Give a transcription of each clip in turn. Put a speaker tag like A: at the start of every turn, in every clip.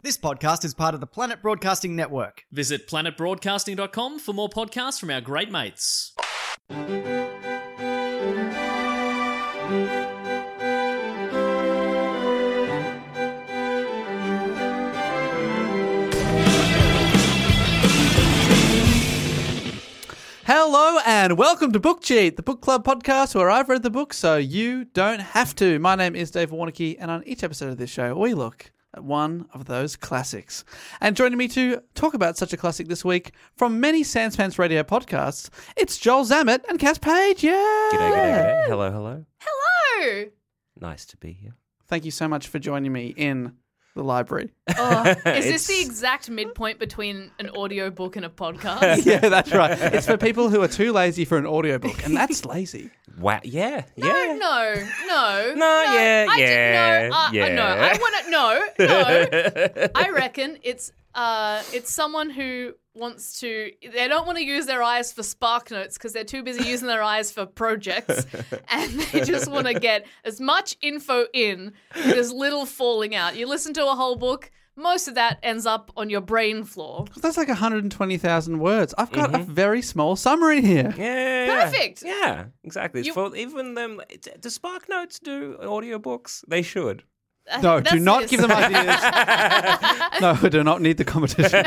A: This podcast is part of the Planet Broadcasting Network.
B: Visit planetbroadcasting.com for more podcasts from our great mates.
C: Hello and welcome to Book Cheat, the book club podcast where I've read the book so you don't have to. My name is Dave Warnicky, and on each episode of this show, we look at one of those classics. And joining me to talk about such a classic this week from many Sanspants radio podcasts, it's Joel Zammett and Cass Page. Yeah!
D: G'day, g'day, g'day. Hello, hello.
E: Hello.
D: Nice to be here.
C: Thank you so much for joining me in the library.
E: Oh, is this the
D: It's-
E: exact midpoint between an audio book and a podcast?
C: yeah, that's right. It's for people who are too lazy for an audiobook, and that's lazy.
D: Wow. Yeah.
E: No,
D: yeah.
E: no, no, no,
D: yeah,
E: I
D: yeah,
E: did, no, I, I- uh, no.
D: yeah.
E: I want to. No, no. I reckon it's uh, it's someone who wants to. They don't want to use their eyes for spark notes because they're too busy using their eyes for projects, and they just want to get as much info in with as little falling out. You listen to a whole book. Most of that ends up on your brain floor.
C: That's like 120,000 words. I've got
D: Mm-hmm.
C: a very small summary here.
D: Yeah, yeah, yeah.
E: Perfect.
D: Yeah, exactly. It's
E: You-
D: for even them. it's- Do Spark Notes do audiobooks? They should.
E: I
C: No,
E: think
C: do
E: that's
C: not
E: it.
C: give them ideas. no, we do not need the competition.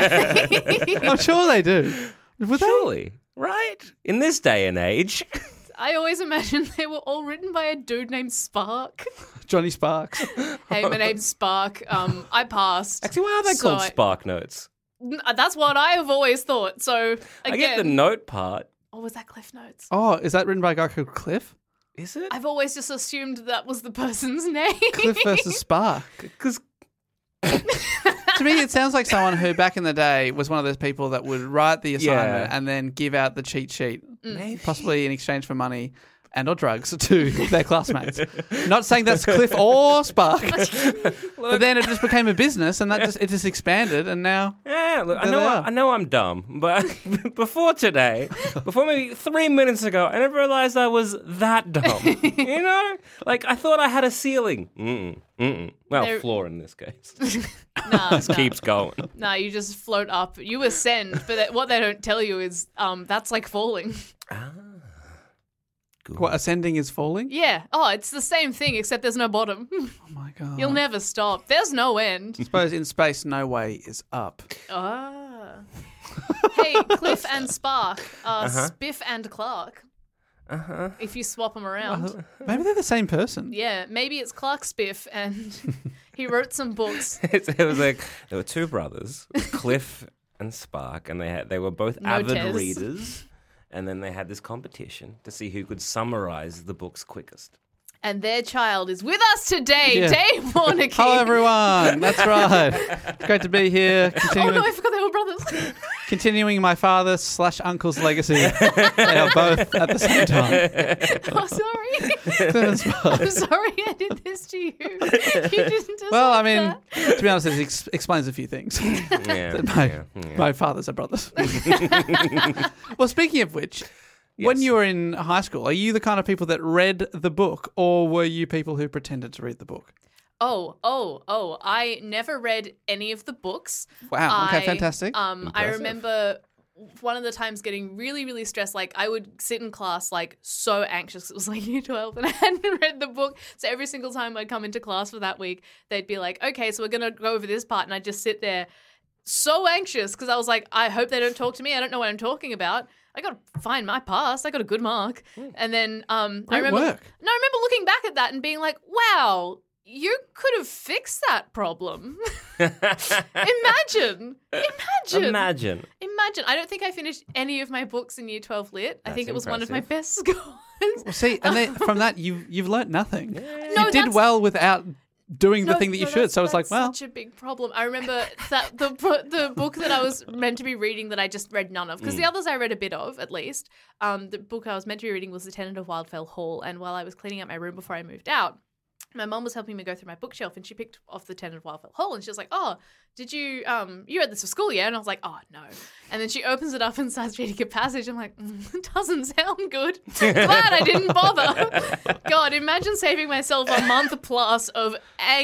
C: I'm sure they do. Would they?
D: Surely, right? In this day and age.
E: I always imagine they were all written by a dude named Spark.
C: Johnny Sparks.
E: hey, my name's Spark. Um, I passed.
D: Actually, why are they
E: So
D: called
E: I-
D: Spark Notes?
E: N- uh, That's what I have always thought. So again,
D: I get the note part.
E: oh, was that Cliff Notes?
C: Oh, is that written by a guy called Cliff?
D: Is it?
E: I've always just assumed that was the person's name.
C: Cliff versus Spark.
D: Because
C: to me, it sounds like someone who back in the day was one of those people that would write the assignment
D: Yeah.
C: and then give out the cheat sheet, possibly in exchange for money and or drugs to their classmates. Not saying that's Cliff or Spark, but then it just became a business, and that just it just expanded, and now
D: yeah, Eh, look, I
C: There
D: know
C: they
D: I,
C: are.
D: I know I'm dumb, but before today, before maybe three minutes ago, I never realized I was that dumb. you know, like I thought I had a ceiling. Mm-mm, mm-mm. Well,
E: There-
D: floor in this case.
E: nah, nah,
D: Keeps going.
E: nah, you just float up. You ascend, but that- what they don't tell you is um, that's like falling.
C: what ascending is falling.
E: Yeah. Oh, it's the same thing except there's no bottom.
C: Oh my god!
E: You'll never stop. There's no end.
C: I suppose in space, no way is up.
E: Ah. hey, Cliff and Spark, uh,
D: Uh-huh.
E: Spiff and Clark. Uh-huh. If you swap them around,
C: Maybe they're the same person.
E: yeah, maybe it's Clark Spiff, and he wrote some books.
D: It's- it was like there were two brothers, Cliff and Spark, and they had they were both avid
E: Notice.
D: readers. And then they had this competition to see who could summarize the books quickest.
E: And their child is with us today,
C: Yeah.
E: Dave Warnicky.
C: Hello, everyone. That's right. Great to be here.
E: Oh
C: Continuing,
E: no, I forgot they were brothers.
C: continuing my father slash uncle's legacy. they are both at the same time.
E: oh, sorry.
C: That's fine.
E: I'm sorry I did this to you. You didn't deserve
C: Well, I mean,
E: that.
C: to be honest, it ex- explains a few things.
D: Yeah,
C: my,
D: yeah, yeah.
C: my fathers are brothers. well, speaking of which, when
D: Yes.
C: you were in high school, are you the kind of people that read the book, or were you people who pretended to read the book?
E: Oh, oh, oh! I never read any of the books.
C: Wow, okay,
E: I-
C: fantastic.
E: Um, I
D: Impressive.
E: remember one of the times getting really, really stressed. Like I would sit in class like so anxious. It was like year twelve, and I hadn't read the book. So every single time I'd come into class for that week, they'd be like, "Okay, so we're gonna go over this part," and I'd just sit there so anxious because I was like, I hope they don't talk to me. I don't know what I'm talking about. I got to find my past. I got a good mark. And then um, I
C: Great
E: remember,
C: work.
E: no, I remember looking back at that and being like, wow, you could have fixed that problem. imagine, imagine,
D: Imagine.
E: imagine. I don't think I finished any of my books in Year 12 Lit. I
D: That's
E: think it was one of my
D: impressive.
E: best scores.
C: Well, see, and then from that you you've learned nothing. You
E: No,
C: did
E: that's-
C: well without doing the
E: No,
C: thing that you
E: no,
C: should.
E: that's-
C: So it's like,
E: that's
C: well,
E: such a big problem. I remember that the bu- the book that I was meant to be reading that I just read none of because
C: Hmm.
E: the others I read a bit of at least. Um, the book I was meant to be reading was The Tenant of Wildfell Hall, and while I was cleaning up my room before I moved out. My mum was helping me go through my bookshelf, and she picked off the Tenant of Wildfell Hall, and she was like, "Oh, did you um you read this for school, yeah?" And I was like, "Oh no," and then she opens it up and starts reading a passage. I'm like, mm, "It doesn't sound good." Glad I didn't bother. God, imagine saving myself a month plus of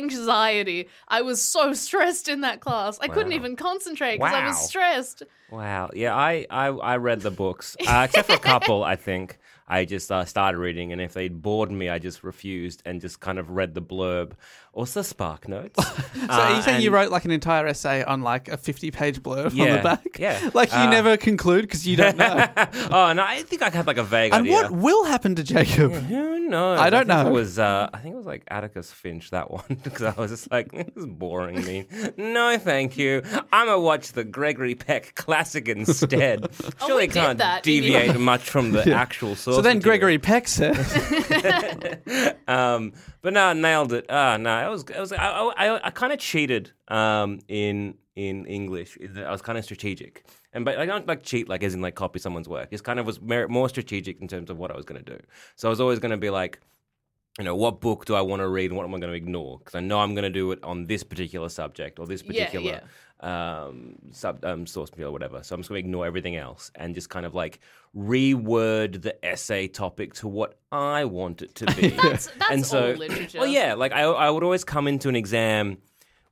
E: anxiety. I was so stressed in that class. I couldn't
D: Wow.
E: even concentrate because I
D: Wow.
E: was stressed.
D: Wow. Yeah, I, I, I read the books, uh, except for a couple, I think. I just uh, started reading, and if they bored me, I just refused and just kind of read the blurb or the spark notes.
C: so are you saying you wrote like an entire essay on like a 50 page blurb on the
D: Yeah,
C: back?
D: yeah.
C: Like you
D: Uh,
C: never conclude because you don't know.
D: oh, no, I think I had like a vague
C: and
D: idea.
C: what will happen to Jacob?
D: Who knows?
C: I don't
D: think
C: know.
D: It was uh, I think it was like Atticus Finch that one because I was just like this is boring me. No, thank you. I'm gonna watch the Gregory Peck classic instead.
E: Oh, we
D: Surely
E: did
D: can't
E: that, didn't we?
D: deviate much from the actual source.
C: So then
D: material.
C: Gregory Peck said,
D: Um, but no, nailed it. Ah, no, it was. It was. I, I, I- I kind of cheated. Um, in in English, In that I was kind of strategic, and but I don't like cheat like as in like copy someone's work. It's kind of was mer- more strategic in terms of what I was going to do. So I was always going to be like. You know, what book do I want to read and what am I going to ignore? Because I know I'm going to do it on this particular subject or this
E: Yeah,
D: particular um, sub um, source material, or whatever. So I'm just going to ignore everything else and just kind of like reword the essay topic to what I want it to be.
E: That's- that's
D: and so,
E: all literature.
D: Well, yeah, like I, I would always come into an exam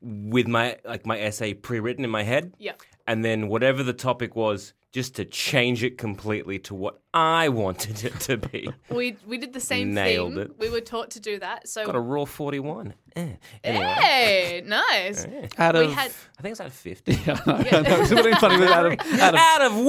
D: with my like my essay pre-written in my head.
E: Yep.
D: And then whatever the topic was, just to change it completely to what I wanted it to be.
E: We we did the same
D: Nailed
E: thing.
D: it.
E: We were taught to do that. So
D: Got a raw 41. Eh. Anyway,
E: hey, nice.
C: out
E: We
C: of.
E: had
D: I think it's out of 50.
C: I know, it's really funny with Adam. Adam.
D: out of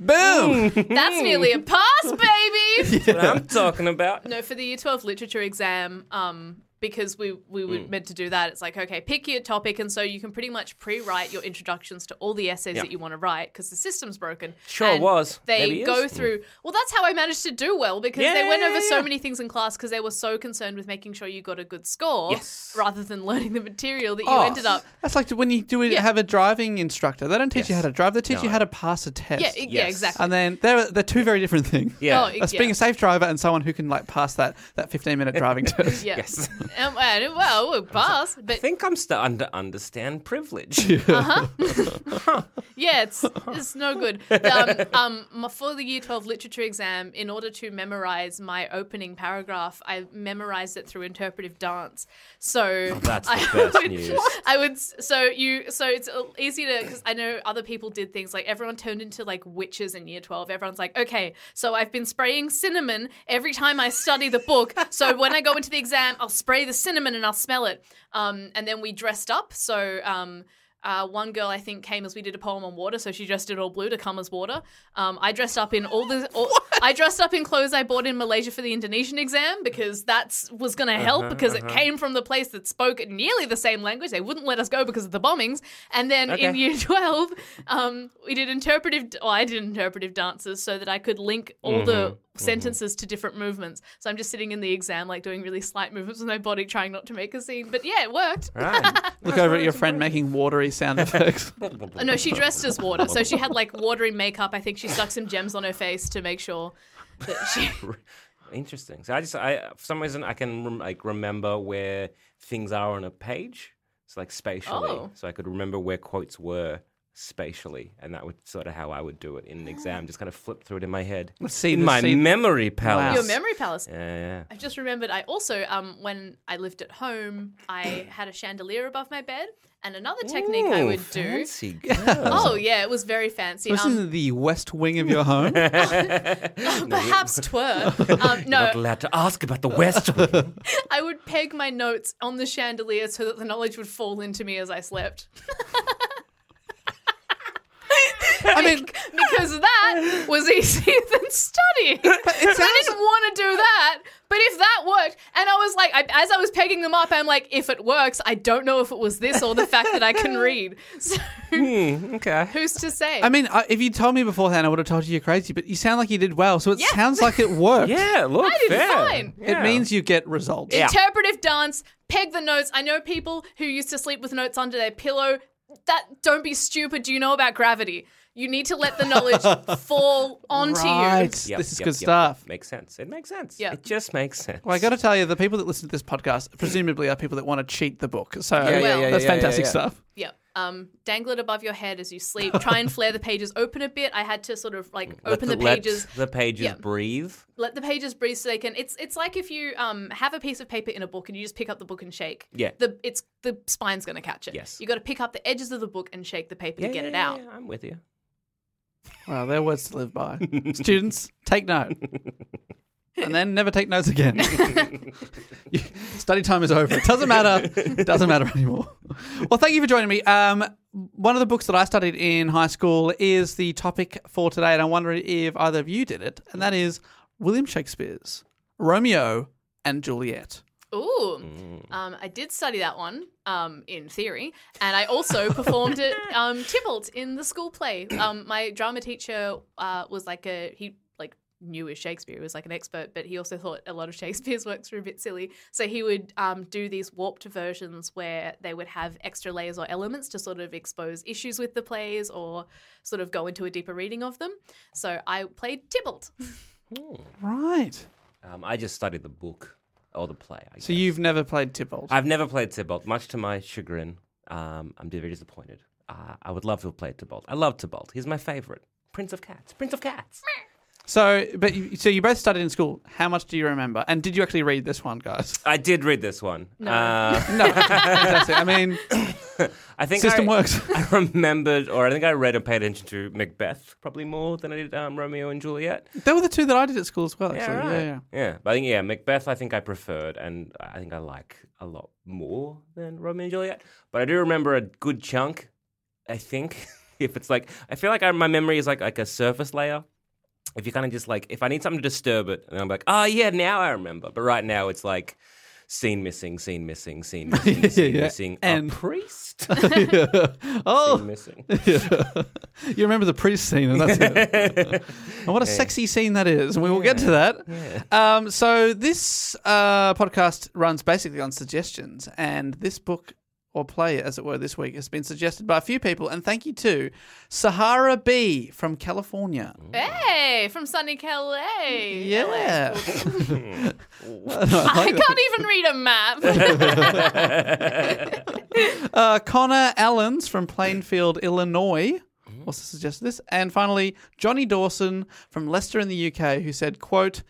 D: 100.
C: Boom!
E: that's nearly a pass, baby.
D: That's what I'm talking about.
E: No, for the year 12 literature exam, um, because we, we were
D: Mm.
E: meant to do that, it's like, okay, pick your topic. And so you can pretty much pre write your introductions to all the essays
D: Yeah.
E: that you want to write because the system's broken.
D: Sure
E: And
D: was. Maybe
E: They
D: is.
E: go through. Well, that's how I managed to do well because
D: Yeah,
E: they went
D: yeah,
E: over
D: yeah,
E: so
D: yeah.
E: many things in class because they were so concerned with making sure you got a good score
D: Yes.
E: rather than learning the material that you
C: Oh,
E: ended up.
C: That's like when you do
E: Yeah.
C: have a driving instructor. They don't teach you how
D: Yes.
C: to drive. They teach you
D: No.
C: how to pass a test.
E: Yeah, e- yeah,
D: Yes.
E: exactly.
C: and then they're they're two very different things.
D: Yeah.
E: Oh,
C: That's
E: yeah.
C: being a safe driver and someone who can like pass that that fifteen minute driving test.
E: Yeah. Yes. Um, and, well, it passed, but
D: I think I'm starting to understand privilege.
E: Yeah, it's it's no good. Um, um, my- for the year twelve literature exam, in order to memorize my opening paragraph, I memorized it through interpretive dance. So
D: Oh, that's the
E: I
D: best
E: would,
D: news.
E: I would. So you. So it's uh, easy to because I know other people did things like everyone turned into like witches in year twelve. Everyone's like, okay, so I've been spraying cinnamon every time I study the book. So when I go into the exam, I'll spray the cinnamon and I'll smell it. Um, and then we dressed up. So um. Uh, one girl I think came as we did a poem on water, so she dressed it all blue to come as water. Um, I dressed up in all the. All, I dressed up in clothes I bought in Malaysia for the Indonesian exam because that's was going to help because it came from the place that spoke nearly the same language. They wouldn't let us go because of the bombings. And then in
D: Okay.
E: year twelve, um, we did interpretive. Well, I did interpretive dances so that I could link all the sentences to different movements. So I'm just sitting in the exam like doing really slight movements with my body, trying not to make a scene. But yeah, it worked.
D: right.
C: Look over at your friend making watery sound effects.
E: Uh, No, she dressed as water, so she had like watery makeup. I think she stuck some gems on her face to make sure that she.
D: Interesting. So I just, I for some reason, I can rem- like remember where things are on a page. So like spatially,
E: Oh.
D: so I could remember where quotes were spatially, and that would sort of how I would do it in an exam. Just kind of flip through it in my head,
C: Let's see
D: in
C: this-
D: my
C: see-
D: memory palace.
E: Your memory palace.
D: Yeah, yeah.
E: I've just remembered. I also, um, when I lived at home, I had a chandelier above my bed, and another technique I
D: Ooh,
E: would
D: fancy do.
E: do. Oh yeah, it was very fancy.
C: This
E: Um,
C: is the west wing of your home.
E: perhaps twerk. Um, no,
D: Not allowed to ask about the West. Wing.
E: I would peg my notes on the chandelier so that the knowledge would fall into me as I slept.
C: I mean,
E: because that was easier than studying. I didn't want to do that, but if that worked, and I was like, I, as I was pegging them up, I'm like, if it works, I don't know if it was this or the fact that I can read. So
D: okay.
E: who's to say?
C: I mean, I, if you told me beforehand, I would have told you you're crazy. But you sound like you did well, so it
E: Yeah.
C: sounds like it worked.
D: Yeah, look,
E: I did
D: fair.
E: fine.
C: It means you get results.
D: Yeah.
E: interpretive dance, peg the notes. I know people who used to sleep with notes under their pillow. That don't be stupid. Do you know about gravity? You need to let the knowledge fall onto you.
C: right.
D: Yep,
C: this is
D: yep,
C: good
D: yep.
C: stuff.
D: Makes sense. It makes sense.
E: Yeah.
D: It just makes sense.
C: Well, I got to tell you, the people that listen to this podcast presumably are people that want to cheat the book. So
D: yeah,
E: yeah, yeah,
C: that's
D: yeah,
C: fantastic
D: yeah, yeah.
C: stuff.
E: Yep. Um, dangle it above your head as you sleep. Try and flare the pages open a bit. I had to sort of like
D: Let
E: open the,
D: let
E: pages,
D: the pages
E: Yeah.
D: breathe.
E: let the pages breathe so they can. It's it's like if you um have a piece of paper in a book and you just pick up the book and shake.
D: Yeah.
E: The it's the spine's gonna catch it.
D: Yes.
E: You got to pick up the edges of the book and shake the paper
D: Yeah,
E: to get
D: yeah,
E: it
D: yeah,
E: out.
D: yeah, I'm with you.
C: Wow, they're words to live by. Students, take note. And then never take notes again. You- Study time is over. It doesn't matter. It doesn't matter anymore. Well, thank you for joining me. Um, one of the books that I studied in high school is the topic for today, and I'm wondering if either of you did it, and that is William Shakespeare's Romeo and Juliet.
E: Ooh. Um, I did study that one um, in theory, and I also performed it um, Tybalt in the school play. Um, my drama teacher uh, was like a he like knew his Shakespeare, was like an expert, but he also thought a lot of Shakespeare's works were a bit silly. So he would um, do these warped versions where they would have extra layers or elements to sort of expose issues with the plays or sort of go into a deeper reading of them. So I played Tybalt.
C: Right.
D: Um, I just studied the book or the play. I
C: So
D: guess.
C: you've never played Tybalt.
D: I've never played Tybalt, much to my chagrin. Um, I'm very disappointed. Uh, I would love to have played Tybalt. I love Tybalt. He's my favorite. Prince of Cats. Prince of Cats.
C: So, but you, so you both studied in school. How much do you remember? And did you actually read this one, guys?
D: I did read this one. Uh,
C: No, fantastic. I mean,
D: I think
C: system
D: I,
C: works.
D: I remembered, or I think I read and paid attention to Macbeth probably more than I did um, Romeo and Juliet.
C: They were the two that I did at school as well. Actually,
D: right.
C: yeah, yeah.
D: But I think yeah, Macbeth. I think I preferred, and I think I like a lot more than Romeo and Juliet. But I do remember a good chunk. I think if it's like, I feel like I, my memory is like like a surface layer. If you kind of just like, if I need something to disturb it, and I'm like, oh yeah, now I remember. But right now it's like. Scene missing, scene missing, scene missing,
C: Yeah,
D: scene
C: yeah.
D: missing.
C: And-
D: a priest
C: Oh,
D: scene missing.
C: you remember the priest scene, and that's it. and what a sexy scene that is. And we will get to that. Um, so this uh, podcast runs basically on suggestions, and this book or play, as it were, this week has been suggested by a few people. And thank you to Sahara B from California.
E: Hey, from sunny Calais.
C: Yeah.
E: I can't even read a map.
C: Uh, Connor Allens from Plainfield, Illinois, also suggested this. And finally, Johnny Dawson from Leicester in the UK, who said, "quote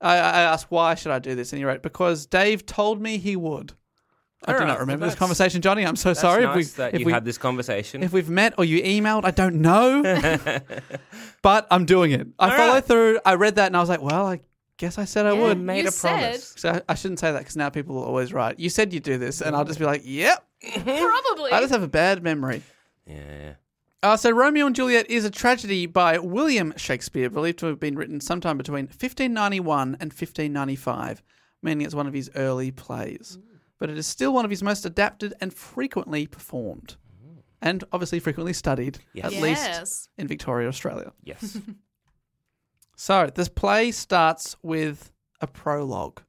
C: I, I asked why should I do this?" And he wrote, "Because Dave told me he would." I do
D: All
C: not
D: right,
C: remember
D: well,
C: this
D: that's-
C: conversation, Johnny. I'm so sorry.
D: That's nice that
C: if,
D: you
C: we,
D: had this conversation.
C: if we've met or you emailed, I don't know, but I'm doing it. I
D: All
C: follow
D: right.
C: through. I read that and I was like, "Well, I guess I said I
E: Yeah,
C: would."
D: made
E: you
D: a promise.
C: So I, I shouldn't say that because now people will always write. You said you do this, and I'll just be like, "Yep."
E: said, probably.
C: I just have a bad memory.
D: yeah.
C: Uh, so, Romeo and Juliet is a tragedy by William Shakespeare, believed to have been written sometime between 1591 and 1595, meaning it's one of his early plays. But it is still one of his most adapted and frequently performed, and obviously frequently studied, at least
E: Yes.
C: in Victoria, Australia.
D: Yes.
C: So this play starts with a prologue.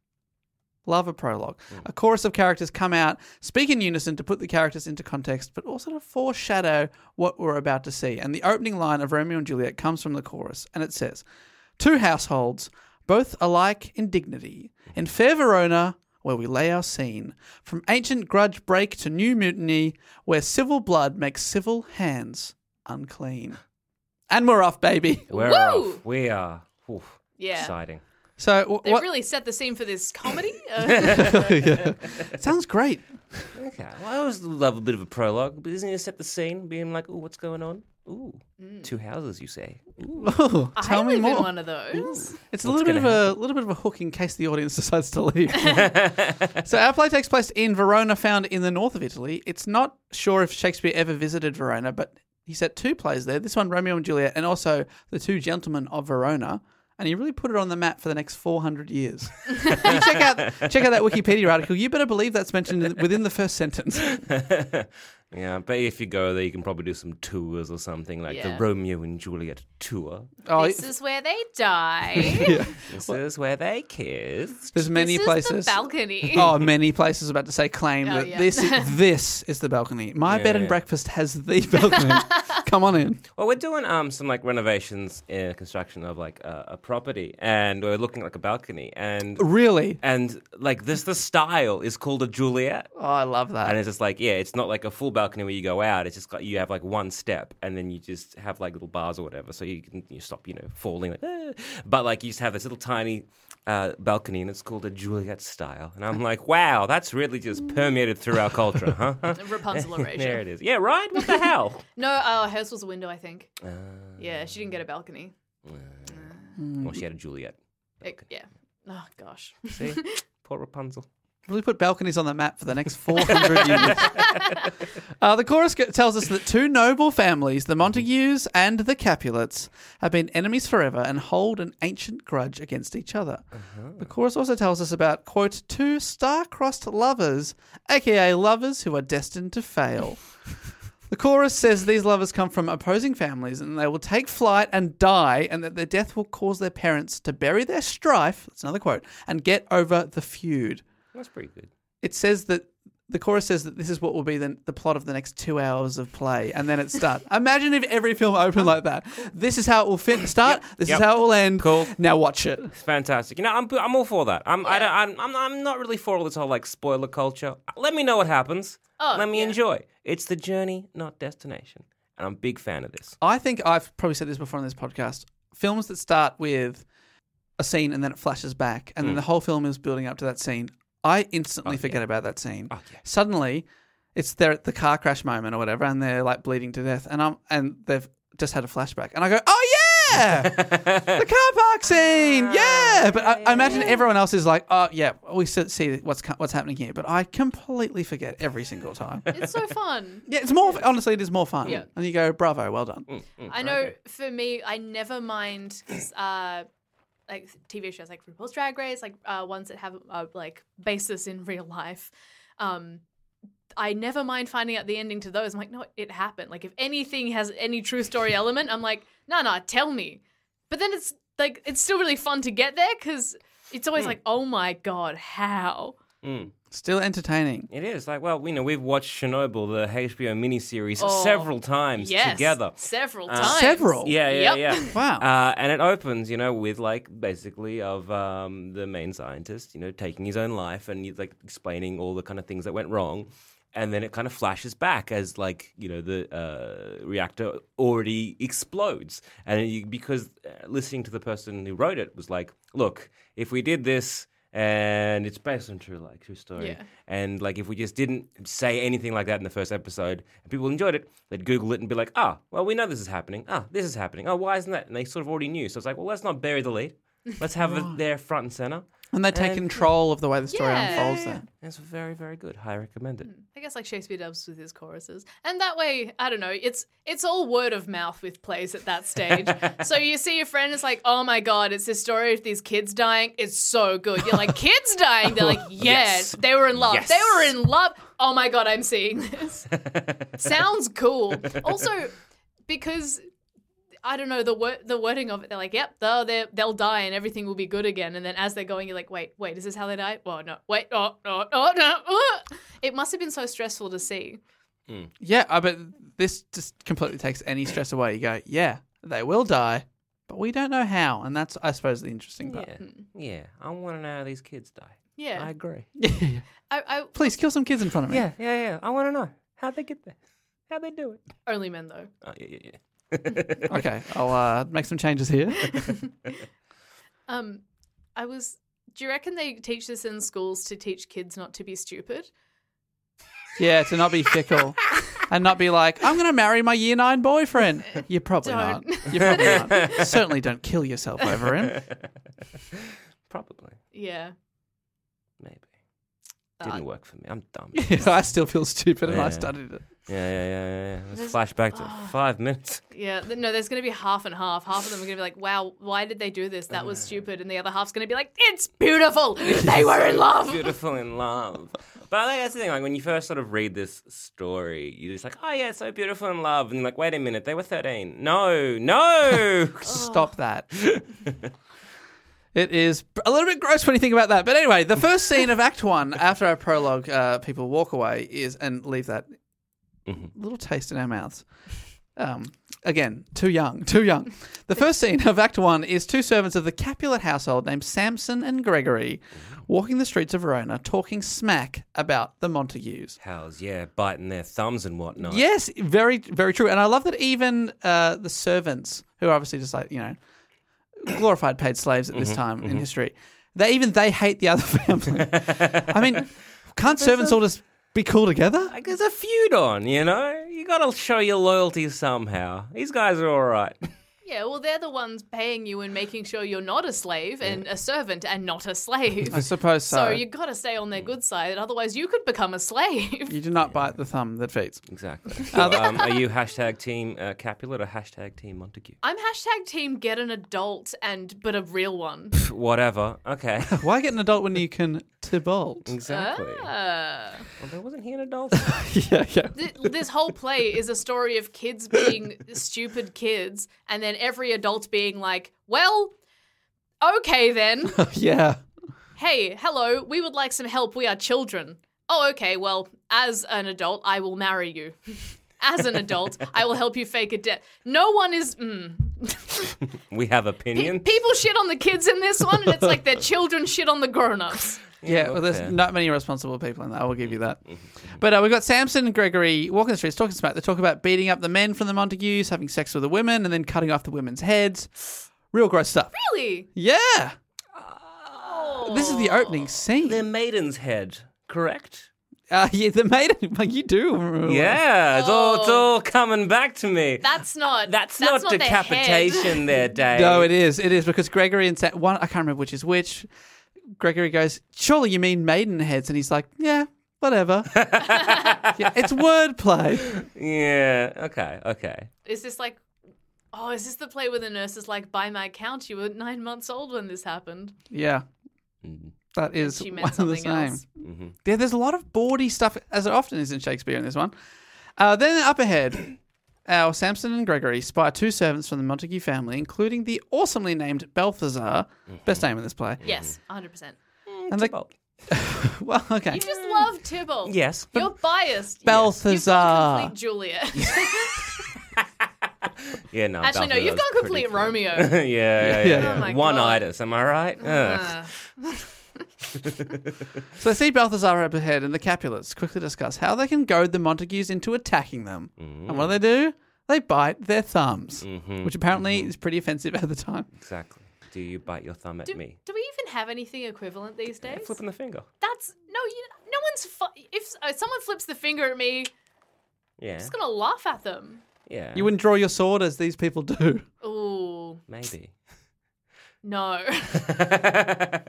C: Love a prologue.
E: Hmm.
C: A chorus of characters come out, speak in unison to put the characters into context, but also to foreshadow what we're about to see. And the opening line of Romeo and Juliet comes from the chorus, and it says, Two households, both alike in dignity, in fair Verona, where we lay our scene, from ancient grudge break to new mutiny, where civil blood makes civil hands unclean. And we're off, baby.
D: We're
E: Woo!
D: off. We are. Oof,
E: Yeah.
D: Exciting.
C: So, wh-
E: They
C: what,
E: really set the scene for this comedy. Uh,
C: Sounds great.
D: Okay. Well, I always love a bit of a prologue, but isn't it set the scene, being like, "Ooh, what's going on? Ooh,
E: Mm.
D: two houses, you say? Ooh,
C: Oh,
E: I
C: tell me
E: live in
C: more.
E: one of those.
C: It's a little bit of a little bit of a hook in case the audience decides to leave. so our play takes place in Verona, found in the north of Italy. It's not sure if Shakespeare ever visited Verona, but he set two plays there. This one, Romeo and Juliet, and also The Two Gentlemen of Verona. And he really put it on the map for the next 400 years. you check out check out that Wikipedia article. You better believe that's mentioned in- within the first sentence.
D: Yeah, but if you go there, you can probably do some tours or something like the
E: Yeah.
D: Romeo and Juliet tour.
C: Oh,
E: this is where they die.
D: This is where they kissed.
C: there's many
E: this
C: places.
E: Is the balcony.
C: Oh, many places about to say claim
E: Oh,
C: that
E: yeah.
C: this is, this is the balcony. My bed and
D: yeah.
C: breakfast has the balcony. Come on in.
D: Well, we're doing um some like renovations, uh, construction of like a a property, and we're looking at, like a balcony, and
C: Really?
D: and like this the style is called a Juliet.
C: Oh, I love that.
D: And it's just like, yeah, it's not like a full balcony where you go out. It's just like you have like one step and then you just have like little bars or whatever. So you can you stop, you know, falling. Like, "Ah." But like you just have this little tiny uh, balcony and it's called a Juliet style. And I'm like, wow, that's really just permeated through our culture, huh?
E: Rapunzel
D: there
E: erasure.
D: it is. Yeah, right? What the hell? Uh,
E: no, oh, hers was a window, I think. yeah, she didn't get a balcony.
D: well, she had a Juliet.
E: It- yeah. Oh gosh.
D: See? Poor Rapunzel.
C: Really put balconies on the map for the next 400 years. Uh, the chorus go- tells us that two noble families, the Montagues and the Capulets, have been enemies forever and hold an ancient grudge against each other. The chorus also tells us about, quote, two star-crossed lovers, aka lovers who are destined to fail. The chorus says these lovers come from opposing families and they will take flight and die, and that their death will cause their parents to bury their strife, that's another quote, and get over the feud
D: That's pretty good.
C: it says that the chorus says that this is what will be the, the plot of the next two hours of play, and then it starts. Imagine if every film opened like that. This is how it will fin- start. This
D: Yep.
C: is how it will end.
D: Cool.
C: Now watch it.
D: It's fantastic. You know, I'm, I'm all for that. I'm, I don't, I'm, I'm, I'm not really for all this whole like spoiler culture. Let me know what happens.
E: Oh,
D: Let me
E: yeah.
D: enjoy. It's the journey, not destination. And I'm a big fan of this.
C: I think I've probably said this before on this podcast. Films that start with a scene and then it flashes back, and then the whole film is building up to that scene. I instantly forget about that scene. Suddenly, it's there at the car crash moment or whatever, and they're like bleeding to death, and I'm and they've just had a flashback, and I go, "Oh yeah, the car park scene, Ah, yeah." But I, I imagine everyone else is like, "Oh yeah, we s- see what's co- what's happening here," but I completely forget every single time.
E: It's so fun.
C: yeah, it's more honestly, it is more fun,
E: Yeah.
C: and you go, "Bravo, well done."
E: I know for me, I never mind uh, like TV shows like RuPaul's Drag Race, like uh, ones that have a like basis in real life. Um, I never mind finding out the ending to those. I'm like, no, it happened. Like if anything has any true story element, I'm like, no, no, tell me. But then it's like it's still really fun to get there because it's
D: Hmm.
E: always like, oh my god, how? Mm.
C: Still entertaining.
D: It is like, well, you know, we've watched Chernobyl, the HBO miniseries,
E: Oh,
D: several times
E: Yes,
D: together.
E: several
D: Uh,
E: times.
C: Several.
D: Yeah, yeah,
E: Yep.
D: yeah.
C: Wow.
D: Uh, and it opens, you know, with like basically of um, the main scientist, you know, taking his own life and like explaining all the kind of things that went wrong. And then it kind of flashes back as like you know the uh, reactor already explodes, and you, because uh, listening to the person who wrote it was like, look, if we did this, and it's based on true like true story,
E: Yeah.
D: and like if we just didn't say anything like that in the first episode and people enjoyed it, they'd Google it and be like, ah, well, we know this is happening. Ah, this is happening. Oh, why isn't that? And they sort of already knew. So it's like, well, let's not bury the lead. Let's have it there front and center.
C: And they take
D: And-
C: control of the way the story
E: Yeah.
C: unfolds then.
D: It's very, very good. Highly recommend it.
E: I guess like Shakespeare does with his choruses, and that way, I don't know. It's it's all word of mouth with plays at that stage. so you see your friend is like, "Oh my god, it's this story of these kids dying. It's so good." You're like, "Kids dying?" They're like, "Yeah,
D: Yes.
E: they were in love.
D: Yes.
E: They were in love." Oh my god, I'm seeing this. Sounds cool. Also, because I don't know the wor- the wording of it. They're like, "Yep, they'll they're- they'll die and everything will be good again." And then as they're going, you're like, "Wait, wait, is this how they die? Well, no, wait, oh, oh, oh, no." uh." It must have been so stressful to see.
C: Yeah, I bet this just completely takes any stress away. You go, yeah, they will die, but we don't know how. And that's, I suppose, the interesting part.
D: Yeah. Yeah. I want to know how these kids die.
E: Mm. Yeah.
D: I agree.
E: I, I
C: Please kill some kids in front of me.
D: Yeah. Yeah. Yeah. I want to know how they get there. How they do it.
E: only men though.
D: Oh, yeah. Yeah. Yeah.
C: Okay, I'll uh, make some changes here.
E: Um, I was. Do you reckon they teach this in schools to teach kids not to be stupid?
C: yeah, to not be fickle and not be like, I'm going to marry my year nine boyfriend. You're probably
E: Don't.
C: not. You're probably not. Certainly don't kill yourself over him.
D: Probably.
E: Yeah.
D: Maybe.
E: Uh,
D: Didn't work for me. I'm dumb.
C: I still feel stupid and I
D: Yeah.
C: studied it.
D: Yeah, yeah, yeah, yeah. yeah. Let's flash back to five minutes.
E: Yeah, th- no, there's going to be half and half. Half of them are going to be like, wow, why did they do this? That
C: Uh.
E: was stupid. And the other half's going to be like, it's beautiful. They were in love.
D: Beautiful in love. But I think that's the thing. Like when you first sort of read this story, you're just like, oh yeah, it's so beautiful and love, and you're like, wait a minute, they were 13. No, no.
C: Stop that. It is a little bit gross when you think about that. But anyway, the first scene of Act One, after our prologue, uh, people walk away, is and leave that little taste in our mouths. Um, again, too young, too young. The first scene of Act One is two servants of the Capulet household named Samson and Gregory walking the streets of Verona talking smack about the Montagues.
D: Hells yeah, biting their thumbs and whatnot.
C: Yes, very, very true. And I love that even uh, the servants, who are obviously just like, you know, glorified paid slaves at this time in history, they even they hate the other family. I mean, can't servants all just be cool together?
D: Like there's a feud on, you know? You gotta show your loyalty somehow. These guys are alright.
E: Yeah, well, they're the ones paying you and making sure you're not a slave and a servant and not a slave.
C: I suppose so.
E: So you got to stay on their good side, otherwise you could become a slave.
C: You do not bite the thumb that feeds.
D: Exactly. So, um, are you hashtag team uh, Capulet or hashtag team Montague?
E: I'm hashtag team get an adult and but a real one.
D: Whatever. Okay.
C: Why get an adult when you can Tybalt?
D: exactly.
E: Ah.
D: Although wasn't he an adult?
C: yeah, yeah.
E: Th- this whole play is a story of kids being stupid kids, and then every adult being like, well, okay then.
C: Yeah.
E: hey, hello, we would like some help. We are children. Oh, okay, well, as an adult, I will marry you. As an adult, I will help you fake a death. No one is. Mm.
D: we have
E: Pe-
D: opinions.
E: people shit on the kids in this one, and it's like their children shit on the grown ups.
C: Yeah, well, there's
D: okay. Mm-hmm.
C: not many responsible people in that. I will give you that. But uh, we've got Samson and Gregory walking the streets talking smack. They talk about beating up the men from the Montagues, having sex with the women, and then cutting off the women's heads. Real gross stuff.
E: Really?
C: Yeah. This is the opening
D: Their
C: scene.
D: maiden's head, correct?
C: Uh, yeah, the maiden. Like you do. remember.
D: Yeah, it's all it's all coming back to me.
E: Oh. That's not.
D: that's, not,
E: their head.
D: decapitation, there, Dave.
C: No, it is. It is because Gregory and Sa- one. I can't remember which is which. Gregory goes, "Surely you mean maiden heads?" And he's like, "Yeah, whatever. yeah, it's wordplay."
D: Yeah. Okay. Okay.
E: Is this like. Oh, is this the play where the nurse is like, by my count, you were nine months old when this happened?
D: Mm-hmm.
C: Yeah, that is
E: She
C: one
E: meant
C: of the
E: something
C: same.
E: else.
C: Yeah, there's a lot of bawdy stuff, as it often is in Shakespeare in this one. Uh, then up ahead, our Samson and Gregory spy two servants from the Montague family, including the awesomely named Balthazar, best name in this play.
E: Yes, 100%.
C: and the, well, okay.
E: You just love Tybalt.
D: Yes.
E: You're biased. You've gone
C: Balthazar.
E: complete Juliet.
D: Yeah. No.
E: Actually, no,
D: Balthazar
E: you've
D: was
E: gone
D: pretty
E: complete
D: cool.
E: Romeo.
D: yeah. Yeah.
C: Yeah.
D: yeah.
C: Oh
E: my Ah.
D: One-itis. Am I right? Ugh.
C: So they see Balthazar up ahead, and the Capulets quickly discuss how they can goad the Montagues into attacking them. And what do they do? They bite their thumbs, which apparently is pretty offensive at the time.
D: Exactly. Do you bite your thumb at me?
E: Do we even have anything equivalent these days?
D: Flipping the finger.
E: That's no, you, no one's. Fu- if uh, someone flips the finger at me,
D: Yeah.
E: I'm just gonna laugh at them.
D: Yeah.
C: You wouldn't draw your sword as these people do.
E: Ooh,
D: Maybe.
E: no. I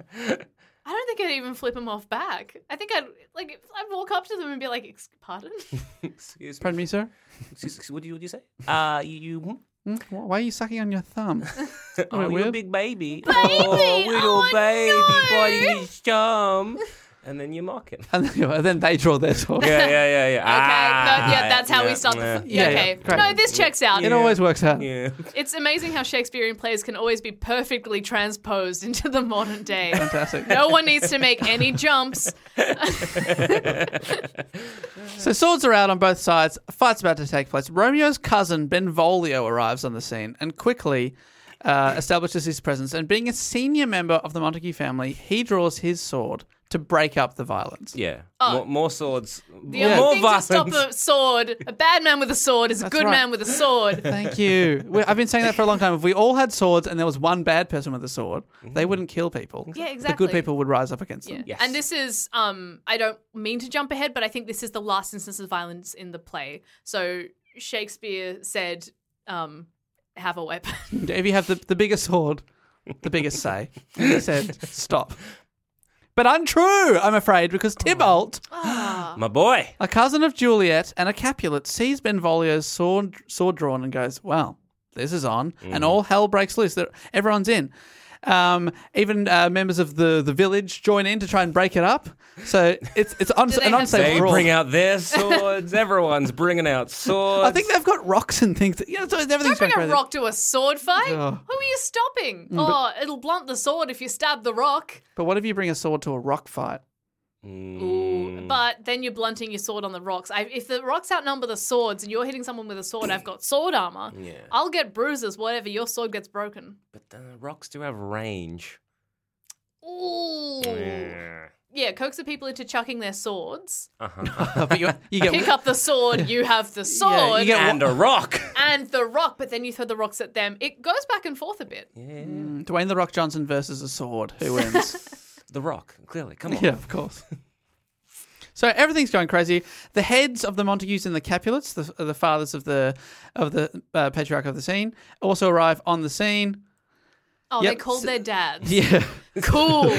E: don't think I'd even flip them off back. I think I'd like I'd walk up to them and be like, "Ex- "Pardon?
D: Excuse me.
C: Pardon me, sir?
D: Excuse, excuse- what do you what do you say? Uh, you. you hmm?
C: Hmm? Why are you sucking on your thumb?
D: Oh, you're a
C: weird.
D: big baby. Baby. Oh, little
E: Oh,
D: baby,
E: no.
D: biting his thumb. And then you mock him.
C: and then, and then they draw their sword.
D: Yeah, yeah, yeah, yeah.
E: Okay,
D: Ah,
E: no, Ah, yeah, that's how we start the. F-
C: yeah, yeah,
E: okay,
C: great.
E: no, this checks out.
C: It always works out.
D: Yeah.
E: It's amazing how Shakespearean plays can always be perfectly transposed into the modern day.
C: Fantastic.
E: No one needs to make any jumps.
C: So swords are out on both sides. A fight's about to take place. Romeo's cousin Benvolio arrives on the scene and quickly uh, establishes his presence. And being a senior member of the Montague family, he draws his sword to break up the violence.
D: Yeah. More, more swords.
E: The only
D: More
E: thing
D: violence.
E: to stop a sword, a bad man with a sword is a good
C: right.
E: man with a sword.
C: Thank you. We, I've been saying that for a long time. If we all had swords and there was one bad person with a sword, they wouldn't kill people.
E: Yeah,
C: The
E: exactly.
C: good people would rise up against them.
D: Yes.
E: And this is, um, I don't mean to jump ahead, but I think this is the last instance of violence in the play. So Shakespeare said, um, have a weapon.
C: If you have the, the biggest sword, the biggest say, he said, stop. But untrue, I'm afraid, because Tybalt,
D: My boy.
C: a cousin of Juliet and a Capulet, sees Benvolio's sword, sword drawn and goes, well, this is on. And all hell breaks loose. They're- Everyone's in. Um, even uh, members of the, the village join in to try and break it up. So it's it's uns-
E: they
C: an
E: have
C: unsafe
D: They
C: brawl.
D: bring out their swords. Everyone's bringing out swords.
C: I think they've got rocks and things. Yeah, so everything's
E: Don't
C: going
E: bring a
C: crazy.
E: rock to a sword fight.
C: Oh. Mm,
E: Who are you stopping? oh, it'll blunt the sword if you stab the rock.
C: But what if you bring a sword to a rock fight?
D: Mm,
E: Ooh,
C: Mm.
E: but then you're blunting your sword on the rocks. I, if the rocks outnumber the swords and you're hitting someone with a sword, I've got sword armor.
D: Yeah.
E: I'll get bruises, whatever. Your sword gets broken.
D: But the rocks do have range.
E: Ooh. Yeah, coax the people into chucking their swords.
D: Uh-huh.
C: But you, you get
E: Pick up the sword, you have the sword,
C: you get
D: and a rock.
E: and the rock, but then you throw the rocks at them. It goes back and forth a bit.
C: Mm, Dwayne the Rock Johnson versus a sword. Who wins?
D: The rock, clearly. Come on.
C: yeah, of course. So everything's going crazy. The heads of the Montagues and the Capulets, the, the fathers of the of the uh, patriarch of the scene, also arrive on the scene.
E: Oh,
C: Yep.
E: they called their dads.
C: Yeah,
E: Cool.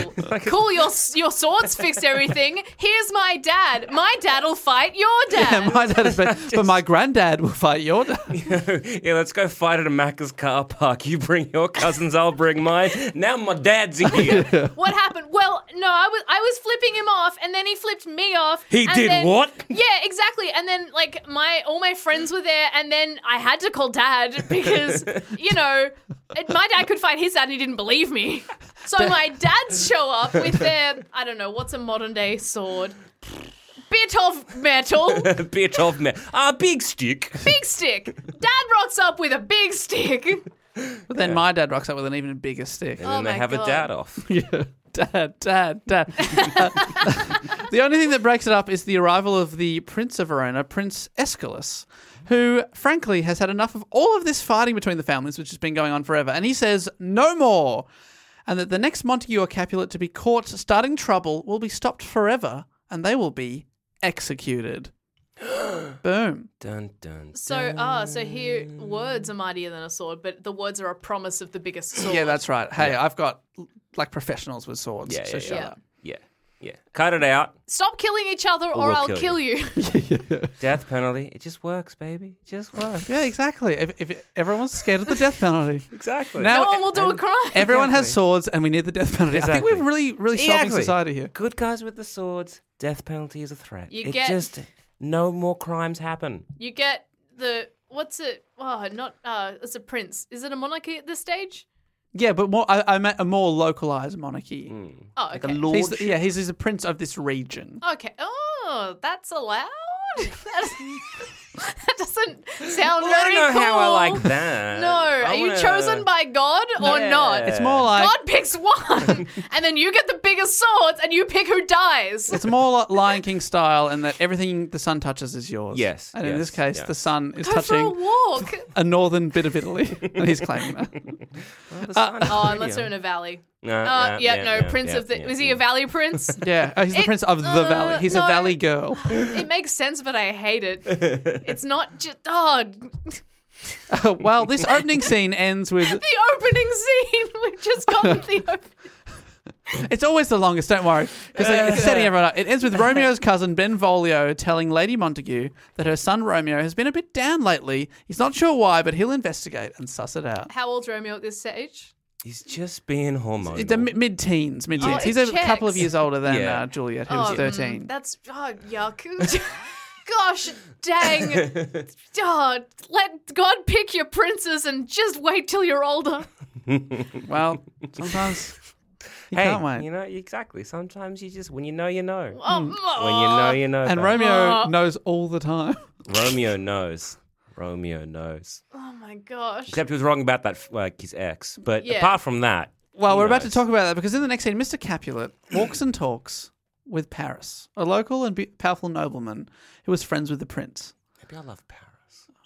E: cool, your your swords fixed everything. Here's my dad. My dad'll fight your dad.
C: yeah. My dad is, but, but my granddad will fight your dad.
D: yeah, let's go fight at a Macca's car park. You bring your cousins, I'll bring mine. Now my dad's in here.
E: What happened? Well, no, I was I was flipping him off, and then he flipped me off.
D: He
E: and
D: did
E: then-
D: what?
E: Yeah, exactly. And then like my all my friends were there, and then I had to call dad because you know it- my dad could fight his dad, and he didn't believe me. So my dads show up with their I don't know what's a modern day sword, bit of metal,
D: Bit of me. Ah, big stick.
E: big stick. Dad rocks up with a big stick.
C: But then my dad rocks up with an even bigger stick.
D: And then
E: my
D: they have
E: God.
D: a dad off.
C: Yeah. Dad, dad, dad. Uh, the only thing that breaks it up is the arrival of the Prince of Verona, Prince Aeschylus, who, frankly, has had enough of all of this fighting between the families, which has been going on forever. And he says, no more. And that the next Montague or Capulet to be caught starting trouble will be stopped forever and they will be executed. Boom.
D: Dun, dun.
E: So ah, so here words are mightier than a sword, but the words are a promise of the biggest sword.
C: Yeah, that's right. Hey, I've got like professionals with swords.
D: Yeah,
C: so
D: yeah,
C: shut
E: yeah.
C: up.
D: Yeah, yeah. Cut it out.
E: Stop killing each other or,
D: we'll
E: I'll kill,
D: kill
E: you.
D: Death penalty. It just works, baby. It just works.
C: Yeah, exactly. If, if everyone's scared of the death penalty.
D: Exactly.
C: Now-
E: no one will do a crime.
C: Everyone has swords, and we need the death penalty. I
D: Exactly.
C: think we're really, really solving
D: Exactly.
C: society here.
D: Good guys with the swords. Death penalty is a threat.
E: You
D: it
E: get-
D: just no more crimes happen.
E: you get the what's it? Oh, not uh, it's a prince. Is it a monarchy at this stage?
C: Yeah, but more, I, I meant a more localized monarchy.
D: Hmm.
E: Oh, okay.
C: He's the- yeah, he's, he's a prince of this region.
E: okay. Oh, that's allowed. that doesn't sound
D: I
E: very
D: don't know
E: cool.
D: how I like that.
E: No,
D: I
E: are you
D: wanna-
E: chosen by God or not?
C: It's more like
E: God picks one, and then you get the biggest swords, and you pick who dies.
C: it's more like Lion King style, and that everything the sun touches is yours.
D: Yes,
C: and in
D: yes,
C: this case,
D: yeah.
C: the sun is
E: Go for a
C: touching
E: walk.
C: a northern bit of Italy, and he's claiming that.
D: Well, the sun is
E: Oh,
D: pretty
E: unless
D: on-
E: they're in a valley.
D: No,
E: Uh,
D: yeah,
E: yeah, no,
D: yeah,
E: Prince
D: yeah,
E: of the.
D: yeah,
E: was he
D: yeah.
E: a Valley Prince?
C: Yeah, oh, he's the
E: It-
C: prince of the
E: uh,
C: valley. He's
E: no.
C: a valley girl.
E: it makes sense, but I hate it. It's not just. Oh,
C: well, this opening scene ends with
E: the opening scene. We've just gotten the opening.
C: It's always the longest, don't worry. Because it's
E: Uh,
C: setting everyone up. It ends with Romeo's cousin, Benvolio, telling Lady Montague that her son Romeo has been a bit down lately. He's not sure why, but he'll investigate and suss it out.
E: How old's Romeo at this stage?
D: He's just being hormonal.
C: It's a mi- mid teens, mid teens.
E: Oh, it
C: He's a
E: checks.
C: couple of years older than
D: Yeah.
C: uh, Juliet, who was
E: Oh,
C: 13.
E: That's. Oh, yuck. Gosh dang. Oh, let God pick your princes and just wait till you're older.
C: well, sometimes you
D: hey,
C: can't wait.
D: you know exactly. Sometimes you just when you know, you know.
E: Oh,
D: When you know, you know.
C: and
D: babe.
C: Romeo knows all the time.
D: Romeo knows. Romeo knows.
E: oh my gosh.
D: Except he was wrong about that, f- like his ex. But
E: Yeah.
D: apart from that,
C: Well,
D: he
C: we're about to
D: knows.
C: talk about that because in the next scene, Mr. Capulet walks and talks with Paris, a local and be- powerful nobleman who was friends with the prince.
D: Maybe I love Paris.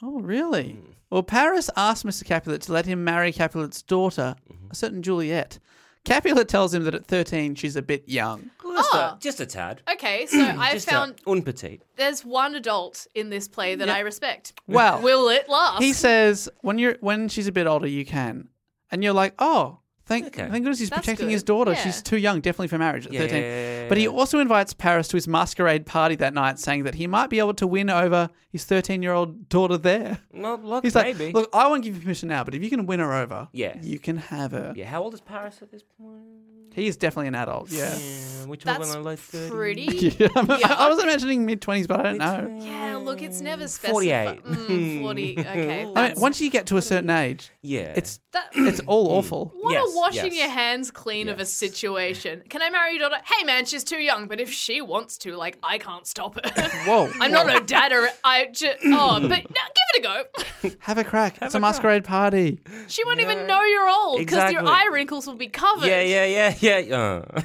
C: Oh, really?
D: Hmm.
C: Well, Paris asked Mr. Capulet to let him marry Capulet's daughter,
D: Mm-hmm.
C: a certain Juliet. Capulet tells him that at 13, she's a bit young.
D: Just,
E: Ah.
D: a, just a tad.
E: Okay, so I
D: Just uh,
E: found
D: a un petit.
E: there's one adult in this play that I respect.
C: Well,
E: Will it last?
C: he says, when you're when she's a bit older, you can. And you're like, oh, thank,
D: Okay.
C: thank goodness he's
E: That's
C: protecting his
E: good.
C: daughter.
E: Yeah.
C: She's too young, definitely for marriage at
D: Yeah,
C: 13.
D: yeah, yeah,
C: But he also invites Paris to his masquerade party that night, saying that he might be able to win over his 13 year old daughter there.
D: Well, look,
C: He's like,
D: maybe.
C: look, I won't give you permission now, but if you can win her over,
D: Yeah.
C: you can have her.
D: Yeah, how old is Paris at this point?
C: He is definitely an adult. Yeah.
D: Yeah, which one
E: That's
D: I like? 30?
E: pretty.
C: yeah. I was imagining mid 20s, but I don't know.
E: Yeah, look, it's never specified.
D: 48.
E: 48. Mm, 40. Okay.
C: I
E: that's-
C: mean, once you get to a certain age,
D: Yeah.
C: it's
E: that,
C: it's
D: Mm.
C: all awful.
E: What
D: Yes,
E: a washing
D: yes.
E: your hands clean of a
D: Yes.
E: situation. Can I marry your daughter? Hey man, she's too young, but if she wants to, like, I can't stop her.
C: Whoa.
E: I'm not her dad or I just, oh, but no, give it a go.
C: Have a crack. it's a masquerade party.
E: She won't even know you're old because
D: Exactly.
E: your eye wrinkles will be covered.
D: yeah, yeah, yeah, yeah. Uh, I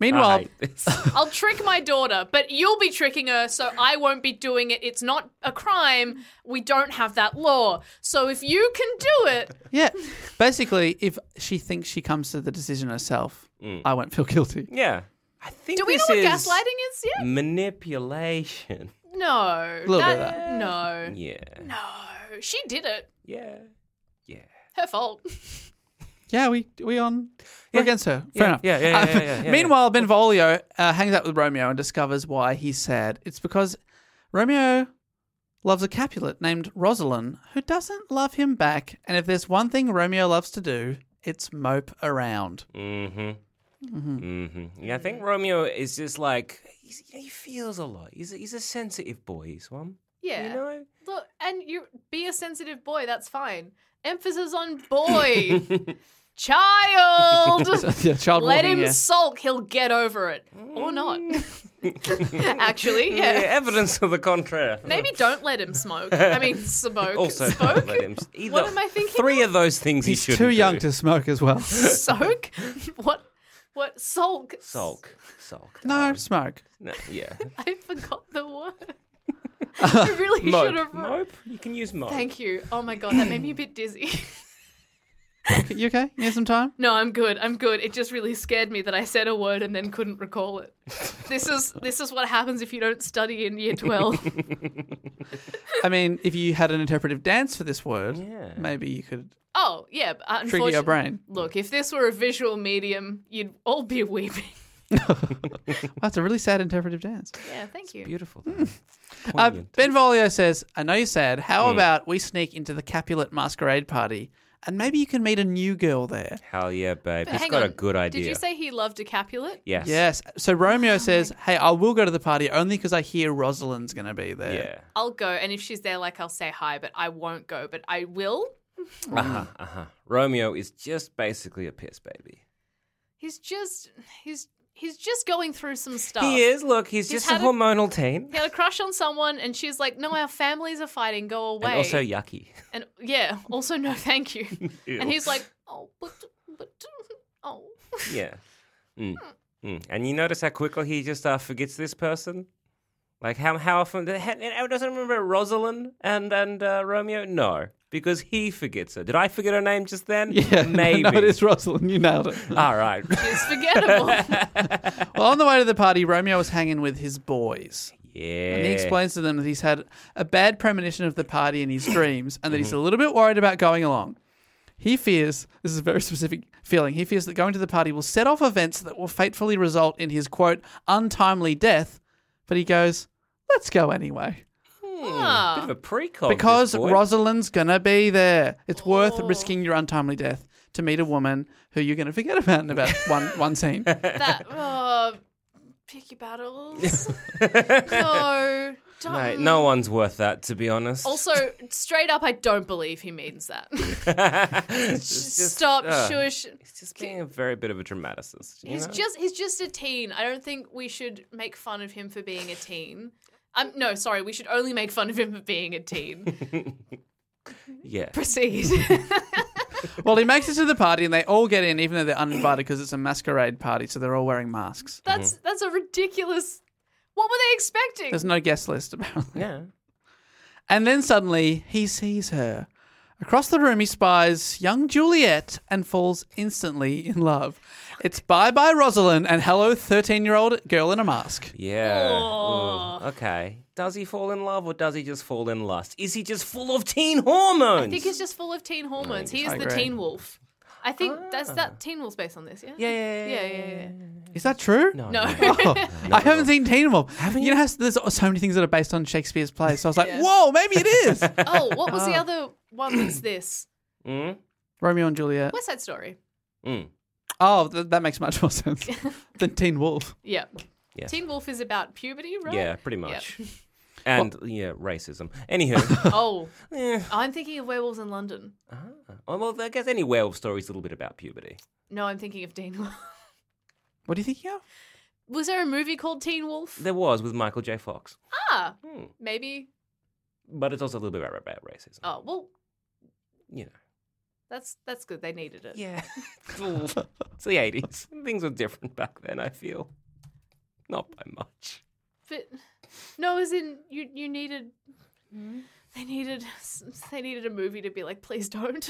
C: Meanwhile,
D: hate this.
E: I'll trick my daughter, but you'll be tricking her, so I won't be doing it. It's not a crime. We don't have that law. So if you can do it,
C: yeah. Basically, if she thinks she comes to the decision herself, I won't feel guilty.
D: yeah. I think
E: do we know
D: this
E: what
D: is
E: gaslighting is yet?
D: Manipulation.
E: No.
C: little bit
E: that,
C: of that.
E: No.
D: Yeah.
E: No. She did it.
D: Yeah. Yeah.
E: Her fault.
C: Yeah, we we on we're against her. Fair
D: Yeah,
C: enough.
D: yeah, yeah,
C: Um,
D: yeah, yeah, yeah,
C: meanwhile, Benvolio uh, hangs out with Romeo and discovers why he's sad. It's because Romeo loves a Capulet named Rosalind, who doesn't love him back. And if there's one thing Romeo loves to do, it's mope around.
D: Mm-hmm. Mm-hmm. Yeah, I think Romeo is just like he's, he feels a lot. He's a, he's a sensitive boy. He's one.
E: Yeah.
D: You know.
E: Look, and you be a sensitive boy, that's fine. Emphasis on boy. Child.
C: yeah, child
E: Let
C: walking,
E: him
C: yeah.
E: sulk, he'll get over it. Or not. Actually,
D: Mm. Yeah,
E: yeah.
D: evidence of the contrary.
E: Maybe don't let him smoke. I mean, smoke.
D: Also,
E: smoke.
D: don't let him. Either,
E: What am I thinking
D: Three of those things
C: He's
D: he should.
C: too young to smoke as well.
E: Soak? What? What? Sulk?
D: sulk. Sulk.
C: no, smoke.
D: No, yeah.
E: I forgot the word. I really should have.
D: Mope. You can use mope.
E: Thank you. Oh my god, that made me a bit dizzy.
C: You okay? You need some time?
E: No, I'm good. I'm good. It just really scared me that I said a word and then couldn't recall it. This is this is what happens if you don't study in year 12.
C: I mean, if you had an interpretive dance for this word,
D: Yeah.
C: maybe you could
E: Oh, yeah, but
C: trigger
E: unfortunately.
C: your brain.
E: Look, if this were a visual medium, you'd all be weeping.
C: That's a really sad interpretive dance.
E: Yeah, thank you.
D: Beautiful.
C: Uh,
D: Poignant.
C: Benvolio says, I know you're sad. How about we sneak into the Capulet masquerade party and maybe you can meet a new girl there?
D: Hell yeah, babe.
E: But
D: He's
E: hang
D: got a
E: on,
D: good idea.
E: Did you say he loved a Capulet?
D: yes?
C: Yes. So Romeo says, Hey, I will go to the party only because I hear Rosalind's going to be there.
D: Yeah.
E: I'll go, and if she's there, like I'll say hi, but I won't go, but I will.
D: Uh huh. Uh huh. Romeo is just basically a piss baby.
E: He's just he's he's just going through some stuff.
D: He is. Look, he's,
E: He's
D: just a
E: had a-
D: hormonal teen.
E: He had a crush on someone, and she's like, "No, our families are fighting. Go away."
D: And also yucky.
E: And yeah, also no, thank you. and he's like, oh, but, but, oh.
D: Yeah. Mm. Mm. And you notice how quickly he just uh, forgets this person? Like, how, how often. the- he- he doesn't remember Rosalind and, and uh, Romeo? No. Because he forgets her. Did I forget her name just then?
C: Yeah.
D: Maybe.
C: No, it is Rosalind. You nailed it.
D: All right.
E: It's forgettable.
C: well, on the way to the party, Romeo was hanging with his boys.
D: yeah.
C: And he explains to them that he's had a bad premonition of the party in his dreams and that
D: Mm-hmm.
C: he's a little bit worried about going along. He fears, this is a very specific feeling, he fears that going to the party will set off events that will fatefully result in his, quote, untimely death. But he goes, let's go anyway.
D: Bit of a precog. this
C: Because
D: boy. Oh.
C: Rosalind's going to be there. It's worth risking your untimely death to meet a woman who you're going to forget about in about one, one scene.
E: that, uh, pick your battles. no, don't.
D: Mate, no one's worth that, to be honest.
E: Also, straight up, I don't believe he means that.
D: It's just-
E: Stop,
D: uh,
E: shush.
D: He's just being a very bit of a dramaticist. you
E: He's
D: know?
E: just he's just a teen. I don't think we should make fun of him for being a teen. Um, no, sorry, we should only make fun of him for being a teen.
D: Yeah.
E: Proceed.
C: well, he makes it to the party and they all get in, even though they're uninvited because it's a masquerade party, so they're all wearing masks.
E: that's
D: Mm-hmm.
E: that's a ridiculous. What were they expecting?
C: There's no guest list, apparently.
D: Yeah.
C: And then suddenly he sees her. Across the room, he spies young Juliet and falls instantly in love. It's bye bye Rosalind and hello 13 year old girl in a mask.
D: Yeah. Ooh, Okay. Does he fall in love or does he just fall in lust? Is he just full of teen hormones?
E: I think he's just full of teen hormones. He is
C: I
E: the
C: agree.
E: teen wolf. I think that's that teen wolf's based on this, yeah?
D: Ah. Yeah, yeah, yeah,
E: yeah.
D: yeah,
E: yeah, yeah.
C: Is that true?
D: No.
E: No.
C: I haven't seen Teen Wolf. Haven't you? know, how there's so many things that are based on Shakespeare's plays. So I was like,
E: Yeah.
C: whoa, maybe it is.
E: oh, what was the
D: Ah.
E: other one? That's this
D: Mm?
C: Romeo and Juliet.
E: West Side Story.
D: Mm.
C: Oh, th- that makes much more sense than Teen Wolf.
E: Yeah.
D: Yeah.
E: Teen Wolf is about puberty, right?
D: Yeah, pretty much. And yeah, racism. Anywho,
E: Oh,
D: eh,
E: I'm thinking of Werewolves in London.
D: oh, well, I guess any werewolf story is a little bit about puberty.
E: No, I'm thinking of Teen Wolf.
C: What do you think? Yeah.
E: Was there a movie called Teen Wolf?
D: There was with Michael J. Fox,
E: Ah,
D: Hmm.
E: maybe.
D: but it's also a little bit about, about racism.
E: Oh well,
D: You know.
E: that's that's good. They needed it.
D: Yeah. it's, a little- it's the 80s. Things were different back then, I feel. Not by much.
E: But no, as in you you needed. They needed they needed a movie to be like, please don't.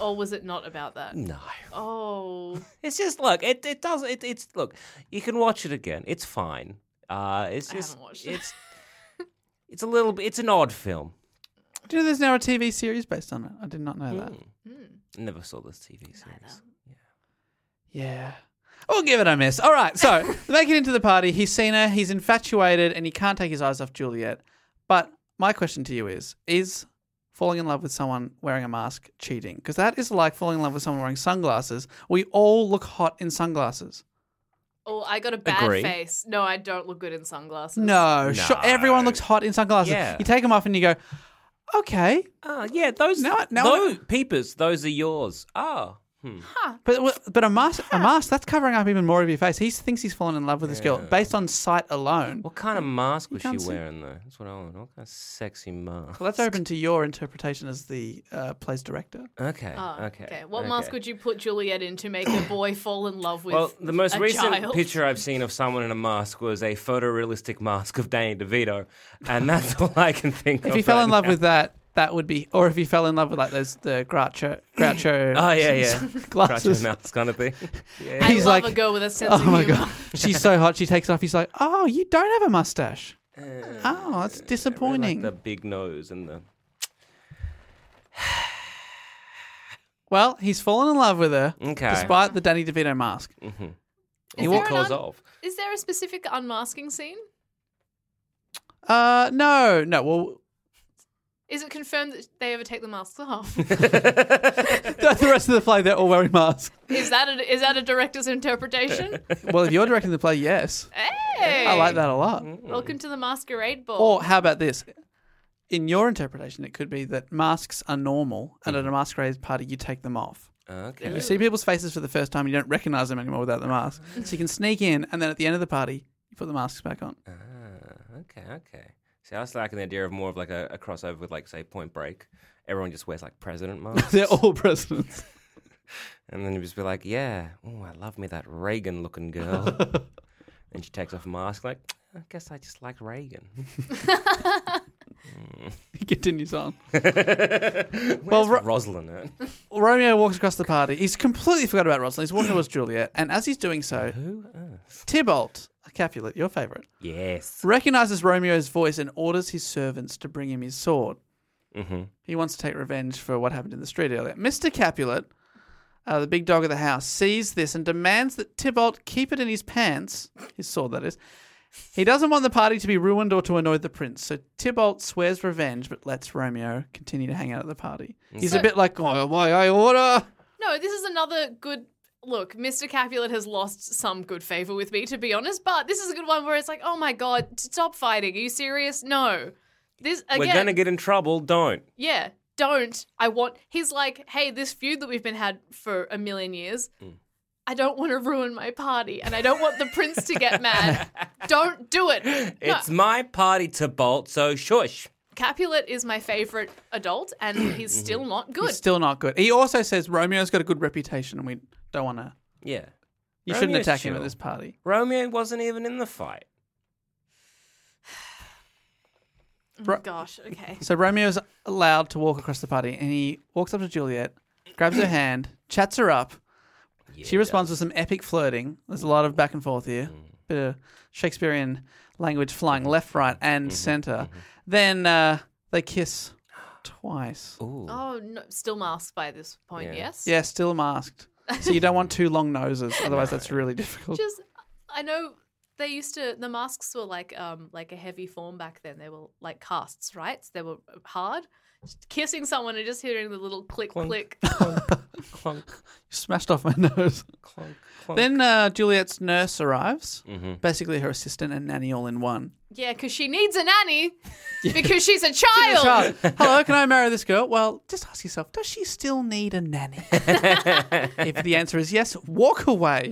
E: or was it not about that?
D: No.
E: Oh,
D: It's just look, it it does it it's look, you can watch it again. It's fine. Uh it's
E: I
D: just
E: haven't watched it.
D: it's it's a little bit it's an odd film.
C: Do you know there's now a TV series based on it? I did not know that.
D: Never saw this TV series.
C: Yeah. We'll give it a miss. All right. So, make it into the party. He's seen her. He's infatuated, and he can't take his eyes off Juliet. But my question to you is: Is falling in love with someone wearing a mask cheating? Because that is like falling in love with someone wearing sunglasses. We all look hot in sunglasses.
E: oh, I got a bad
D: Agree.
E: face. No, I don't look good in sunglasses.
C: No, sure, everyone looks hot in sunglasses.
D: Yeah.
C: You take them off and you go, okay,
D: Ah, yeah, those
C: No, no
D: those peepers, those are yours. Ah. Hmm.
C: but but a mask, a mask that's covering up even more of your face. He thinks he's fallen in love with this girl based on sight alone.
D: What kind of mask was she
C: can't see-
D: wearing though? That's what I want. What kind of sexy mask?
C: Well, that's open to your interpretation as the uh, play's director.
D: Okay.
E: Oh,
D: okay.
E: okay. What mask
D: okay.
E: would you put Juliet in to make a boy fall in love with?
D: Well, the most
E: a
D: recent
E: child?
D: picture I've seen of someone in a mask was a photorealistic mask of Danny DeVito, and that's all I can think of.
C: If he fell
D: right
C: in love
D: now.
C: with that, that would be, or if he fell in love with like those the Groucho Groucho.
D: oh yeah, yeah,
C: Glasses.
D: Groucho mask kind of thing.
E: I
D: Yeah.
C: He's
E: love
C: like,
E: a girl with a sense
C: Oh
E: of
C: my
E: humor.
C: god, she's so hot. She takes it off. He's like, oh, you don't have a mustache. Oh, that's
D: Uh, Really like
C: disappointing.
D: the big nose and the
C: Well, he's fallen in love with her
D: Okay.
C: despite the Danny DeVito mask.
D: Mm.
E: Is
D: It
E: there
D: will
E: an
D: cause
E: un-
D: off.
E: Is there a specific unmasking scene?
C: Uh, no, no. Well,
E: Is it confirmed that they ever take the masks off?
C: the the rest of the play, they're all wearing masks.
E: is that a, is that a director's interpretation?
C: Well, if you're directing the play, yes.
E: Hey,
C: I like that a lot.
D: Mm.
E: Welcome to the masquerade
D: Oh.
E: ball.
C: Or how about this? In your interpretation, it could be that masks are normal, and
D: Mm-hmm.
C: at a masquerade party, you take them off.
D: Okay.
C: You see people's faces for the first time, you don't recognize them anymore without the mask. So you can sneak in, and then at the end of the party, you put the masks back on.
D: Ah, okay. Okay. See, I was liking the idea of more of like a, a crossover with like say Point Break. Everyone just wears like president masks,
C: They're all presidents.
D: and then you just be like, "Yeah, oh, I love me that Reagan-looking girl," and she takes off a mask. Like, I guess I just like Reagan.
C: He continues on.
D: well,
C: Ro-
D: Rosalind. eh?
C: Romeo walks across the party. He's completely forgot about Rosalind. He's walking towards Juliet, and as he's doing so,
D: Who? Earth?
C: Tybalt, a Capulet, your favorite,
D: Yes.
C: recognizes Romeo's voice and orders his servants to bring him his sword.
D: Mm-hmm.
C: He wants to take revenge for what happened in the street earlier. Mr. Capulet, uh, the big dog of the house, sees this and demands that Tybalt keep it in his pants, his sword that is. He doesn't want the party to be ruined or to annoy the prince, so Tybalt swears revenge but lets Romeo continue to hang out at the party.
D: Mm.
C: He's a bit like, oh, why I order?
E: no, this is another good look. Mr. Capulet has lost some good favor with me, to be honest. But this is a good one where it's like, oh my god, stop fighting. Are you serious? No. This again.
D: We're gonna get in trouble. Don't.
E: yeah, don't. I want. He's like, hey, this feud that we've been had for a million years.
D: Mm.
E: I don't want to ruin my party, and I don't want the prince to get mad. Don't do it. No,
D: It's my party to bolt, so shush.
E: Capulet is my favorite adult, and he's
D: Mm-hmm.
E: still not good.
C: It's still not good. He also says Romeo's got a good reputation and we don't want to.
D: Yeah.
C: You shouldn't
D: Romeo's
C: attack him at
D: chill.
C: this party.
D: Romeo wasn't even in the fight.
C: Ro-
E: Gosh, okay.
C: So Romeo's allowed to walk across the party and he walks up to Juliet, grabs her hand, chats her up. she responds with some epic flirting. There's a lot of back and forth here.
D: Mm.
C: Bit of Shakespearean language
D: Mm-hmm.
C: flying left, right, and center. Then uh, they kiss twice.
E: Oh, no, still Oh, masked by this point, yes?
C: Yeah, still masked. So you don't want two long noses, otherwise that's really difficult.
E: Just, I know they used to. The masks were like, um, like a heavy form back then. They were like casts, right? So they were uh, hard. Just kissing someone and just hearing the little click,
D: Clunk.
E: click.
D: clunk, clunk,
C: Smashed off my nose.
D: clunk, clunk.
C: Then uh, Juliet's nurse arrives,
D: Mhm.
C: basically her assistant and nanny all in one.
E: Yeah, because she needs a nanny because she's a
C: Hey,
E: child.
C: Charlie, Hello, can I marry this girl? Well, just ask yourself, does she still need a nanny? if the answer is yes, walk away.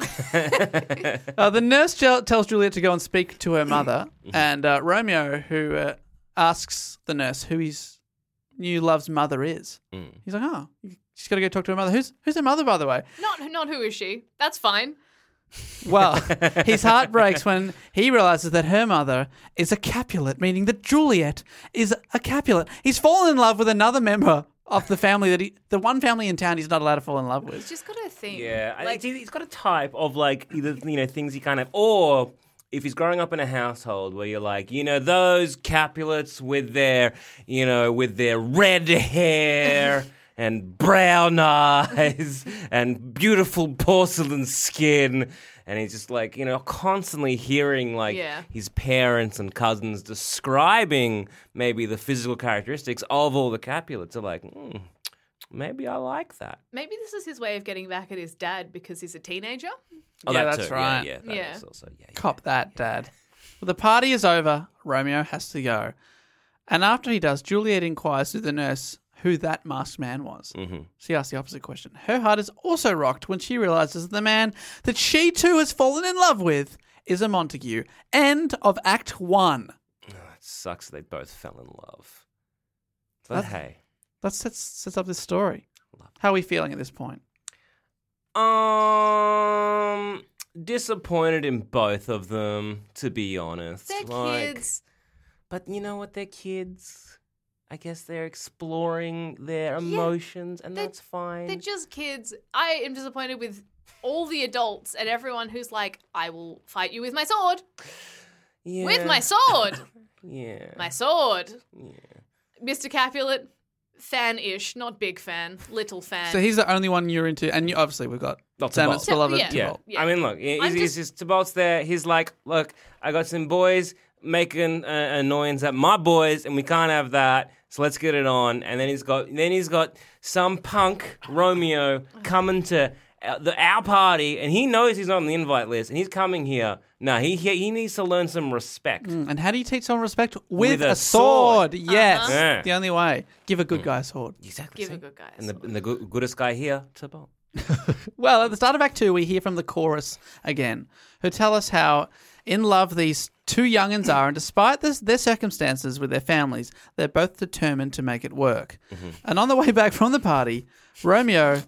C: uh, the nurse gel- tells Juliet to go and speak to her mother, and uh, Romeo, who uh, asks the nurse who his new love's mother is, he's like, oh, she's got to go talk to her mother. Who's who's her mother, by the way?
E: Not, not who is she? That's fine.
C: Well, his heart breaks when he realizes that her mother is a Capulet, meaning that Juliet is a Capulet. He's fallen in love with another member of the family that he, the one family in town he's not allowed to fall in love with.
E: She's got a thing.
D: Yeah, I-
E: like
D: it's- he's got a type of like either you know things he kind of or if he's growing up in a household where you're like you know those Capulets with their you know with their red hair. And brown eyes and beautiful porcelain skin. And he's just like, you know, constantly hearing like
E: Yeah.
D: his parents and cousins describing maybe the physical characteristics of all the Capulets. Are like, hmm, maybe I like that.
E: maybe this is his way of getting back at his dad because he's a teenager.
D: Oh,
C: Yeah,
D: that
C: that's
D: too.
C: right.
D: Yeah, yeah, that
E: Yeah.
D: is also yeah. yeah.
C: Cop that, Dad. Well, the party is over. Romeo has to go. And after he does, Juliet inquires to the nurse who that masked man was. Mm-hmm. She asks the opposite question. Her heart is also rocked when she realizes the man that she too has fallen in love with is a Montague. End of Act One.
D: It sucks. They both fell in love. But
C: That's-
D: hey,
C: That sets, sets up this story. How are we feeling at this point?
D: um, disappointed in both of them, to be honest.
E: They're
D: Like,
E: kids.
D: but you know what? They're kids. I guess they're exploring their emotions, and
E: They're-
D: that's fine.
E: They're just kids. I am disappointed with all the adults and everyone who's like, I will fight you with my sword.
D: yeah.
E: With my sword.
D: yeah.
E: my sword. Mr. Capulet, fan ish, not big fan, little fan.
C: So he's the only one you're into, and you, obviously we've got
D: Not
C: Sam's
D: Tybalt.
C: beloved
E: Uh, Yeah.
D: Yeah.
C: Tybalt.
E: Yeah.
D: I mean, look, he's,
E: I'm
D: he's just Tabalt's there. He's like, look, I got some boys making uh, annoyance at my boys, and we can't have that. So let's get it on. And then he's got, then he's got some punk Romeo coming to uh, the our party, and he knows he's not on the invite list, and he's coming here. No, he he, he needs to learn some respect.
E: Mm.
C: And how do you teach someone respect? With,
D: With
C: a,
D: a
C: sword.
D: sword.
C: Yes.
E: Uh-huh.
D: Yeah.
C: The only way. Give a good guy a sword.
D: Exactly.
E: Give a
D: see?
E: good guy. a
D: And the,
E: sword.
D: and the good, goodest guy here, Tybalt.
C: Well, at the start of Act Two, we hear from the chorus again, who tell us how in love these two young'uns are, and despite this, their circumstances with their families, they're both determined to make it work. And on the way back from the party, Romeo.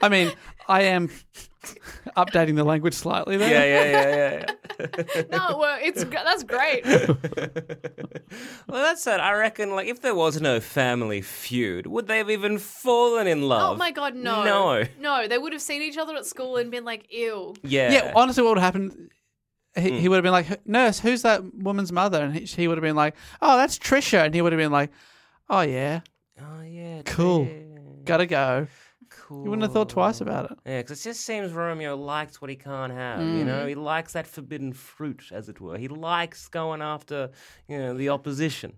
C: I mean, I am updating the language slightly there.
D: Yeah, yeah, yeah, yeah. yeah.
E: No, well, it's gr- that's great.
D: Well, that's it. I reckon, like, if there was no family feud, would they have even fallen in love?
E: Oh my god, no.
D: No.
E: No, they would have seen each other at school and been like, ew.
D: Yeah.
C: Yeah,
E: oh.
C: honestly, what would happen? He, he would have been like, "Nurse, who's that woman's mother?" And he, she would have been like, "Oh, that's Trisha." And he would have been like, "Oh yeah,
D: oh, yeah.
C: cool,
D: yeah,
C: gotta go."
D: Cool.
C: You wouldn't have thought twice about it.
D: Yeah, because it just seems Romeo likes what he can't have.
E: Mm.
D: You know, he likes that forbidden fruit, as it were. He likes going after, you know, the opposition.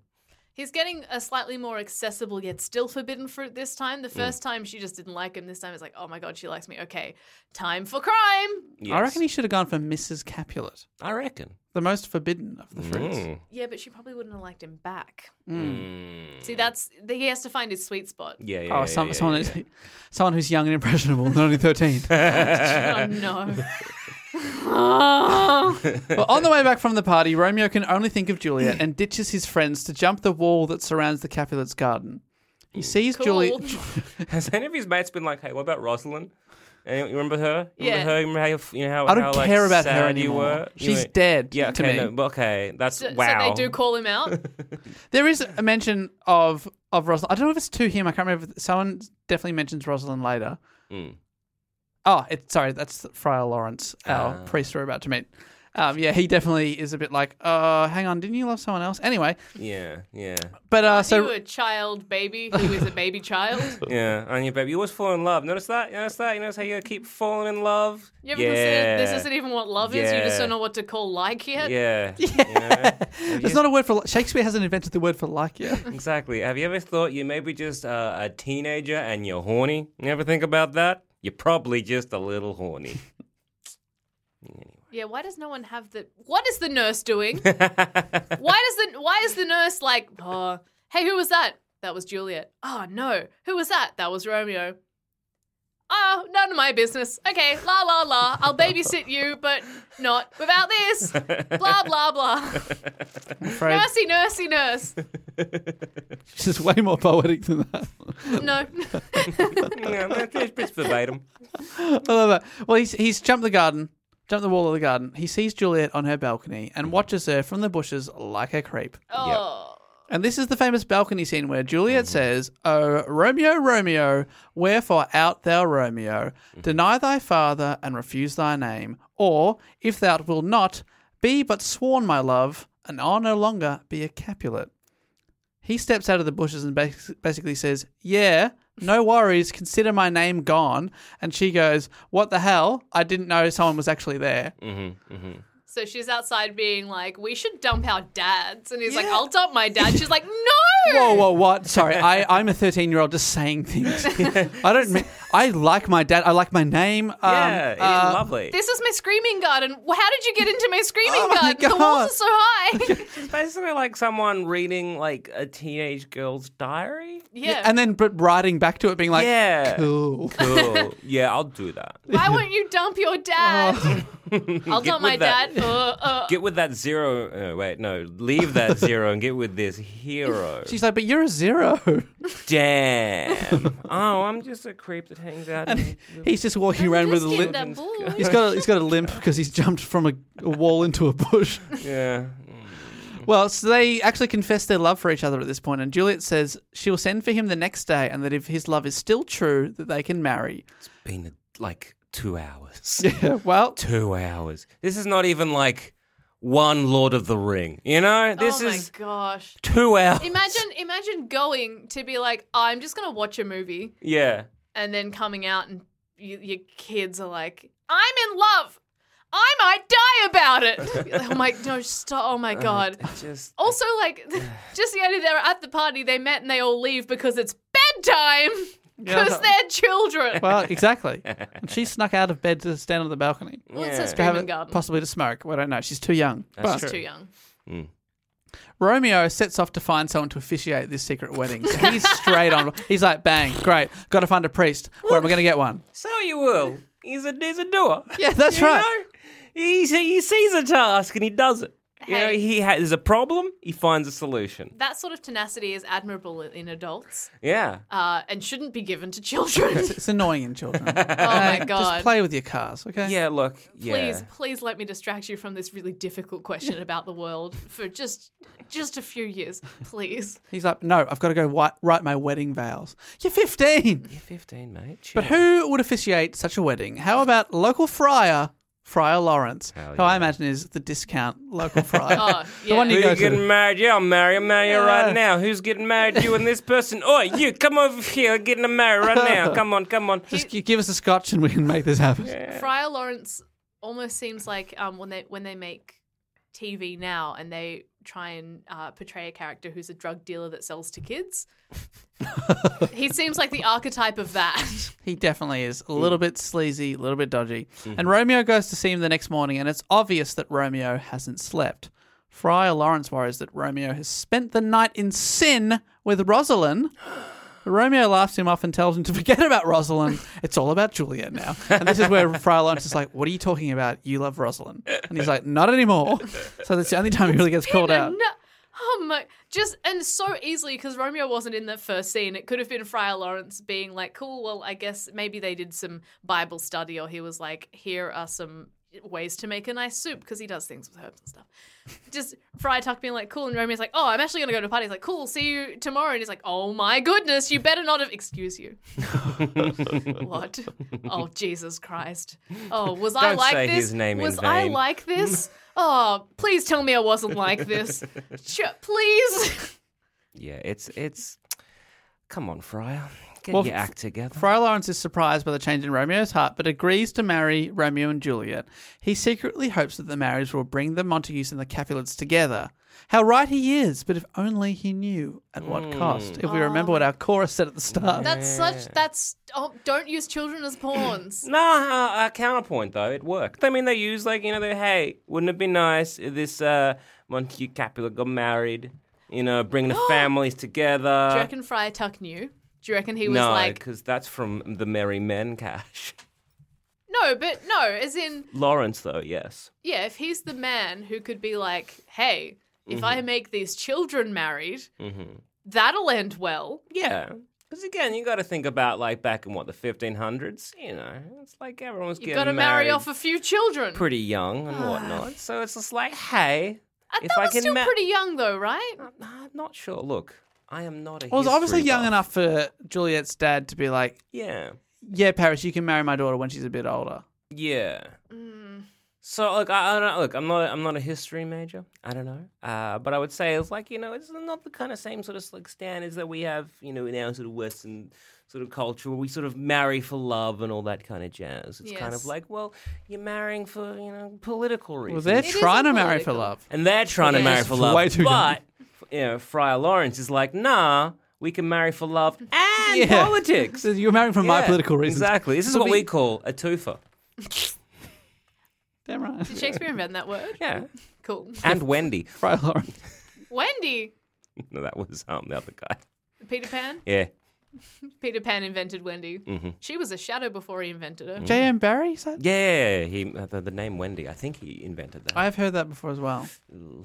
E: He's getting a slightly more accessible yet still forbidden fruit this time.
D: Mm.
E: The first time she just didn't like him. This time it's like, oh my god, she likes me. Okay, time for crime.
C: I reckon he should have gone for Mrs. Capulet,
D: I reckon.
C: the most forbidden of the fruits.
D: Mm.
E: Yeah, but she probably wouldn't have liked him back.
D: Mm.
E: See, that's he has to find his sweet spot.
D: Yeah, yeah.
C: Oh,
D: yeah,
C: some,
D: yeah,
C: someone,
D: yeah.
C: who's someone who's young and impressionable, not only thirteen.
E: oh no. Oh.
C: well, on the way back from the party, Romeo can only think of Juliet and ditches his friends to jump the wall that surrounds the Capulets' garden.
D: Mm.
C: He sees
E: Cool.
C: Juliet.
D: Has any of his mates been like, hey, what about Rosalind? Any- You remember her? You
E: Yeah.
D: Remember her? You remember how, you f- you know, how
C: I don't
D: how, like,
C: care about her
D: sad
C: anymore.
D: You were? You
C: She's
D: were-
C: dead
D: Yeah,
C: to
D: okay,
C: me.
D: no, but okay, that's
E: So,
D: wow.
E: so they do call him out.
C: There is a mention of of Rosalind. I don't know if it's to him. I can't remember. Someone definitely mentions Rosalind later.
D: Mm. Ah.
C: Oh, it, sorry, that's Friar Lawrence, our priest we're about to meet. Um, yeah, he definitely is a bit like, uh, hang on, didn't you love someone else? Anyway,
D: Yeah, yeah,
C: but uh,
E: So you
C: so
E: a child baby who is a baby child.
D: yeah. On your baby, you always fall in love. Notice that. You notice that. You notice how you keep falling in love.
E: You ever
D: yeah.
E: considered this isn't even what love is. You just
D: Yeah.
E: don't know what to call like yet.
D: Yeah. yeah.
C: there's not a word for li- Shakespeare hasn't invented the word for like yet.
D: Exactly. Have you ever thought you may be just uh, a teenager and you're horny? You ever think about that? You're probably just a little horny.
E: Yeah, why does no one have the? What is the nurse doing? why does the Why is the nurse like? Oh, hey, who was that? That was Juliet. Oh no, who was that? That was Romeo. Oh, none of my business. Okay, la la la. I'll babysit you, but not without this. Blah blah blah.
C: I'm afraid
E: nursey, nursey, nurse.
C: this is way more poetic than that.
E: No.
D: yeah, that's- it's it's
E: Um,
D: verbatim.
C: I love that. Well, he's he's jumped the garden, jumped the wall of the garden. He sees Juliet on her balcony and watches her from the bushes like a creep.
E: Oh,
C: And this is the famous balcony scene where Juliet says, "Oh Romeo, Romeo, wherefore out thou Romeo? Deny thy father and refuse thy name, or if thou wilt not, be but sworn, my love, and I'll no longer be a Capulet." He steps out of the bushes and bas- basically says, "Yeah." No worries, consider my name gone. And she goes, What the hell? I didn't know someone was actually there.
E: so she's outside being like, "We should dump our dads," and he's like,
C: Yeah.
E: "I'll dump my dad." She's like, "No."
C: Whoa, whoa, what? Sorry, I, I'm a 13 year old just saying things. I don't mean, I like my dad. I like my name. Um,
D: yeah, it's
C: uh,
D: lovely.
E: This is my screaming garden. How did you get into my screaming
C: Oh my
E: garden? The
C: God.
E: walls are so high.
D: It's basically like someone reading like a teenage girl's diary.
E: yeah.
C: And then but writing back to it, being like,
D: yeah.
C: cool.
D: Cool. Yeah, I'll do that.
E: Why won't you dump your dad? I'll
D: Get
E: dump my
D: with that.
E: dad. Uh, uh.
D: Get with that zero. Uh, wait, no, leave that zero and get with this hero.
C: She's like, but you're a zero.
D: Damn. Oh, I'm just a creep that hangs out. And
C: He's just walking around with a
E: Just get
C: limp.
E: the boy.
C: He's got a, he's got a limp because he's jumped from a, a wall into a bush.
D: yeah.
C: Well, so they actually confess their love for each other at this point, and Juliet says she'll send for him the next day, and that if his love is still true, that they can marry.
D: Been like two hours.
C: Yeah, well,
D: two hours. This is not even like one Lord of the Ring. You know, this
E: oh my
D: is
E: gosh.
D: two hours.
E: Imagine imagine going to be like, I'm just gonna watch a movie
D: yeah.
E: and then coming out and you, your kids are like, I'm in love. I might die about it. You're like, oh my no, stop oh
D: Uh,
E: my god.
D: Just
E: Also, like,
D: uh.
E: just the idea they're at the party, they met and they all leave because it's bedtime because
C: Yeah.
E: they're children.
C: well, exactly. And she snuck out of bed to stand on the balcony.
E: Well, it's a
D: yeah.
C: to have
E: screaming
C: it-
E: garden.
C: possibly to smoke. We don't know. She's too young.
E: She's
C: But
E: too young.
C: Romeo sets off to find someone to officiate this secret wedding. So he's straight on. He's like, bang, great. Got to find a priest. Where am I going to get one?
D: So you will. He's a he's a doer.
C: Yeah, that's
D: You
C: right.
D: know? He he sees a task and he does it. You know,
E: Hey.
D: he has there's a problem. He finds a solution.
E: That sort of tenacity is admirable in adults
D: Yeah.
E: uh, and shouldn't be given to children.
C: It's annoying in children.
E: oh my
C: Just
E: God.
C: play with your cars, okay?
D: yeah. Look. Yeah.
E: Please, please let me distract you from this really difficult question about the world for just just a few years, please.
C: He's like, no, I've got to go wi- write my wedding vows. You're 15.
D: You're 15, mate.
C: But
D: Chill.
C: who would officiate such a wedding? How about local friar, Friar Lawrence, who I
D: yeah.
C: imagine is the discount local friar.
E: Oh, yeah.
C: one you
D: Who
C: go
D: you
C: to?
D: getting married? Yeah, I'll marry. I'll marry you
C: Yeah.
D: right now. Who's getting married? You and this person. Oh, you come over here. Getting married right now. Come on, come on.
C: Just gi- give us a scotch and we can make this happen.
E: Friar Lawrence almost seems like um, when they when they make TV now and they try and uh, portray a character who's a drug dealer that sells to kids. he seems like the archetype of that.
C: He definitely is a little bit sleazy, a little bit dodgy. And Romeo goes to see him the next morning, and it's obvious that Romeo hasn't slept. Friar Lawrence worries that Romeo has spent the night in sin with Rosalind. Romeo laughs him off and tells him to forget about Rosalind. It's all about Juliet now. And this is where Friar Lawrence is like, What are you talking about? You love Rosalind. And he's like, Not anymore. So that's the only time he really gets called out.
E: No, oh my! Just and so easily because Romeo wasn't in that first scene. It could have been Friar Lawrence being like, "Cool, well, I guess maybe they did some Bible study," or he was like, "Here are some ways to make a nice soup because he does things with herbs and stuff. Just Fry Tuck being like, cool. And Romy's like, oh, I'm actually going to go to a party. He's like, cool, see you tomorrow. And he's like, oh my goodness, you better not have. Excuse you. what? Oh, Jesus Christ. Oh, was I
D: Don't
E: like
D: say
E: this?
D: his name in
E: was I
D: vain.
E: like this? oh, please tell me I wasn't like this. Sure, please.
D: Yeah, it's it's. Come on, Fryer, get
C: Well,
D: your
C: f-
D: act together.
C: Friar Lawrence is surprised by the change in Romeo's heart, but agrees to marry Romeo and Juliet. He secretly hopes that the marriage will bring the Montagues and the Capulets together. How right he is, but if only he knew at what cost. If we
E: Mm.
C: remember what our chorus said at the start.
E: That's such. That's. Oh, don't use children as pawns.
D: No, uh, uh, counterpoint though, it worked. I mean, they used like you know, they hey, wouldn't it be nice if this uh, Montague Capulet got married? You know, bringing the families together.
E: Do you reckon Friar Tuck knew? Do you reckon he was
D: Uh, no,
E: like,
D: because that's from the Merry Men cash.
E: no, but no, as in,
D: Lawrence, though, yes.
E: yeah, if he's the man who could be like, hey, if I
D: Mm-hmm.
E: make these children married, that'll end well.
D: Yeah. Because again, you got to think about like back in what the 1500s. You know, it's like everyone's
E: You've
D: getting
E: got to
D: married
E: marry off a few children.
D: pretty young and whatnot. So it's just like, hey,
E: I
D: if
E: thought
D: I
E: was
D: can
E: still
D: ma-
E: pretty young though, right?
D: I'm not sure. Look, I am not a.
C: Well, it's obviously
D: history
C: young
D: buff.
C: enough for Juliet's dad to be like,
D: Yeah.
C: yeah, Paris, you can marry my daughter when she's a bit older.
D: Yeah. So look, I, I don't look. I'm not. I'm not a history major. I don't know. Uh, but I would say it's like you know, it's not the kind of same sort of like standards that we have, you know, in our sort of Western sort of culture where we sort of marry for love and all that kind of jazz. It's kind
E: Yes.
D: of like, well, you're marrying for you know political
C: Well,
D: reasons,
C: they're
E: is
C: trying to
E: a
C: marry for
E: political-
C: love.
D: and they're trying to
E: Yeah.
D: marry
E: Just
D: for
C: way
D: love.
C: too young.
D: but you know, Friar Lawrence is like, nah, we can marry for love and politics.
C: So You're marrying for my
D: Yeah,
C: political reasons.
D: Exactly. This is
C: But
D: what
C: we-
D: we call a twofer.
C: Damn right.
E: Did Shakespeare invent that word?
D: Yeah.
E: Cool.
D: And Wendy.
C: Friar Lawrence.
E: Wendy,
D: No, that was um the other guy.
E: Peter Pan.
D: Yeah.
E: Peter Pan invented Wendy.
D: Mm-hmm.
E: She was a shadow before he invented her.
C: J.M. Barry? Is that?
D: Yeah, he uh, the, the name Wendy. I think he invented that.
C: I've heard that before as well.
D: Ooh.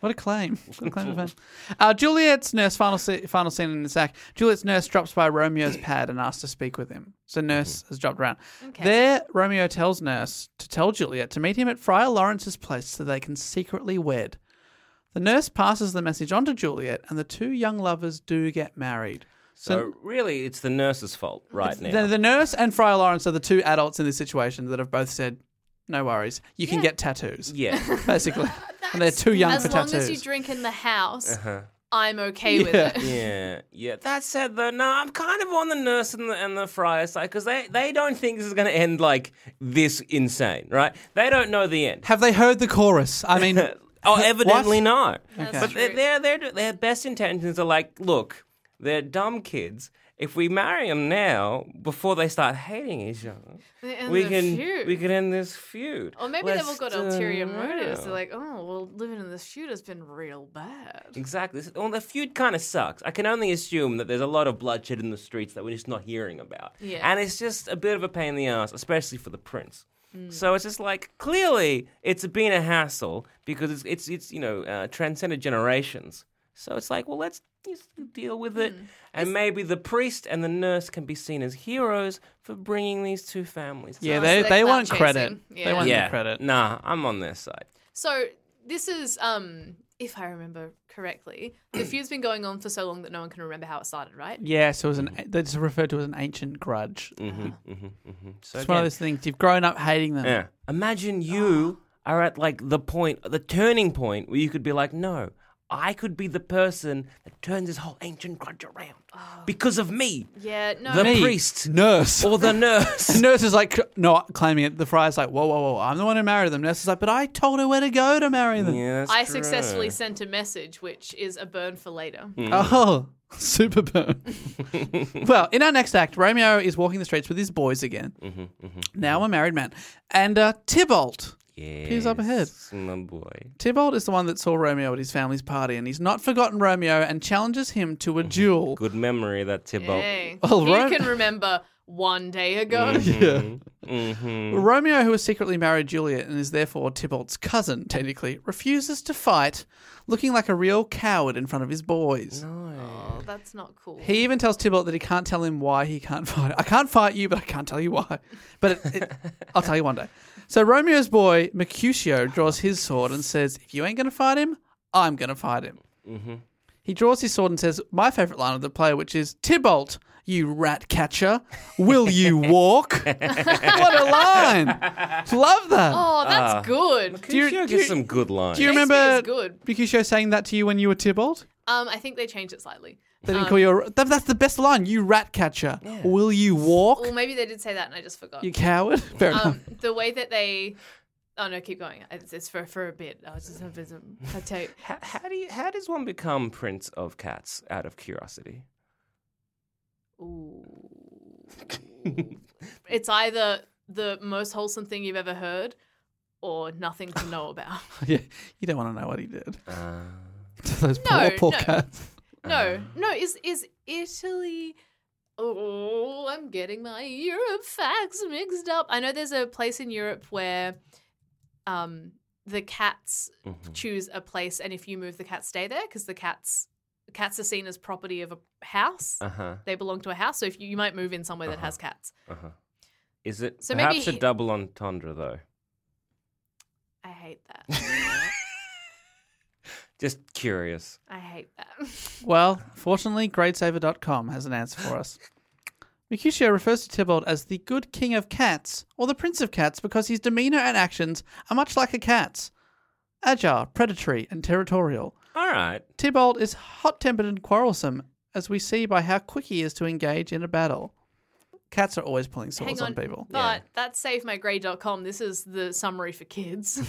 C: What a claim! What a claim of fame. Uh, Juliet's nurse final se- final scene in this act. Juliet's nurse drops by Romeo's pad and asks to speak with him. So nurse has dropped around.
E: Okay.
C: There, Romeo tells nurse to tell Juliet to meet him at Friar Lawrence's place so they can secretly wed. The nurse passes the message on to Juliet, and the two young lovers do get married.
D: So really, it's the nurse's fault right now.
C: The, the nurse and Friar Lawrence are the two adults in this situation that have both said, "No worries, you can get tattoos."
D: yeah,
C: basically, and they're too young
E: As
C: for
E: long
C: tattoos.
E: as you drink in the house, I'm okay with
C: Yeah.
E: it.
D: Uh-huh. yeah, yeah. That said, though, no, I'm kind of on the nurse and the, and the friar side because they they don't think this is going to end like this insane, right? They don't know the end.
C: Have they heard the chorus? I mean,
D: Oh, evidently
C: What?
D: not.
E: That's
D: But
E: true.
D: their their their best intentions are like, look, they're dumb kids. If we marry them now, before they start hating each other,
E: They end
D: we
E: the
D: can
E: feud.
D: we can uh, end this feud.
E: Or maybe
D: Let's
E: they've all got
D: do it
E: ulterior motives.
D: now.
E: They're like, oh, well, living in this shoot has been real bad.
D: Exactly. This- Well, the feud kind of sucks. I can only assume that there's a lot of bloodshed in the streets that we're just not hearing about.
E: Yeah.
D: And it's just a bit of a pain in the ass, especially for the prince.
E: Hmm.
D: So it's just like clearly it's been a hassle because it's it's, it's you know uh, transcended generations. So it's like well let's just deal with it,
E: Hmm.
D: and maybe the priest and the nurse can be seen as heroes for bringing these two families.
C: yeah,
E: so
C: they,
E: they're
C: they
E: clout
C: want credit.
E: chasing.
C: They
E: Yeah.
C: want the
D: yeah.
C: credit.
D: Nah, I'm on their side.
E: So this is, um, if I remember correctly, the feud's been going on for so long that no one can remember how it started, right?
C: Yeah, so it was an that's referred to as an ancient grudge.
D: So
C: It's one of
D: again-
C: those things you've grown up hating them.
D: Yeah. Imagine you are at like the point, the turning point where you could be like, no, I could be the person that turns this whole ancient grudge around
E: Oh.
D: because of me,
E: Yeah, no.
D: the
C: Me,
D: priest,
C: nurse.
D: or the
C: The
D: nurse.
C: nurse is like no, claiming it. The friar's like, whoa, whoa, whoa! I'm the one who married them. Nurse is like, but I told her where to go to marry them.
D: Yeah, that's
E: I
D: true.
E: successfully sent a message, which is a burn for later.
C: Oh, super burn. well, in our next act, Romeo is walking the streets with his boys again. Now a married man, and uh, Tybalt. He's up ahead.
D: Yes, My boy.
C: Tybalt is the one that saw Romeo at his family's party, and he's not forgotten Romeo and challenges him to a duel.
D: Good memory, that Tybalt.
E: Hey,
C: Well,
E: you
C: right- Hmm.
E: can remember one day ago.
C: Romeo, who has secretly married Juliet and is therefore Tybalt's cousin, technically, refuses to fight, looking like a real coward in front of his boys.
E: Oh, that's not cool.
C: He even tells Tybalt that he can't tell him why he can't fight. I can't fight you, but I can't tell you why. But it, it, I'll tell you one day. So Romeo's boy Mercutio draws his sword and says, "If you ain't gonna fight him, I'm gonna fight him." He draws his sword and says, "My favorite line of the play, which is Tybalt, you rat catcher, will you walk?" what a line! Love that.
E: oh, that's
C: uh,
E: good.
C: you-
D: Mercutio
C: do you-
D: gets some good lines.
C: Do you
E: Shakespeare's
C: remember
E: good.
C: Mercutio saying that to you when you were Tybalt?
E: Um, I think they changed it slightly.
C: They didn't call you. A, that, that's the best line. You rat catcher, will you walk?
E: Well, maybe they did say that and I just forgot.
C: You coward. Fair enough.
E: um, the way that they. Oh no, keep going. It's, it's for for a bit. I was just I tell you,
D: how, how do you? How does one become prince of cats? Out of curiosity.
E: it's either the most wholesome thing you've ever heard, or nothing to know about.
C: Yeah, you don't want to know what he did.
D: Uh,
C: To those
E: No,
C: poor, poor
E: no.
C: cats.
E: No, no. Is is Italy? Oh, I'm getting my Europe facts mixed up. I know there's a place in Europe where, um, the cats
D: mm-hmm. Hmm.
E: choose a place, and if you move, the cats stay there because the cats cats are seen as property of a house.
D: huh.
E: They belong to a house, so if you, you might move in somewhere that has cats.
D: uh-huh. Is it
E: So
D: perhaps
E: maybe
D: a
E: he-
D: double entendre though?
E: I hate that.
D: Just curious.
E: I hate that.
C: Well, fortunately, gradesaver.com has an answer for us. Mercutio refers to Tybalt as the good king of cats or the prince of cats because his demeanor and actions are much like a cat's agile, predatory, and territorial.
D: All right.
C: Tybalt is hot tempered and quarrelsome, as we see by how quick he is to engage in a battle. Cats are always pulling
E: Hang
C: swords
E: on,
C: on people.
E: but that's savemygrade.com. This is the summary for kids.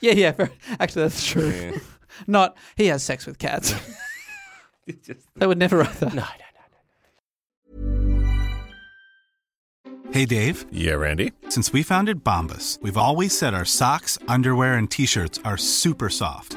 C: Yeah, yeah. fair- Actually, that's true. Not he has sex with cats. they would never write that.
F: Hey, Dave.
G: Yeah, Randy.
F: Since we founded Bombus, we've always said our socks, underwear, and t shirts are super soft.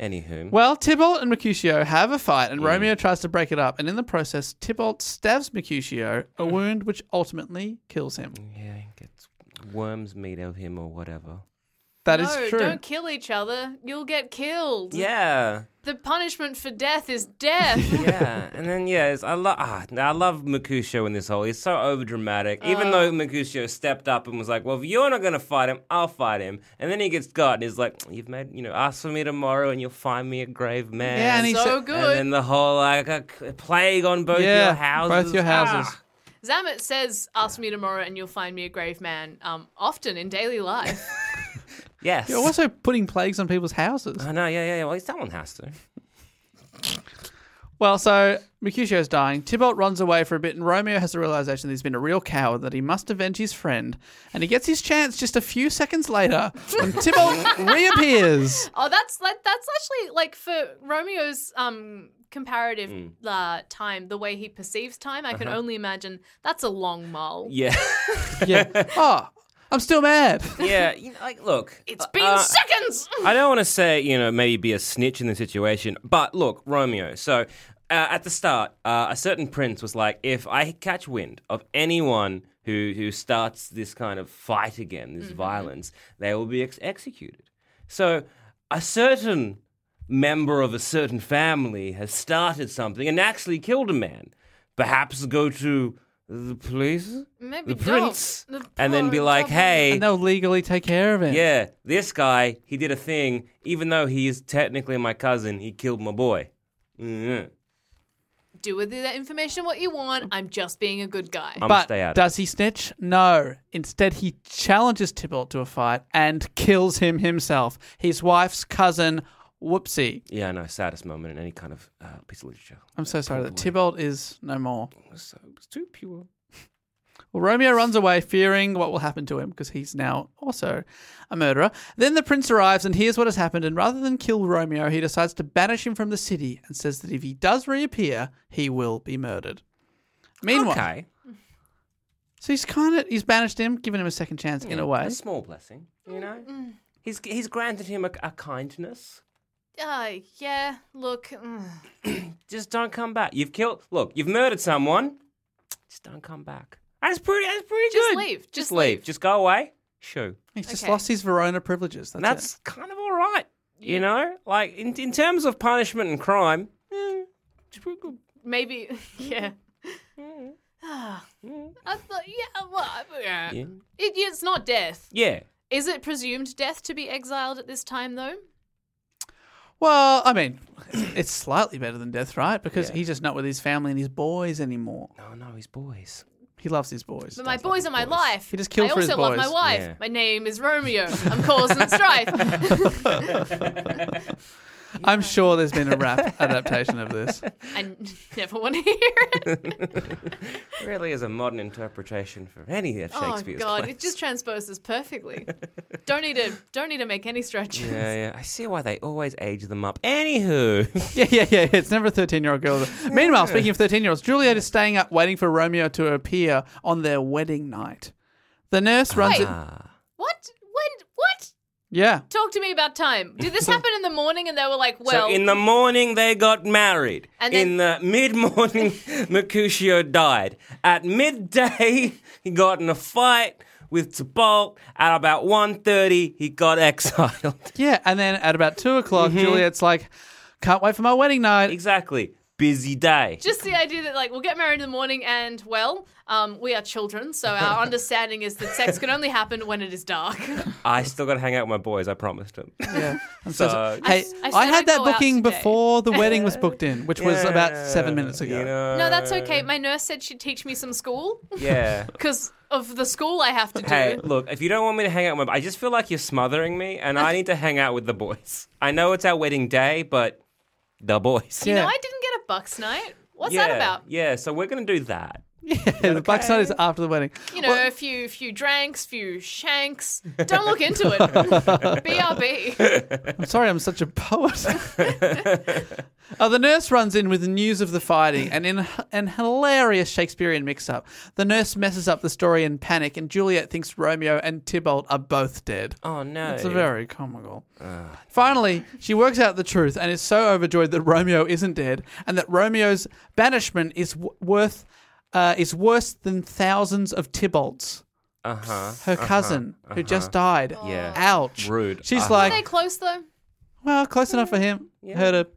D: Anywho.
C: Well, Tybalt and Mercutio have a fight, and Romeo tries to break it up, and in the process, Tybalt stabs Mercutio, a wound which ultimately kills him.
D: yeah, he gets worms made of him or whatever.
C: That is
E: no,
C: true.
E: don't kill each other. You'll get killed.
D: Yeah.
E: The punishment for death is death.
D: Yeah, and then yeah, it's, I love ah, now I love Mercutio in this whole. He's so overdramatic.
C: Uh.
D: Even though Mercutio stepped up and was like, "Well, if you're not gonna fight him, I'll fight him," and then he gets got and he's like, "You've made you know, ask for me tomorrow, and you'll find me a grave man."
C: Yeah, and he
E: so
C: said-
D: And
E: good.
D: then the whole like a c- plague on both
C: yeah,
D: your houses.
C: both your houses.
D: Ah.
E: Zamet says, "Ask me tomorrow, and you'll find me a grave man." Um, often in daily life.
D: Yes.
C: You're also putting plagues on people's houses.
D: I know. Yeah, yeah, yeah. Well, someone has to.
C: Well, so Mercutio's dying. Tybalt runs away for a bit, and Romeo has the realization that he's been a real coward, that he must avenge his friend. And he gets his chance just a few seconds later when Tybalt reappears.
E: oh, that's like that's actually like for Romeo's um comparative
D: Mm.
E: uh, time, the way he perceives time. I can only imagine that's a long mole.
D: Uh-huh. Yeah,
C: Yeah. Oh, I'm still mad.
D: yeah. You know, like, look,
E: It's been
D: uh,
E: seconds.
D: I don't want to say, you know, maybe be a snitch in the situation, but look, Romeo. So uh, at the start, uh, a certain prince was like, if I catch wind of anyone who, who starts this kind of fight again, this violence, they will be ex- executed. So a certain member of a certain family has started something and actually killed a man. Perhaps go to the police,
E: Maybe
D: the
E: don't.
D: prince,
E: The
D: and then be
E: poor
D: like,
E: double-
D: hey,
C: And they'll legally take care of him.
D: yeah, this guy, he did a thing, even though he is technically my cousin, he killed my boy. Mm.
E: Do with that information what you want. I'm just being a good guy.
D: I'm
C: But
D: stay out.
C: does he snitch? No. Instead, he challenges Tybalt to a fight and kills him himself. His wife's cousin, whoopsie.
D: yeah, I know, saddest moment in any kind of uh, piece of literature.
C: I'm so sorry that
D: Probably.
C: Tybalt is no more.
D: So, it's too pure.
C: Well, Romeo runs away, fearing what will happen to him because he's now also a murderer. Then the prince arrives and hears what has happened, and rather than kill Romeo, he decides to banish him from the city and says that if he does reappear, he will be murdered. Meanwhile,
D: okay.
C: so he's kind of he's banished him, giving him a second chance in a way.
D: Mm, A small blessing, you know?
E: Mm.
D: He's, he's granted him a, a kindness.
E: Uh, yeah, look. mm.
D: Just don't come back. You've killed. Look, you've murdered someone. Just don't come back. That's pretty. That's pretty
E: Just
D: good.
E: leave.
D: Just,
E: Just
D: leave.
E: leave.
D: Just go away. Shoo.
C: He's just
E: Okay.
C: lost his Verona privileges. That's,
D: And that's kind of all right. You know, like in in terms of punishment and crime. eh, it's pretty good.
E: Maybe, yeah. Ah, I thought, yeah, well, I- yeah.
D: Yeah.
E: It, it's not death.
D: Yeah.
E: Is it presumed death to be exiled at this time, though?
C: it. Well, I mean, it's slightly better than death, right? Because he's just not with his family and his boys anymore.
D: Oh no, his boys.
C: He loves his boys.
E: But my boys are my life.
C: He just killed
E: I
C: for
E: also
C: his
E: love my
C: boys.
E: wife.
D: Yeah.
E: My name is Romeo. I'm causing strife.
C: I'm sure there's been a rap adaptation of this.
E: I n- never want to hear it.
D: Really, is a modern interpretation for any of
E: Oh
D: Shakespeare's
E: God,
D: plays.
E: it just transposes perfectly. Don't need to. Don't need to make any stretches.
D: Yeah, yeah. I see why they always age them up. Anywho,
C: Yeah, yeah, yeah. It's never a 13 year old girl. Meanwhile, speaking of 13 year olds, Juliet is staying up waiting for Romeo to appear on their wedding night. The nurse runs
E: Wait.
C: it.
E: What? When? What?
C: Yeah.
E: Talk to me about time. Did this happen in the morning? And they were like, "Well,
D: so in the morning they got married.
E: And
D: in the mid-morning, Mercutio died. At midday, he got in a fight with Tybalt. At about 1.30, he got exiled.
C: Yeah. And then at about two o'clock, Juliet's like, can't wait for my wedding night.
D: exactly. Busy day.
E: just the idea that like we'll get married in the morning, and well, um, we are children, so our understanding is that sex can only happen when it is dark."
D: I still got to hang out with my boys. I promised him.
C: Yeah. And so,
D: So-
C: hey,
E: I
C: I,
E: said I'd
C: had that
E: go out
C: booking
E: today.
C: before the wedding was booked in, which was about seven minutes ago.
D: You know,
E: no, that's okay. My nurse said she'd teach me some school
D: Yeah.
E: because of the school I have to do.
D: Hey, look, if you don't want me to hang out with my I just feel like you're smothering me and I need to hang out with the boys. I know it's our wedding day, but the boys.
E: You
C: Yeah.
E: know, I didn't get a bucks night. What's
D: yeah,
E: that about?
D: Yeah, so we're going to do that.
C: Yeah, the Bucks night is after the wedding.
E: You know, a few few drinks, few shanks. Don't look into it. BRB.
C: I'm sorry, I'm such a poet. uh, the nurse runs in with news of the fighting, and in an hilarious Shakespearean mix-up, the nurse messes up the story in panic, and Juliet thinks Romeo and Tybalt are both dead.
D: Oh no.
C: It's very comical. Finally, she works out the truth and is so overjoyed that Romeo isn't dead, and that Romeo's banishment is w- worth uh, is worse than thousands of Tybalts.
D: uh-huh.
C: Her cousin, who just died.
D: Yeah.
C: Ouch.
D: Rude.
C: She's
D: Uh-huh.
E: Are they
C: like,
E: close though?
C: well, close enough for him. Her to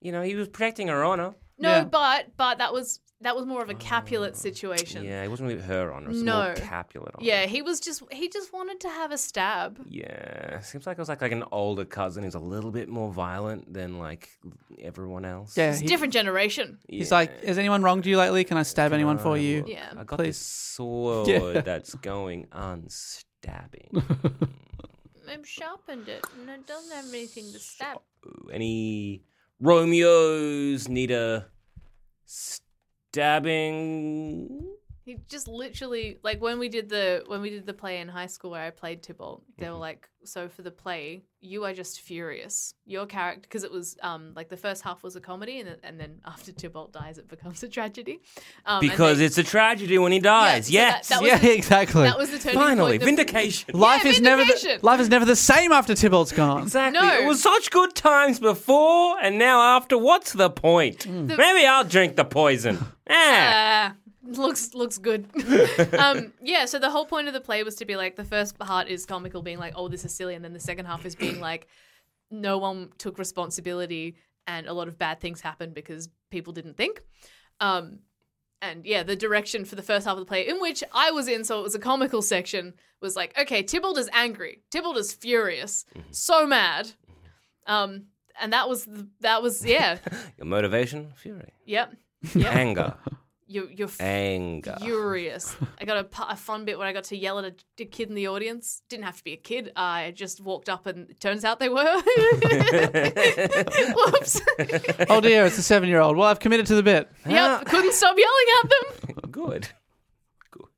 D: You know, he was protecting her honor.
E: No,
C: Yeah.
E: but but that was that was more of a Capulet situation.
D: Oh, Yeah, he wasn't really her honor. It was
E: No.
D: more Capulet honor.
E: Yeah, he was just he just wanted to have a stab.
D: Yeah, seems like it was like, like an older cousin who's a little bit more violent than like everyone else.
C: Yeah,
E: It's a
C: he-
E: different generation.
C: he's like, "Is anyone wronged you lately? Can I stab anyone for you?"
E: Yeah.
D: I got
C: Please.
D: this sword
C: Yeah.
D: that's going unstabbing.
E: I've sharpened it and it doesn't have anything to stab.
D: any Romeos need a
E: Um,
D: stabbing?
E: He just literally like when we did the when we did the play in high school where I played Tybalt, they
D: Mm-hmm.
E: were like, "So for the play, you are just furious. Your character, because it was um like the first half was a comedy, and, then- and then after Tybalt dies, it becomes a tragedy. Um, and
D: Because
E: they-
D: it's a tragedy when he dies.
E: so that-
D: yes.
E: that was
C: Yeah,
E: the-
C: exactly.
E: that was the turning
D: Finally,
E: point. that-
D: vindication.
C: life
E: Yeah,
C: is never the,
E: vindication.
C: life is never the same after Tybalt's gone.
D: Exactly.
E: No.
D: It was such good times before, and now after. What's the point? Maybe I'll drink the poison. Eh.
E: Ah, looks looks good. um, yeah. So the whole point of the play was to be like the first part is comical, being like, "Oh, this is silly," and then the second half is being like, "No one took responsibility, and a lot of bad things happened because people didn't think." Um, and yeah, the direction for the first half of the play, in which I was in, so it was a comical section, was like, "Okay, Tybalt is angry. Tybalt is furious. So mad." Um, and that was the, that was yeah,
D: Your motivation? Fury.
E: yep, yep.
D: Anger.
E: You you're f-
D: Anger.
E: furious. I got a, pu- a fun bit where I got to yell at a, a kid in the audience. Didn't have to be a kid. I just walked up, and it turns out they were. Whoops.
C: oh dear, it's a seven-year-old. Well, I've committed to the bit.
E: yep. Couldn't stop yelling at them.
D: Good. Good.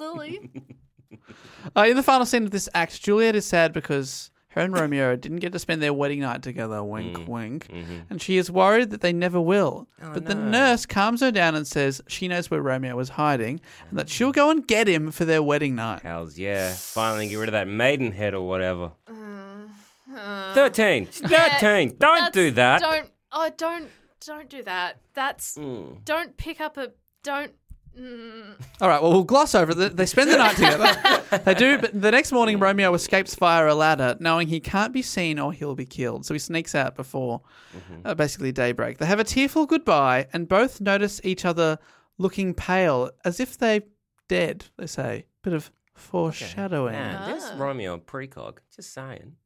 E: Lily.
C: Oh, Uh, in the final scene of this act, Juliet is sad because Her and Romeo didn't get to spend their wedding night together, wink, wink, and she is worried that they never will. but the nurse calms her down and says she knows where Romeo is hiding and that she'll go and get him for their wedding night.
D: Hells yeah. Finally get rid of that maidenhead or whatever. 13. She's 13. don't do that.
E: Uh, That's- Don't. Oh, don't. Don't do that. That's.
D: Hmm.
E: Don't pick up a. Don't. Mm,
C: All right, well, we'll gloss over it. They spend the night together. they do, but the next morning, Romeo escapes via a ladder, knowing he can't be seen or he'll be killed. So he sneaks out before
E: Mm-hmm.
C: uh, basically daybreak. They have a tearful goodbye, and both notice each other looking pale, as if they're dead, they say. Bit of foreshadowing.
D: Man, there's
E: Ah.
D: Romeo and precog. Just saying.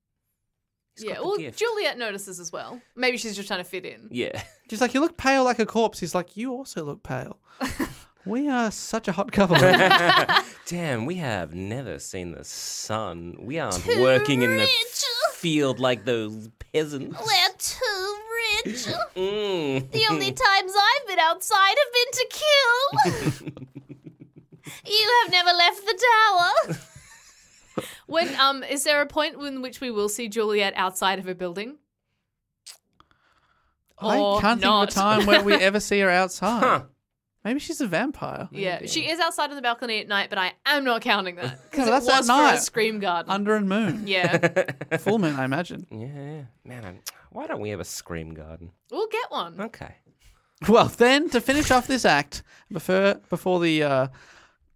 D: He's
E: yeah.
D: got the
E: Well,
D: gift.
E: Juliet notices as well. Maybe she's just trying to fit in.
D: Yeah.
C: She's like, You look pale like a corpse. He's like, You also look pale. we are such a hot couple.
D: Damn, we have never seen the sun. We aren't working in the f- field like those peasants.
E: We're too rich.
D: Mm.
E: The only times I've been outside have been to kill. you have never left the tower. when um, is there a point in which we will see Juliet outside of a building?
C: I
E: Or
C: can't think of a
E: not.
C: time where we ever see her outside.
D: Huh.
C: Maybe she's a vampire.
E: Yeah, she is outside on the balcony at night, but I am not counting that
C: No, but
E: because
C: that's
E: it was
C: at
E: for
C: night.
E: a scream garden.
C: Under and moon.
E: yeah,
C: Full moon, I imagine.
D: Yeah, yeah. Man, I'm, why don't we have a scream garden?
E: we'll get one.
D: Okay.
C: Well, then to finish off this act, before before the uh,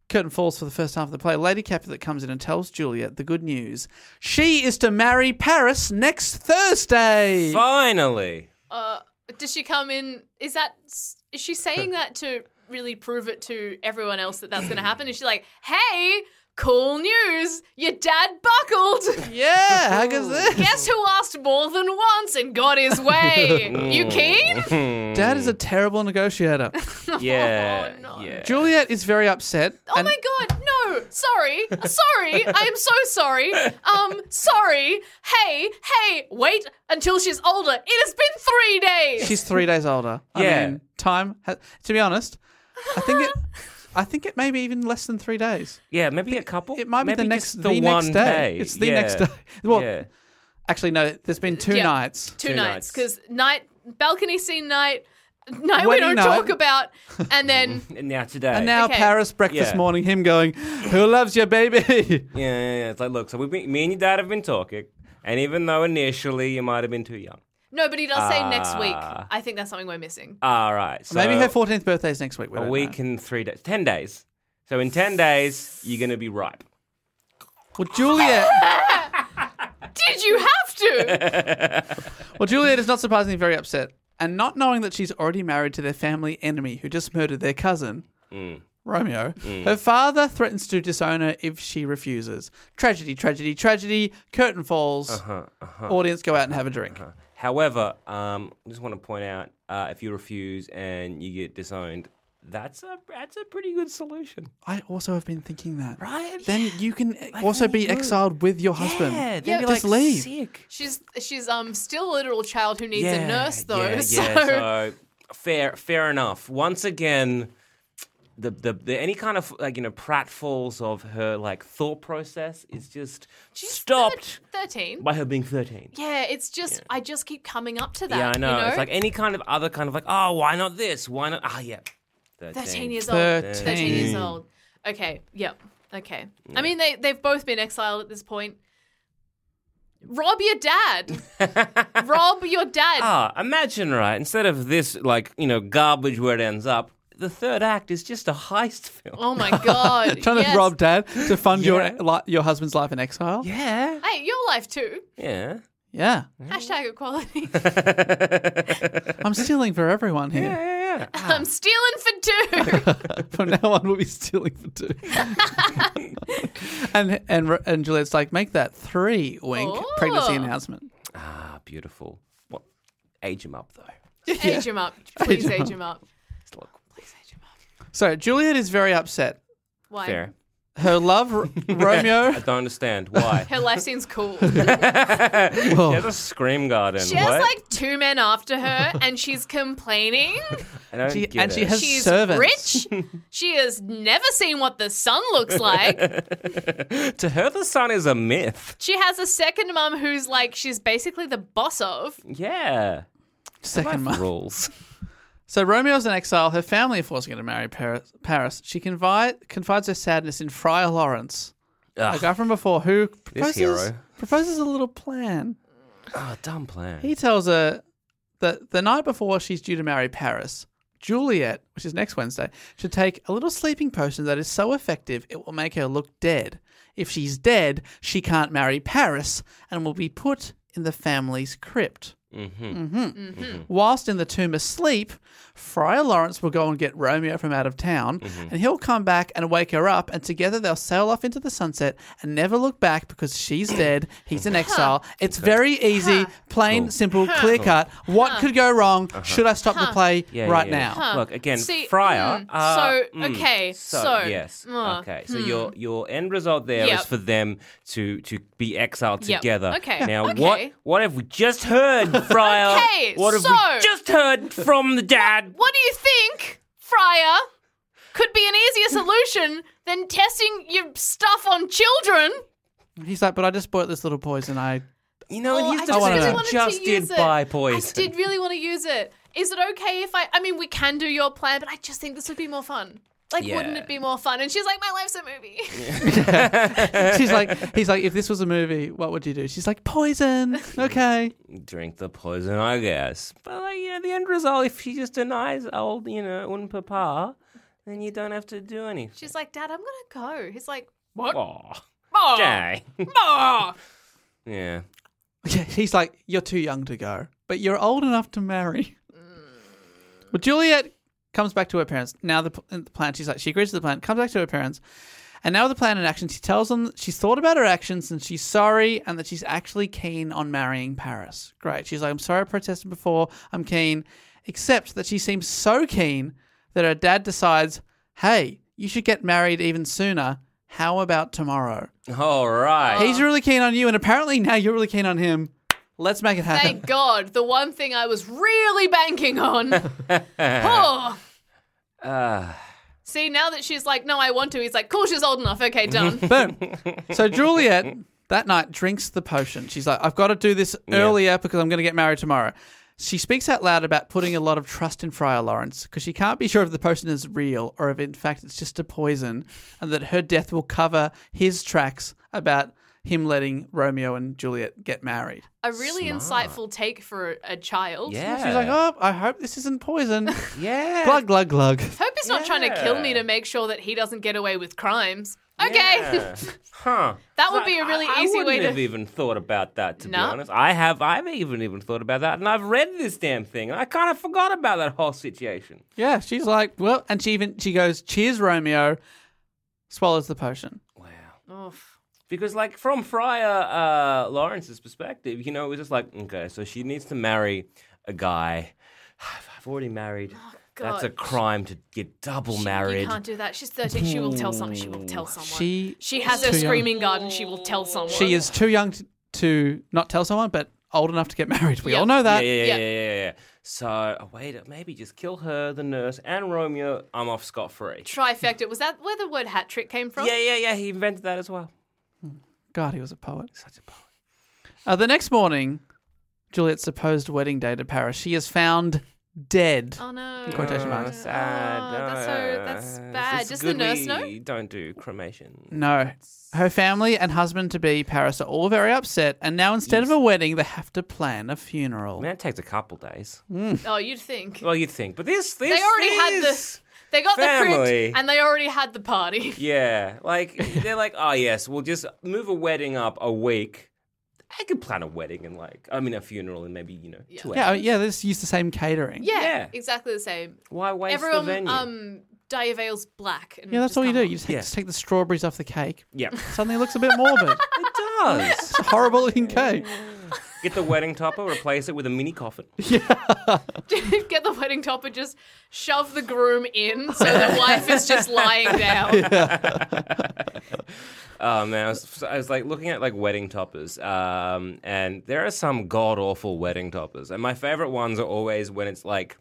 C: curtain falls for the first half of the play, Lady Capulet comes in and tells Juliet the good news: she is to marry Paris next Thursday.
D: Finally.
E: Uh, does she come in? Is that is she saying that to really prove it to everyone else that that's going to happen? Is she like, hey, cool news, your dad buckled.
C: Yeah, how good's this?
E: Guess who asked more than once and got his way? you keen?
C: Dad is a terrible negotiator.
D: Yeah.
E: Oh, no.
D: Yeah.
C: Juliet is very upset.
E: Oh my god, no! Sorry, sorry, I am so sorry. Um, sorry. Hey, hey, wait until she's older. It has been three days.
C: She's three days older. I
D: Yeah.
C: mean, time. Ha- to be honest, I think it. I think it may be even less than three days.
D: Yeah, maybe a couple.
C: It might be
D: Maybe
C: the next,
D: just
C: the next
D: one
C: day.
D: day.
C: It's the
D: Yeah.
C: next day. Well,
D: yeah.
C: actually, no. There's been two
E: Yeah.
C: nights.
E: two,
D: Two
E: nights
D: nights.
E: because night balcony scene night night we
C: Wedding
E: don't
C: night.
E: talk about and then
D: And now today.
C: And now
E: Okay.
C: Paris breakfast
D: Yeah.
C: morning, him going, "Who loves your baby?"
D: Yeah, yeah, yeah. It's like, look, so we've been, me and your dad have been talking, and even though initially you might have been too young.
E: nobody does say next week
D: Ah.
E: i think that's something we're missing
D: All right. So
C: Maybe her fourteenth birthday is next week. We
D: a
C: don't
D: week
C: know.
D: and three days, ten days. So in ten days, you're gonna be ripe.
C: Well, Juliet.
E: did you have to
C: well, Juliet is not surprisingly very upset, and not knowing that she's already married to their family enemy who just murdered their cousin.
D: Mm.
C: Romeo. Her father threatens to disown her if she refuses. Tragedy, tragedy, tragedy. Curtain falls.
D: Uh-huh,
C: Audience go out and have a drink.
D: However, um, I just want to point out, uh, if you refuse and you get disowned, that's a that's a pretty good solution.
C: I also have been thinking that.
D: Right?
C: Then you can also
D: then
C: be
D: you would.
C: exiled with your husband.
D: Yeah, then
E: Yeah,
D: you're
C: just
D: like
C: leave.
D: sick.
E: she's she's um still a literal child who needs
D: yeah,
E: a nurse though
D: Yeah,
E: so,
D: yeah, so fair, fair enough. Once again, the, the the any kind of like you know pratfalls of her like thought process is just
E: she's
D: stopped
E: thir- 13
D: by her being thirteen.
E: yeah it's just i just keep coming up to that
D: yeah, I know.
E: you know
D: It's like any kind of other kind of like, oh, why not this? Why not? Ah, yeah.
E: 13, years old
C: 13.
E: 13. years old okay yep okay i mean they they've both been exiled at this point rob your dad rob your dad
D: Ah, imagine, right? Instead of this, like, you know, garbage where it ends up, the third act is just a heist film.
E: Oh my god!
C: Trying
E: yes.
C: to rob dad to fund
D: Yeah.
C: your li- your husband's life in exile.
D: Yeah.
E: Hey, your life too.
D: Yeah.
C: Yeah.
E: Hashtag equality.
C: I'm stealing for everyone here.
D: Yeah.
E: I'm stealing for two.
C: From now on, we'll be stealing for two. and and and Juliet's like, make that three wink pregnancy
E: Oh.
C: announcement.
D: Ah, beautiful. What? Age him up, though.
E: Age him up, please. Age him up.
D: Just look.
C: So Juliet is very upset.
E: Why?
D: Fair.
C: her love, R- Romeo.
D: I don't understand why.
E: Her life seems cool.
D: She has a scream garden.
E: She has
D: what?
E: like two men after her, and she's complaining.
D: I don't
C: She-
D: get
C: and she
D: it.
C: has
E: She's
C: servants.
E: rich. She has never seen what the sun looks like.
D: to her, the sun is a myth.
E: She has a second mum who's like she's basically the boss of.
D: Yeah,
C: Second
D: life
C: month.
D: rules.
C: So Romeo's in exile. Her family, of course, are going to marry Paris. Paris. She confi- confides her sadness in Friar Lawrence, a guy from before who proposes,
D: hero.
C: proposes a little plan.
D: Oh, dumb plan.
C: He tells her that the night before she's due to marry Paris, Juliet, which is next Wednesday, should take a little sleeping potion that is so effective it will make her look dead. If she's dead, she can't marry Paris and will be put in the family's crypt. Mm-hmm.
D: Mm.
C: Whilst in the tomb asleep, Friar Lawrence will go and get Romeo from out of town,
D: Mm-hmm.
C: and he'll come back and wake her up, and together they'll sail off into the sunset and never look back because she's dead, he's in exile. It's very easy, plain, simple, clear cut. What could go wrong? Should I stop the play
D: Uh-huh. Yeah,
C: right
D: yeah, yeah.
C: now?
D: Look again,
E: See,
D: Friar.
E: mm,
D: uh,
E: so, okay, so,
D: yes,
E: uh,
D: okay. So your your end result there is
E: Yep.
D: for them to to be exiled
E: Yep,
D: together.
E: okay,
D: Now
E: okay.
D: what what have we just heard, Friar?
E: Okay,
D: what have
E: so-
D: we just heard from the dad?
E: What do you think, Friar? Could be an easier solution than testing your stuff on children.
C: He's like, but I just bought this little poison. I
D: You know,
E: Oh,
D: he's
E: I
D: just,
C: wanna
D: he
C: know.
E: wanted to
D: just did
E: use it.
D: by poison.
E: I did really want to use it. Is it okay if I? I mean, we can do your plan, but I just think this would be more fun. Like, wouldn't
D: Yeah.
E: it be more fun? And she's like, "My life's a movie."
C: she's like, he's like, if this was a movie, what would you do? She's like, poison. Okay.
D: drink the poison, I guess. But like, you know, the end result, if she just denies old, you know, un papa, then you don't have to do anything.
E: she's like, "Dad, I'm gonna go." He's like,
D: Oh, dang. yeah.
C: Yeah, he's like, you're too young to go, but you're old enough to marry. Well, Juliet comes back to her parents. Now the, pl- the plan, she's like, she agrees to the plan, comes back to her parents. And now with the plan in action, she tells them that she's thought about her actions and she's sorry and that she's actually keen on marrying Paris. Great. She's like, I'm sorry I protested before. I'm keen. Except that she seems so keen that her dad decides, hey, you should get married even sooner. How about tomorrow?
D: All right.
C: He's really keen on you, and apparently now you're really keen on him. Let's make it happen.
E: Thank God, the one thing I was really banking on. oh.
D: Ah.
E: See, now that she's like, no, I want to, he's like, cool, she's old enough. Okay, done.
C: Boom. So Juliet that night drinks the potion. She's like, I've got to do this earlier because I'm going to get married tomorrow. She speaks out loud about putting a lot of trust in Friar Lawrence because she can't be sure if the potion is real or if, in fact, it's just a poison and that her death will cover his tracks about him letting Romeo and Juliet get married.
E: a really insightful take for a, a child.
D: yeah.
C: She's like, Oh, I hope this isn't poison.
D: yeah.
C: glug, glug, glug.
E: Hope he's not trying to kill me
D: Yeah.
E: to make sure that he doesn't get away with crimes. Okay.
D: Yeah. huh.
E: that would be a really
D: I- I
E: easy
D: wouldn't
E: way
D: have
E: to.
D: even thought about that, to
E: No.
D: be honest. I have. I've even even thought about that, and I've read this damn thing, and I kind of forgot about that whole situation.
C: Yeah, she's like, well, and she even she goes, "Cheers, Romeo," swallows the potion.
E: Oof.
D: Because, like, from Friar uh, Lawrence's perspective, you know, it was just like, okay, so she needs to marry a guy. I've already married. That's a
E: Oh, God.
D: crime to get double
E: You
D: married.
E: can't do that. She's 13. She will tell someone. She will tell someone.
C: She
E: she has
C: is
E: her
C: too young.
E: screaming garden. She will tell someone.
C: She is too young to, to not tell someone, but old enough to get married. We all know
D: Yeah,
C: that.
D: yeah, yeah,
E: Yeah.
D: yeah, yeah, yeah. So, oh, wait, maybe just kill her, the nurse, and Romeo. I'm off scot free.
E: Trifecta. Was that where the word hat trick came from?
D: Yeah, yeah, yeah. He invented that as well.
C: God, he was a poet.
D: Such a poet.
C: Uh, the next morning, Juliet's supposed wedding day to Paris, she is found dead.
E: Oh no.
C: Quotation marks.
D: Uh, Sad.
E: Oh, that's so- that's
D: no.
E: bad.
D: Uh, It's
E: Does the
D: good
E: nurse
D: we
E: know?
D: Don't do cremation.
C: No. Her family and husband to be Paris are all very upset, and now instead of a wedding, they have to plan a funeral.
D: Man, it takes a couple days.
E: Oh, you'd think.
D: Well, you'd think, but this, this,
E: they already had
D: this.
E: the. They got the
D: family.
E: crypt and they already had the party.
D: Yeah, like they're like, oh yes, we'll just move a wedding up a week. I could plan a wedding and like, I mean, a funeral in maybe you know two hours.
C: yeah, oh, yeah, they just use the same catering.
E: Yeah,
D: Yeah.
E: exactly the same.
D: Why waste
E: Everyone,
D: the venue?
E: um, dye your veils black. And
C: Yeah, that's
E: just
C: all you
E: come
C: do.
E: on.
C: You just, take-
D: Yeah.
C: just take the strawberries off the cake.
D: yeah,
C: Suddenly it looks a bit morbid.
D: it does.
C: It's a horrible looking cake.
D: Get the wedding topper, replace it with a mini coffin.
E: Get the wedding topper, just shove the groom in so the wife is just lying down.
D: Oh man, I was, I was like looking at like wedding toppers, um, and there are some god awful wedding toppers, and my favorite ones are always when it's like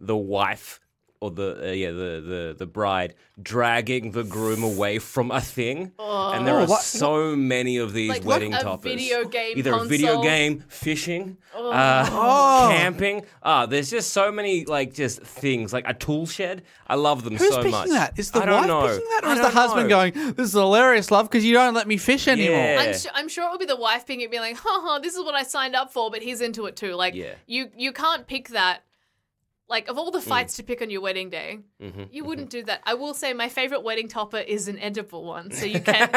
D: the wife or the uh, yeah the, the the bride dragging the groom away from a thing, and
C: Oh.
D: there are so many of these
E: Like, like
D: wedding
E: a
D: toppers.
E: video game
D: either a video
E: console. Oh.
D: game, fishing, uh,
C: Oh.
D: camping. Ah, there's just so many like just things like a tool shed. I love them
C: Who's
D: so
C: picking
D: much.
C: that? Is the
D: I
C: wife
D: don't know.
C: picking that, or
D: I
C: is the
D: don't
C: husband
D: know.
C: going? This is hilarious, love, because you don't let me fish anymore.
D: Yeah.
E: I'm, su- I'm sure it would be the wife being it, being like, "Ha ha, this is what I signed up for," but he's into it too. Like,
D: Yeah. Mm.
E: you you can't pick that. Like, of all the fights to pick on your wedding day,
D: Mm-hmm.
E: you wouldn't do that. I will say my favorite wedding topper is an edible one, so you can,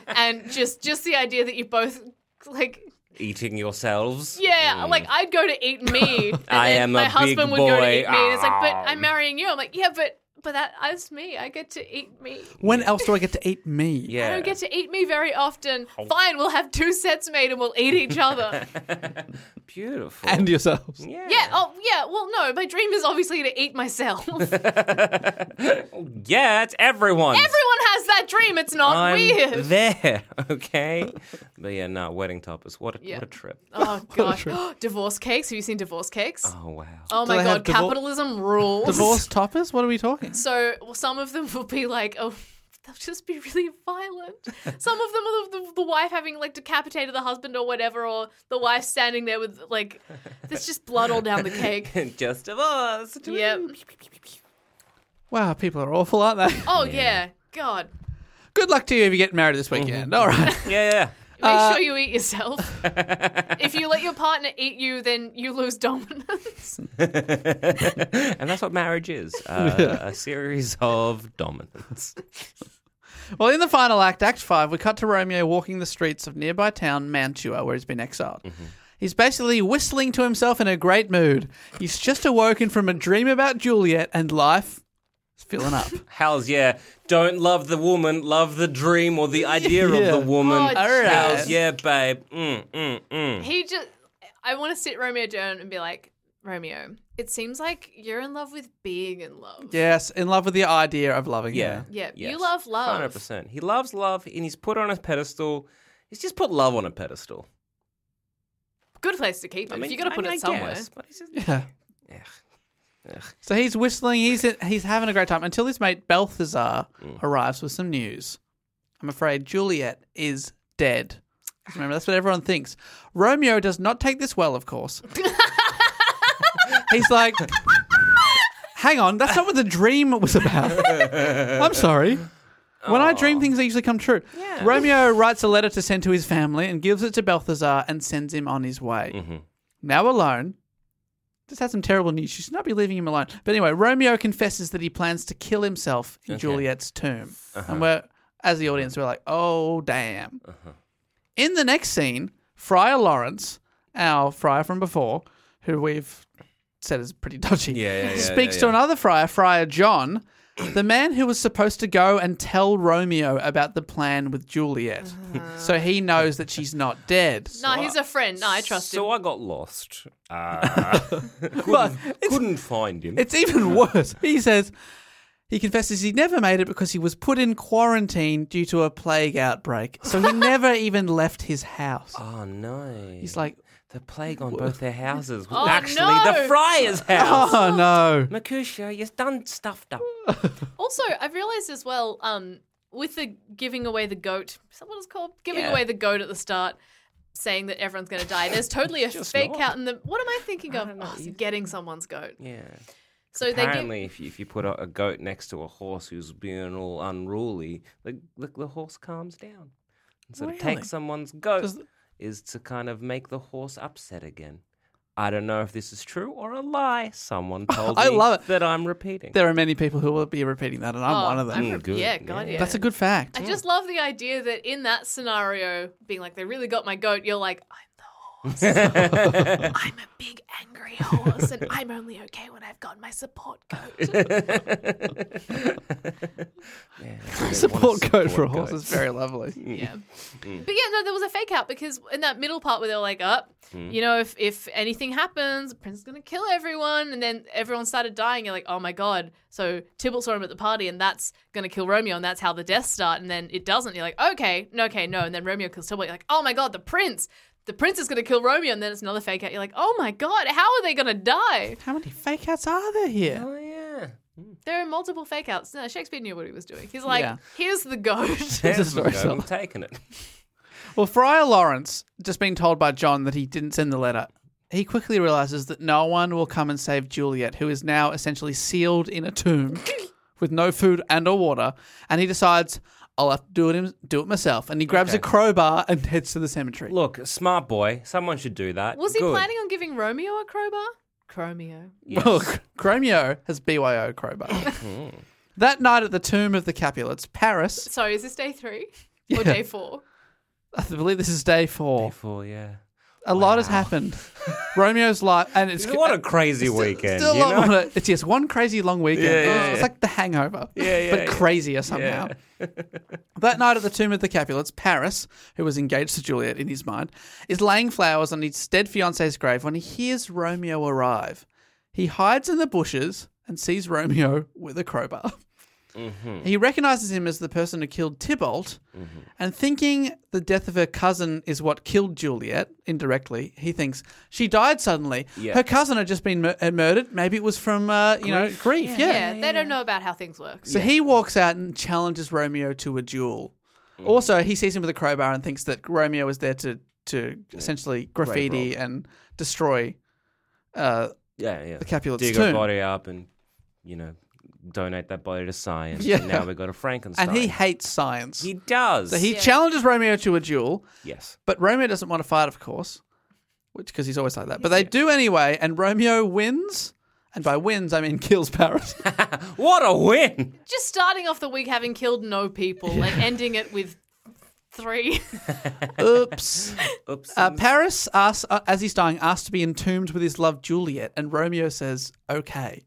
E: and just just the idea that you both like.
D: Eating yourselves.
E: Yeah, like I'd go to eat me.
D: Mm.
E: And
D: I
E: then
D: am
E: my
D: a
E: husband
D: big
E: would go to
D: boy. Ah.
E: eat me. And it's like, but I'm marrying you. I'm like, yeah, but but that that's me. I get to eat me.
C: When else do I get to eat me?
D: Yeah. Oh.
E: I don't get to eat me very often. Fine, we'll have two sets made and we'll eat each other.
D: Beautiful.
C: And yourselves.
D: yeah.
E: yeah, oh, yeah, well, no, my dream is obviously to eat myself. Everyone
D: Yeah, it's everyone.
E: has that dream, it's not
D: I'm
E: weird.
D: there, okay? But yeah, no, wedding toppers. What a,
E: Yeah.
D: what a trip.
E: oh, gosh. divorce cakes? Have you seen divorce cakes? Oh,
D: Oh, wow.
C: Do
E: my
C: they have
E: God,
C: divor-
E: capitalism rules.
C: Divorce toppers? What are we talking?
E: So well, some of them will be like, oh, they'll just be really violent. Some of them are the, the, the wife having like decapitated the husband or whatever, or the wife standing there with like, there's just blood all down the cake.
D: Just divorce.
E: yep.
C: Wow, people are awful, aren't they?
E: Oh, yeah. God.
C: Good luck to you if you get married this weekend.
D: Mm-hmm.
C: All right.
D: Yeah, yeah.
E: Make
D: Uh,
E: sure you eat yourself. if you let your partner eat you, then you lose dominance.
D: And that's what marriage is uh, a series of dominance.
C: Well, in the final act, Act 5, we cut to Romeo walking the streets of nearby town Mantua, where he's been exiled.
D: Mm-hmm.
C: He's basically whistling to himself in a great mood. He's just awoken from a dream about Juliet, and life is filling up.
D: How's yeah? Don't love the woman, love the dream or the idea
C: Yeah.
D: of the woman.
E: Oh, All right.
D: How's yeah, babe? Mm, mm, mm.
E: he just, I want to sit Romeo down and be like, Romeo, it seems like you're in love with being in love.
C: yes, in love with the idea of loving
D: Yeah.
C: her.
E: Yeah, you love love.
D: 100%. He loves love and he's put on a pedestal. He's just put love on a pedestal.
E: Good place to keep it. you got to
D: I
E: put
D: mean, I
E: it somewhere.
D: guess, but he's just-
C: Yeah. So he's whistling, he's, he's having a great time until his mate Balthazar arrives with some news. I'm afraid Juliet is dead. 'Cause Remember, that's what everyone thinks. Romeo does not take this well, of course. he's like, hang on, that's not what the dream was about. I'm sorry. When I dream things, they usually come true. Romeo writes a letter to send to his family and gives it to Balthazar and sends him on his way. Now alone, just had some terrible news. She should not be leaving him alone. But anyway, Romeo confesses that he plans to kill himself in Juliet's tomb. And we're, as the audience, we're like, oh, damn. In the next scene, Friar Lawrence, our friar from before, who we've said is pretty dodgy,
D: Yeah, yeah, yeah,
C: speaks
D: yeah,
C: to
D: yeah.
C: another friar, Friar John, the man who was supposed to go and tell Romeo about the plan with Juliet. so he knows that she's not dead.
E: No, he's a friend. No, I trust
D: So
E: him.
D: I got lost. Uh, couldn't, couldn't find him.
C: It's even worse. He says he confesses he never made it because he was put in quarantine due to a plague outbreak. So he never even left his house.
D: Oh no!
C: He's like,
D: the plague on both their houses. was
E: Oh,
D: Actually,
E: no!
D: the friar's house.
C: oh no.
D: Mercutio, you've done stuffed up.
E: Also, I've realized as well, um, with the giving away the goat, is that what it's called? Giving
D: Yeah.
E: away the goat at the start, saying that everyone's going to die. There's totally a fake
D: not.
E: out in the. What am I thinking of? Oh, so getting someone's goat.
D: Yeah.
E: So
D: Apparently, if, you, if you put a, a goat next to a horse who's being all unruly, the the, the horse calms down. And so to
C: Really?
D: take someone's goat
C: Does-
D: is to kind of make the horse upset again. I don't know if this is true or a lie. Someone told
C: I
D: me
C: love it.
D: that I'm repeating.
C: There are many people who will be repeating that, and I'm
E: Oh,
C: one of them.
E: I'm re-
D: Mm, good.
E: Yeah, God, yeah.
D: Yeah.
C: That's a good fact.
E: I just love the idea that in that scenario, being like, they really got my goat, you're like, I'm the horse. I'm a big angry horse, and I'm only okay when I've got my support coat.
C: Support code for a horse is very lovely.
E: Yeah. But yeah, no, there was a fake out because in that middle part where they were like, up, you know, if, if anything happens, the prince is going to kill everyone. And then everyone started dying. You're like, oh my God. So Tybalt saw him at the party and that's going to kill Romeo. And that's how the deaths start. And then it doesn't. You're like, okay, no, okay, no. And then Romeo kills Tybalt. You're like, oh my God, the prince. The prince is going to kill Romeo. And then it's another fake out. You're like, oh my God, how are they going to die?
C: How many fake outs are there here?
D: Oh yeah.
E: There are multiple fake outs. No, Shakespeare knew what he was doing. He's like,
C: Yeah.
E: here's the goat.
C: This is
D: There
C: very
D: we go. I'm
C: solid.
D: taking it.
C: Well, Friar Lawrence, just being told by John that he didn't send the letter, he quickly realizes that no one will come and save Juliet, who is now essentially sealed in a tomb with no food and or water, and he decides I'll have to do it him- do it myself, and he grabs a crowbar and heads to the cemetery.
D: Look, smart boy. Someone should do that.
E: Was he
D: Good.
E: planning on giving Romeo a crowbar? Chromeo.
C: Well, Chromio has BYO crowbar.
E: Mm.
C: that night at the tomb of the Capulets, Paris,
E: Sorry, is this day three or day four?
C: I believe this is day four.
D: Before, yeah.
C: A lot has happened. Romeo's life, and it's uh,
D: What a crazy weekend.
C: Still
D: you
C: a lot
D: know?
C: on it. It's yes, one crazy long weekend.
D: Yeah, yeah,
C: it's
D: yeah.
C: like The Hangover,
D: Yeah, yeah,
C: but
D: yeah.
C: crazier somehow. that night at the tomb of the Capulets, Paris, who was engaged to Juliet in his mind, is laying flowers on his dead fiance's grave when he hears Romeo arrive. He hides in the bushes and sees Romeo with a crowbar.
D: Mm-hmm.
C: He recognizes him as the person who killed Tybalt, and thinking the death of her cousin is what killed Juliet indirectly, he thinks she died suddenly.
D: Yeah.
C: Her cousin had just been mur- uh, murdered. Maybe it was from uh, you know grief. Yeah.
E: Yeah, they don't know about how things work.
C: So he walks out and challenges Romeo to a duel.
D: Mm.
C: Also, he sees him with a crowbar and thinks that Romeo is there to to essentially graffiti and destroy uh,
D: Yeah, yeah. The
C: Capulets
D: Dig
C: too.
D: a body up and, you know, donate that body to science.
C: Yeah.
D: And now we've got a Frankenstein.
C: and he hates science.
D: He does.
C: so he
E: Yeah.
C: challenges Romeo to a duel.
D: yes.
C: But Romeo doesn't want to fight, of course, which because he's always like that. But they do anyway, and Romeo wins. And by wins, I mean kills Paris.
D: What a win!
E: Just starting off the week having killed no people and ending it with three.
C: Oops.
D: Oops.
C: Uh, Paris, asks, uh, as he's dying, asks to be entombed with his love Juliet, and Romeo says, okay.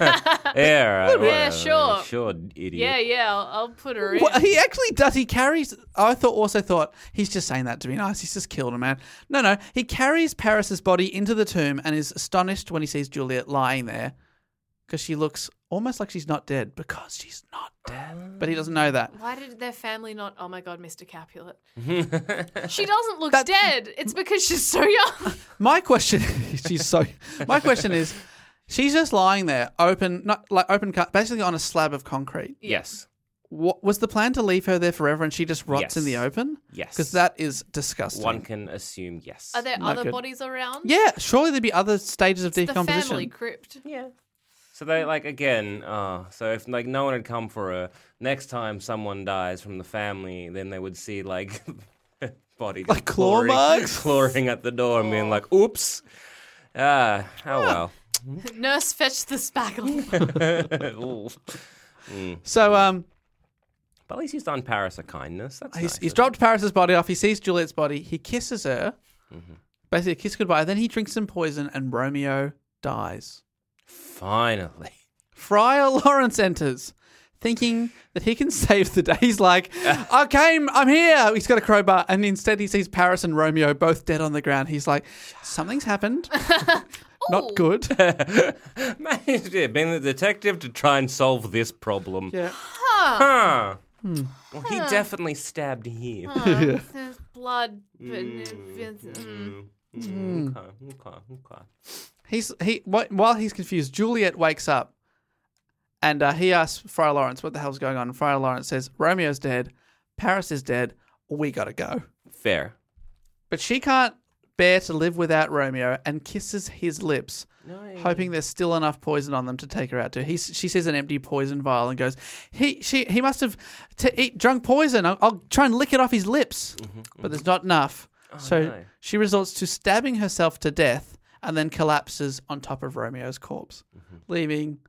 D: yeah, right,
E: Yeah,
D: whatever.
E: sure.
D: oh, Sure, idiot.
E: yeah, yeah, I'll, I'll put her in.
C: Well, he actually does. He carries. I thought also thought he's just saying that to be nice. He's just killed a man. No, no. He carries Paris's body into the tomb and is astonished when he sees Juliet lying there because she looks almost like she's not dead because she's not dead. But he doesn't know that.
E: Why did their family not? Oh my God, Mr. Capulet. she doesn't look dead. It's because she's so young.
C: My question. she's so. My question is, she's just lying there, open, not like open, cut, basically on a slab of concrete.
D: Yes.
C: What was the plan to leave her there forever and she just rots in the
D: Yes.
C: open?
D: Yes.
C: Because that is disgusting.
D: One can assume yes.
E: Are there other
C: good.
E: bodies around?
C: Yeah, surely there'd be other stages of
E: The
C: decomposition.
E: family crypt.
D: So they like again. Uh, so if like no one had come for her, next time someone dies from the family, then they would see like body just
C: Like claw
D: clawing-
C: marks?
D: clawing at the door and
E: Oh.
D: being like, "Oops." Ah, oh well.
E: Nurse fetched the spackle.
D: Ooh.
C: So um,
D: But at least he's done Paris a kindness. That's
C: he's,
D: nice.
C: he's dropped Paris's body off. He sees Juliet's body. He kisses her, basically a kiss goodbye. Then he drinks some poison, and Romeo dies.
D: Finally.
C: Friar Lawrence enters, thinking that he can save the day. He's like, "I came, I'm here." He's got a crowbar, and instead he sees Paris and Romeo both dead on the ground. He's like, "Something's happened." Not good.
D: Man, he's been the detective to try and solve this problem.
C: Yeah.
D: Huh.
E: Hmm.
D: Well, he definitely stabbed him.
E: There's blood. Mm.
D: Hmm, Okay, okay, okay.
C: He's he wh- while he's confused, Juliet wakes up, and uh, he asks Friar Lawrence, "What the hell's going on?" And Friar Lawrence says, "Romeo's dead, Paris is dead. We gotta go."
D: Fair.
C: But she can't bear to live without Romeo, and kisses his lips, hoping there's still enough poison on them to take her out to. He s- she sees an empty poison vial and goes, "He she he must have t- eat, drunk poison. I'll, I'll try and lick it off his lips, but there's not enough." so
D: no.
C: she resorts to stabbing herself to death and then collapses on top of Romeo's corpse, leaving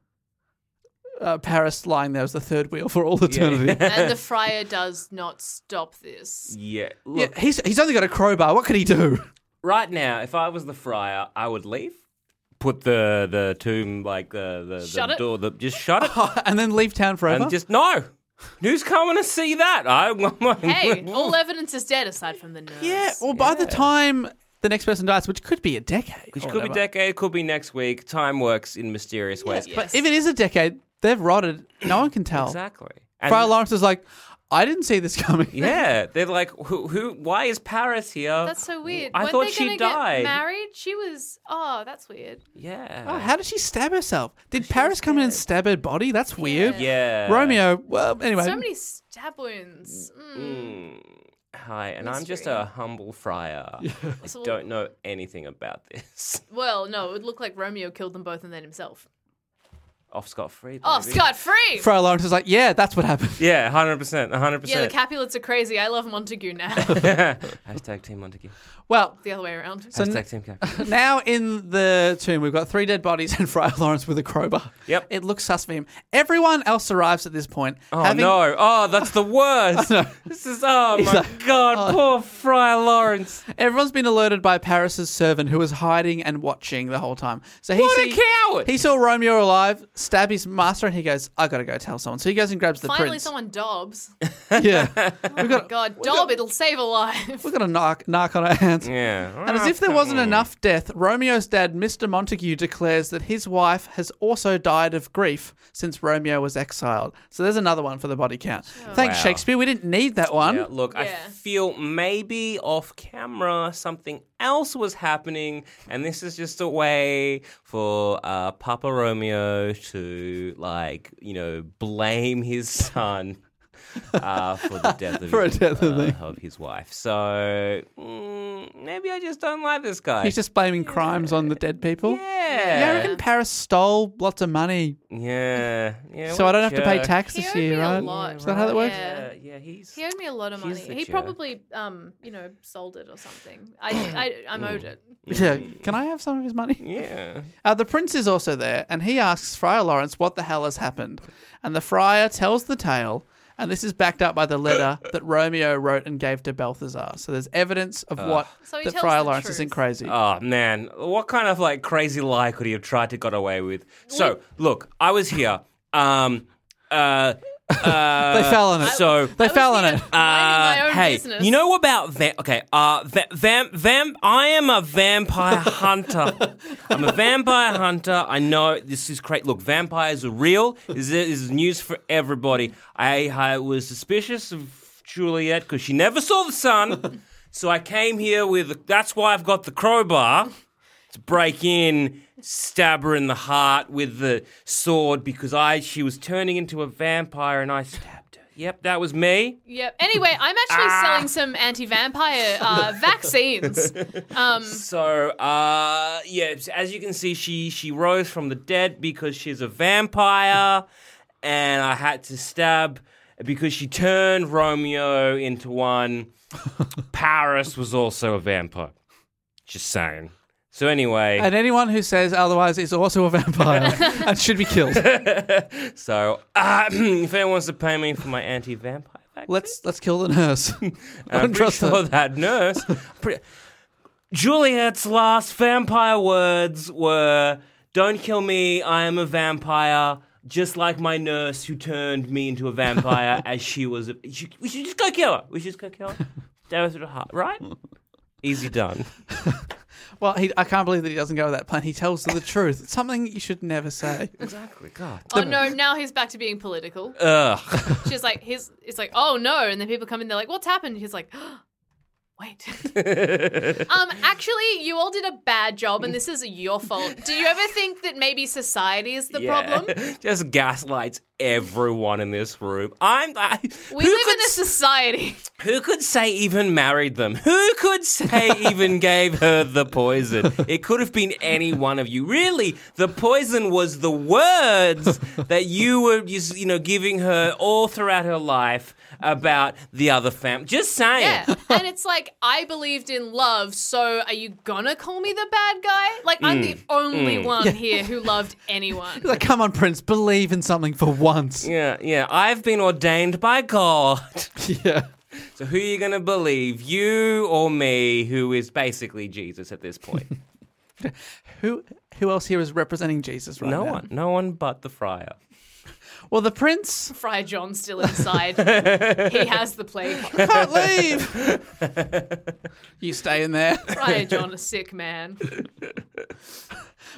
C: uh, Paris lying there as the third wheel for all eternity. Yeah.
E: and the friar does not stop this.
D: Yeah. Look,
C: he's he's only got a crowbar. What could he do?
D: right now, if I was the friar, I would leave. Put the the tomb like the the,
E: Shut
D: the
E: it?
D: door. The, just shut it
C: and then leave town forever.
D: and just no. Who's coming to see that? I
E: Hey, all evidence is dead aside from the nerves.
C: yeah. Well, by the time the next person dies, which could be a decade,
E: Oh,
D: Which
C: or
D: could be
C: whatever.
D: decade, could be next week. Time works in mysterious ways.
C: But if it is a decade, they've rotted. No one can tell.
D: Exactly. And-
C: Friar Lawrence is like, I didn't see this coming.
D: Yeah, they're like, who, who? Why is Paris here?
E: That's so weird.
D: I
E: Weren't
D: thought
E: they
D: she
E: gonna
D: died.
E: Get married? She was. Oh, that's weird.
D: Yeah.
C: Oh, how did she stab herself? Did Paris come in and stab her body? That's weird.
D: yeah.
C: Romeo. Well, anyway.
E: So many stab wounds. Mm.
D: Mm. Hi, and I'm just a humble friar. I
E: So-
D: don't know anything about this.
E: Well, no, it would look like Romeo killed them both and then himself.
D: Off scot free.
E: Oh,
D: baby.
E: scot free.
C: Friar Lawrence is like, yeah, that's what happened.
D: Yeah, hundred percent, hundred
E: yeah, the
D: percent.
E: Capulets are crazy. I love Montague now.
D: Hashtag Team Montague.
C: Well,
E: the other way around.
D: Hashtag Team Oh, Cap.
C: now in the tomb, we've got three dead bodies and Friar Lawrence with a crowbar.
D: Yep.
C: It looks sus for him. Everyone else arrives at this point.
D: Oh no! Oh, that's the worst. This is oh my
C: like,
D: god, poor Friar Lawrence.
C: Everyone's been alerted by Paris's servant who was hiding and watching the whole time. So he
D: What a
C: see-
D: coward!
C: He saw Romeo alive, stab his master, and he goes, I gotta go tell someone. So he goes and grabs the
E: Finally,
C: prince.
E: someone dobs.
C: Yeah. we've got
E: God, dob, it'll save a life.
C: we've got a knock knock on our hands.
D: Yeah.
C: And as if there wasn't enough death, Romeo's dad, Mr. Montague, declares that his wife has also died of grief since Romeo was exiled. So there's another one for the body count. Thanks,
D: Wow.
C: Shakespeare. We didn't need that one.
D: Yeah, look,
E: Yeah.
D: I feel maybe off camera something else was happening, and this is just a way for uh, Papa Romeo to, like, you know, blame his son uh, for the death of
C: For a
D: his,
C: death of
D: uh,
C: the-
D: of his wife. So mm, maybe I just don't like this guy.
C: He's just blaming crimes on the dead people.
D: yeah,
C: Yeah, I reckon Paris stole lots of money,
D: yeah, yeah.
C: so
D: what
C: I
D: a
C: don't have to pay
D: jerk.
C: tax
E: He
C: this
E: owed me
C: year,
E: a
C: right?
E: lot.
C: Is that how that works?
E: Yeah.
D: Yeah, yeah, he's
E: He owed me a lot of
D: He's
E: money.
D: the
E: He
D: jerk.
E: probably, um, you know, sold it or something. I, I, I'm owed it.
C: Yeah. Can I have some of his money?
D: yeah.
C: Uh, the prince is also there, and he asks Friar Lawrence what the hell has happened. And the friar tells the tale, and this is backed up by the letter that Romeo wrote and gave to Balthazar. So there's evidence
D: Uh.
C: of what
E: So he
C: that
E: tells
C: Friar
E: the
C: Lawrence
E: truth.
C: isn't crazy.
D: Oh man, what kind of like crazy lie could he have tried to got away with? So look, I was here. Um, uh, uh,
C: They fell on it.
D: So
C: They fell on it.
E: Minding my
D: uh,
E: own
D: hey,
E: business.
D: you know about va- okay? Uh, va- vam- vam- I am a vampire hunter. I'm a vampire hunter. I know this is great. Look, vampires are real. This is, this is news for everybody. I, I was suspicious of Juliet because she never saw the sun, so I came here with. That's why I've got the crowbar to break in, stab her in the heart with the sword because I she was turning into a vampire and I stabbed her. Yep, that was me.
E: Yep. Anyway, I'm actually
D: Ah.
E: selling some anti-vampire uh, vaccines. Um,
D: So, uh, yeah, as you can see, she she rose from the dead because she's a vampire, and I had to stab because she turned Romeo into one. Paris was also a vampire. Just saying. So anyway,
C: And anyone who says otherwise is also a vampire and should be killed.
D: so uh, if anyone wants to pay me for my anti-vampire, vaccine,
C: Let's let's kill the nurse.
D: And I'm
C: Don't
D: pretty
C: trust
D: sure
C: her.
D: that nurse. pre- Juliet's last vampire words were Don't kill me, I am a vampire. Just like my nurse who turned me into a vampire as she was a. She, we should just go kill her. We should just go kill her. That was her heart, right? Easy done.
C: Well, he, I can't believe that he doesn't go with that plan. He tells the truth. It's something you should never say.
D: Exactly. God.
E: oh no, now he's back to being political.
D: Ugh.
E: She's like, his. It's like, oh no, and then people come in. They're like, what's happened? He's like. Wait. um, actually, you all did a bad job, and this is your fault. Do you ever think that maybe society is the problem?
D: Just gaslights everyone in this room. I'm. I,
E: We
D: who
E: live
D: could
E: in a
D: s-
E: society.
D: Who could say even married them? Who could say even gave her the poison? It could have been any one of you. Really, the poison was the words that you were, just, you know, giving her all throughout her life about the other fam. Just saying.
E: Yeah. and it's like, I believed in love, so are you gonna call me the bad guy? Like, I'm the only one here who loved anyone.
C: Like, come on, Prince, believe in something for once.
D: Yeah, yeah. I've been ordained by God.
C: Yeah.
D: So who are you going to believe, you or me, who is basically Jesus at this point?
C: Who who else here is representing Jesus right
D: no
C: now?
D: one. No one but the friar.
C: Well, the prince
E: Friar John's still inside. he has the plague.
C: can't leave. you stay in there.
E: Friar John, a sick man.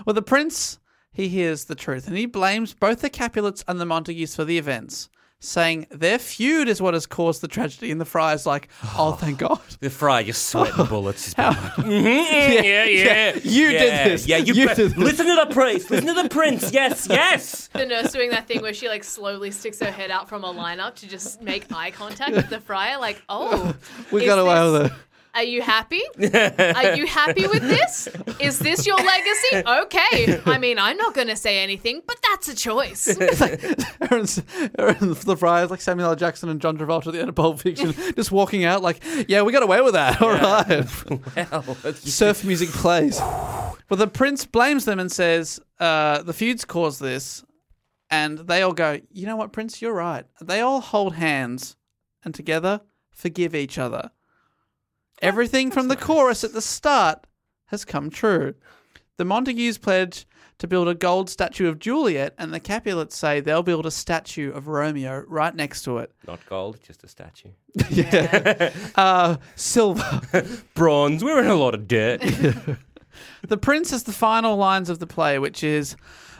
C: Well, the prince, he hears the truth and he blames both the Capulets and the Montagues for the events, saying their feud is what has caused the tragedy. And the friar's like, oh, thank God.
D: The friar just sweating bullets. He's been like,
C: Yeah,
D: "Mhm, yeah, yeah,
C: yeah, you did
D: yeah,
C: this.
D: Yeah, you,
C: You
D: pre-
C: did this."
D: Listen to the priest. Listen to the prince. Yes, yes.
E: The nurse doing that thing where she like slowly sticks her head out from a lineup to just make eye contact with the friar. Like, oh,
C: We
E: is
C: got away
E: this-
C: with it.
E: Are you happy? Are you happy with this? Is this your legacy? Okay. I mean, I'm not going to say anything, but that's a choice.
C: It's like Aaron's, Aaron, the friars, like Samuel L. Jackson and John Travolta at the end of Pulp Fiction, just walking out like, yeah, we got away with that. All right. Surf music plays. Well, the prince blames them and says, uh, the feud's caused this. And they all go, you know what, prince, you're right. They all hold hands and together forgive each other. Everything from the chorus at the start has come true. The Montagues pledge to build a gold statue of Juliet, and the Capulets say they'll build a statue of Romeo right next to it.
D: Not gold, just a statue.
C: Uh, silver.
D: Bronze. We're in a lot of dirt.
C: the Prince has the final lines of the play, which is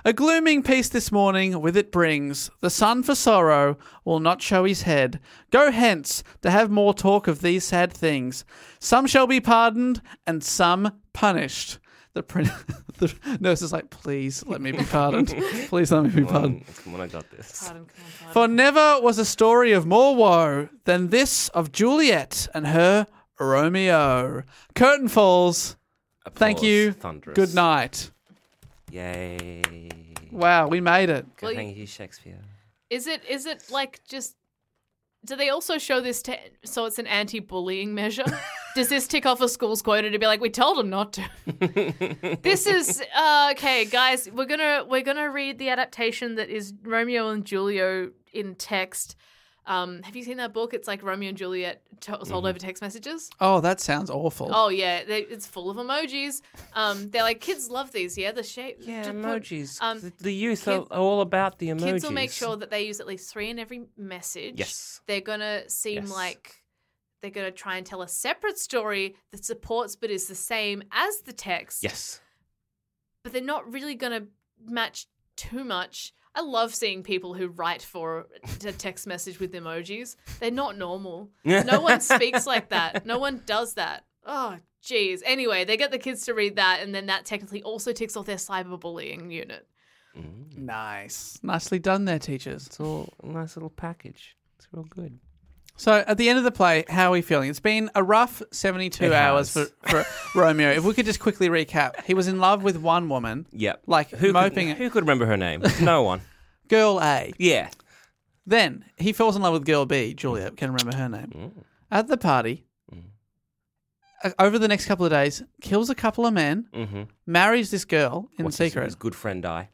C: A glooming peace this morning with it brings. The sun for sorrow will not show his head. Go hence to have more talk of these sad things. Some shall be pardoned and some punished. The, prin- the nurse is like, please let me be pardoned. Please let me be pardoned.
D: Come on, I got this.
C: For never was a story of more woe than this of Juliet and her Romeo. Curtain falls. Thank
D: Applause,
C: you.
D: Thunderous.
C: Good night.
D: Yay.
C: Wow, we made it.
E: Well,
D: Good Thank you, Shakespeare.
E: Is it is it like just do they also show this to so it's an anti-bullying measure? Does this tick off a school's quota to be like we told them not to? this is uh, okay, guys. We're gonna we're gonna read the adaptation that is Romeo and Julio in text. Um, have you seen that book? It's like Romeo and Juliet to- told over text messages.
C: Oh, that sounds awful.
E: Oh yeah, they, it's full of emojis. Um, they're like kids love these. Yeah, the shape.
D: Yeah,
E: just put-
D: emojis.
E: um,
D: the, the youth
E: kids-
D: are all about the emojis.
E: Kids will make sure that they use at least three in every message.
D: Yes.
E: They're going to seem
D: Yes.
E: like they're going to try and tell a separate story that supports but is the same as the text.
D: Yes.
E: But they're not really going to match too much. I love seeing people who write for a text message with emojis. They're not normal. No one speaks like that. No one does that. Oh, jeez. Anyway, they get the kids to read that, and then that technically also ticks off their cyberbullying unit.
C: Nice. Nicely done there, teachers.
D: It's all a nice little package. It's real good.
C: So, at the end of the play, how are we feeling? It's been a rough 72
D: It
C: hours for,
D: has.
C: for Romeo. If we could just quickly recap, he was in love with one woman.
D: Yep.
C: Like
D: who
C: moping
D: Could,
C: it.
D: who could remember her name? No one.
C: Girl A.
D: Yeah.
C: Then he falls in love with girl B, Juliet, can remember her name.
D: Mm.
C: At the party, o- over the next couple of days, kills a couple of men,
D: Mm-hmm.
C: marries this girl in
D: Watches
C: secret.
D: His good friend die.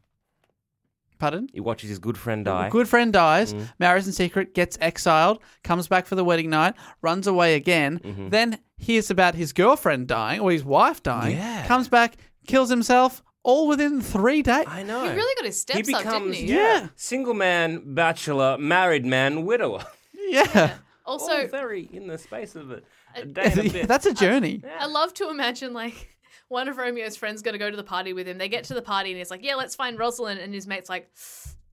C: Pardon?
D: He watches his good friend die.
C: Good friend dies, marries in secret, gets exiled, comes back for the wedding night, runs away again, then hears about his girlfriend dying or his wife dying,
D: Yeah.
C: comes back, kills himself, all within three days.
D: I know.
E: He really got his steps
D: he
E: up,
D: becomes,
E: didn't he?
D: Yeah,
C: Yeah.
D: Single man, bachelor, married man, widower.
C: Yeah.
E: Also,
D: All very in the space of a, a day and a bit.
C: That's a journey.
E: I love to imagine like one of Romeo's friends going to go to the party with him. They get to the party and he's like, "Yeah, let's find Rosalind." And his mate's like,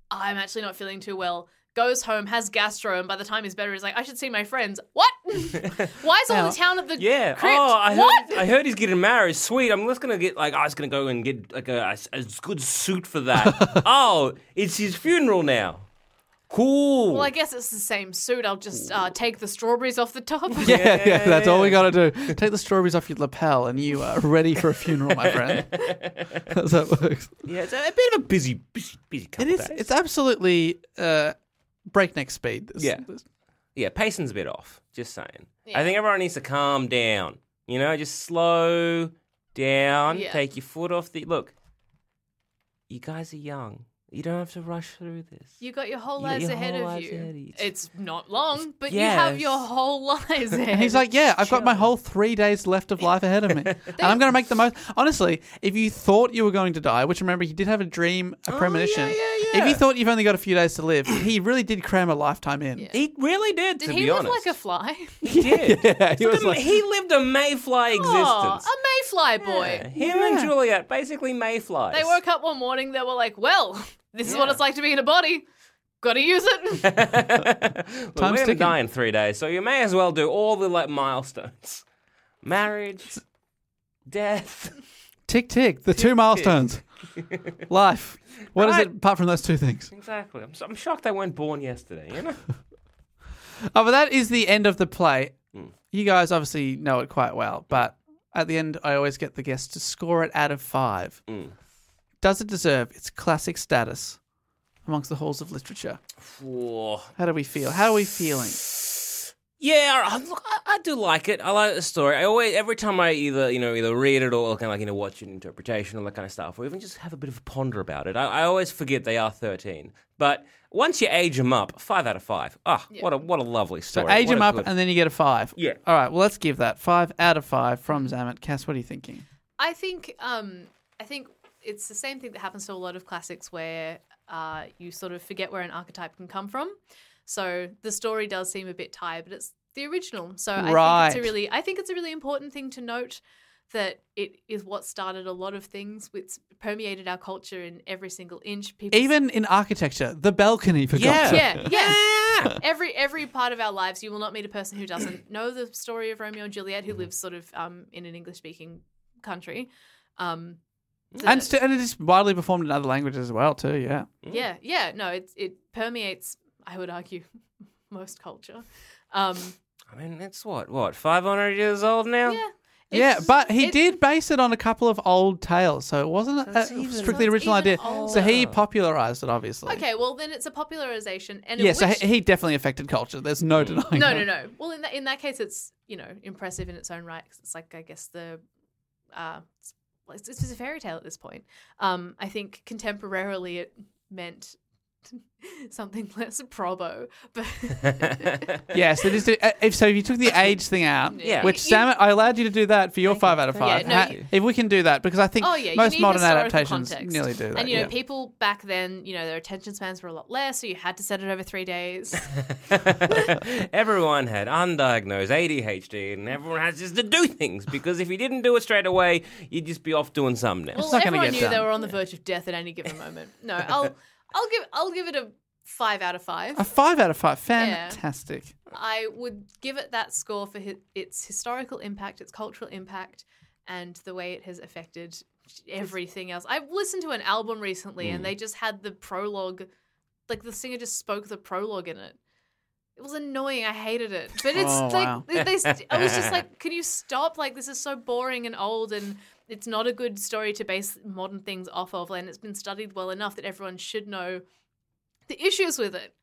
E: "I'm actually not feeling too well." Goes home, has gastro, and by the time he's better, he's like, "I should see my friends." What? Why is all the town at the
D: yeah.
E: crypt?
D: Oh, I
E: what?
D: heard. I heard he's getting married. Sweet. I'm just gonna get like I was gonna go and get like a, a good suit for that. oh, it's his funeral now. Cool.
E: well, I guess it's the same suit. I'll just uh, take the strawberries off the top.
C: Yeah, yeah, that's all we got to do. Take the strawberries off your lapel and you are ready for a funeral, my friend. That's how it works.
D: yeah, it's a, a bit of a busy, busy, busy couple
C: It is,
D: days.
C: it's absolutely uh, breakneck speed. This-
D: Yeah.
C: this-
D: Yeah, pacing's a bit off. Just saying. I think everyone needs to calm down. You know, just slow down.
E: Yeah.
D: Take your foot off the. Look, you guys are young. You don't have to rush through this.
E: You got your whole
D: You got
E: lives
D: your
E: ahead
D: whole
E: of
D: lives
E: you.
D: ahead of you.
E: It's not long, but you have your
D: Yes.
E: whole lives ahead.
C: And he's like, "Yeah, I've got my whole three days left of life ahead of me, and I'm going to make the most." Honestly, if you thought you were going to die, which remember he did have a dream, a premonition. If you thought you've only got a few days to live, he really did cram a lifetime in.
D: He really did.
E: Did
D: to
E: he
D: be
E: look
D: honest.
E: like a fly?
D: He did.
C: he was
D: The-
C: like-
D: he lived a mayfly
E: Oh,
D: existence.
E: a mayfly boy.
D: Him and Juliet, basically mayflies.
E: They woke up one morning, they were like, well, this is what it's like to be in a body. Gotta use it.
D: Look,
C: Time's
D: we're gonna
C: ticking.
D: die in three days, so you may as well do all the like milestones: marriage, death.
C: Tick tick, the two milestones, life. What is
D: Right.
C: it apart from those two things?
D: Exactly. I'm, so- I'm shocked they weren't born yesterday. You know.
C: Oh, but that is the end of the play. You guys obviously know it quite well, but at the end, I always get the guests to score it out of five. Does it deserve its classic status amongst the halls of literature?
D: Whoa.
C: How do we feel? How are we feeling?
D: Yeah, I, look, I, I do like it. I like the story. I always, every time I either you know either read it or kind of like you know watch an interpretation all that kind of stuff, or even just have a bit of a ponder about it. I, I always forget they are thirteen. But once you age them up, five out of five. Ah, what a what a lovely
C: So
D: story.
C: age
D: What a
C: them up,
D: good-
C: and then you get a five.
D: Yeah.
C: All right. Well, let's give that five out of five from Zamet. Cass, what are you thinking?
E: I think um, I think it's the same thing that happens to a lot of classics where uh, you sort of forget where an archetype can come from. So the story does seem a bit tired, but it's the original. So I think
C: Right.
E: it's a really I think it's a really important thing to note that it is what started a lot of things. It's permeated our culture in every single inch. People
C: Even in architecture, the balcony for God's sake.
E: yeah, yeah. every every part of our lives, you will not meet a person who doesn't know the story of Romeo and Juliet,
C: Mm-hmm.
E: who lives sort of um, in an English speaking country. Um, so
C: And,
E: that-
C: st- and it is widely performed in other languages as well, too. Yeah.
E: yeah, yeah, no, it it permeates. I would argue most culture. Um,
D: I mean, it's what what five hundred years old now.
E: yeah,
C: yeah,
E: it's-
C: but he
E: it-
C: did base it on a couple of old tales, so it wasn't a,
D: it's even-
C: strictly
E: so it's
C: original idea.
E: even
C: So he
E: older.
C: popularized it, obviously.
E: Okay, well then it's a popularization, and
C: Yeah,
E: it
C: so
E: which-
C: he, he definitely affected culture. There's no
D: Hmm.
C: denying.
E: no,
C: that.
E: no, no. Well, in that in that case, it's you know impressive in its own right 'cause it's like I guess the uh, it's, well, it's, it's a fairy tale at this point. Um, I think contemporarily it meant something less probo, but
C: Yes, it is. uh, If so, if you took the age thing out,
D: Yeah.
C: which
E: You-
C: Sam, I allowed you to do that for your five out of five.
E: Yeah, no,
C: Ha-
E: you-
C: if we can do that, because I think
E: oh yeah,
C: most
E: you need
C: modern
E: historical
C: adaptations
E: context.
C: nearly do that.
E: And you know,
C: yeah.
E: people back then, you know, their attention spans were a lot less, so you had to set it over three days.
D: everyone had undiagnosed ADHD, and everyone has just to do things because if you didn't do it straight away, you'd just be off doing something else.
E: Well,
C: not gonna
E: everyone
C: get
E: knew
C: done.
E: they were on the verge of death at any given moment. No, I'll I'll give I'll give it a five out of five.
C: a five out of five, fantastic.
E: I would give it that score for hi- its historical impact, its cultural impact, and the way it has affected everything else. I've listened to an album recently, and
D: Mm.
E: they just had the prologue, like the singer just spoke the prologue in it. It was annoying. I hated it, but it's
C: Oh,
E: like
C: wow.
E: they, they st- I was just like, "Can you stop? Like this is so boring and old, and it's not a good story to base modern things off of." And it's been studied well enough that everyone should know the issues with it,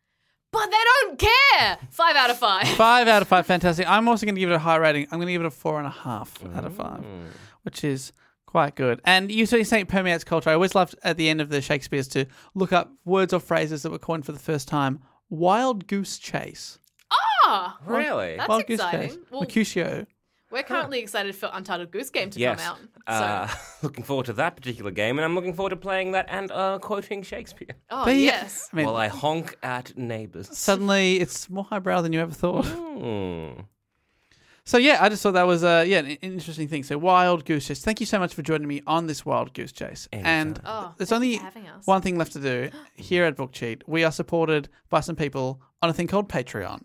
E: but they don't care. Five out of five.
C: Five out of five, fantastic. I'm also going to give it a high rating. I'm going to give it a four and a half out of five, which is quite good. And you say saying it permeates culture. I always loved at the end of the Shakespeare's to look up words or phrases that were coined for the first time. Wild goose chase.
E: Ah,
D: really?
E: That's
C: Wild goose
E: exciting.
C: chase.
E: Well,
C: Mercutio.
E: we're currently excited for Untitled Goose Game to
D: yes.
E: come out. So,
D: Uh, looking forward to that particular game, and I'm looking forward to playing that and uh, quoting Shakespeare
E: oh
C: But yeah,
E: yes,
C: I mean,
D: while I honk at neighbours.
C: suddenly it's more highbrow than you ever thought.
D: Hmm.
C: So yeah, I just thought that was uh, yeah an an interesting thing. So wild goose chase. Thank you so much for joining me on this wild goose chase. And
E: Oh,
C: there's
E: thank you
C: only
E: for having us.
C: one thing left to do here at Book Cheat. We are supported by some people on a thing called Patreon.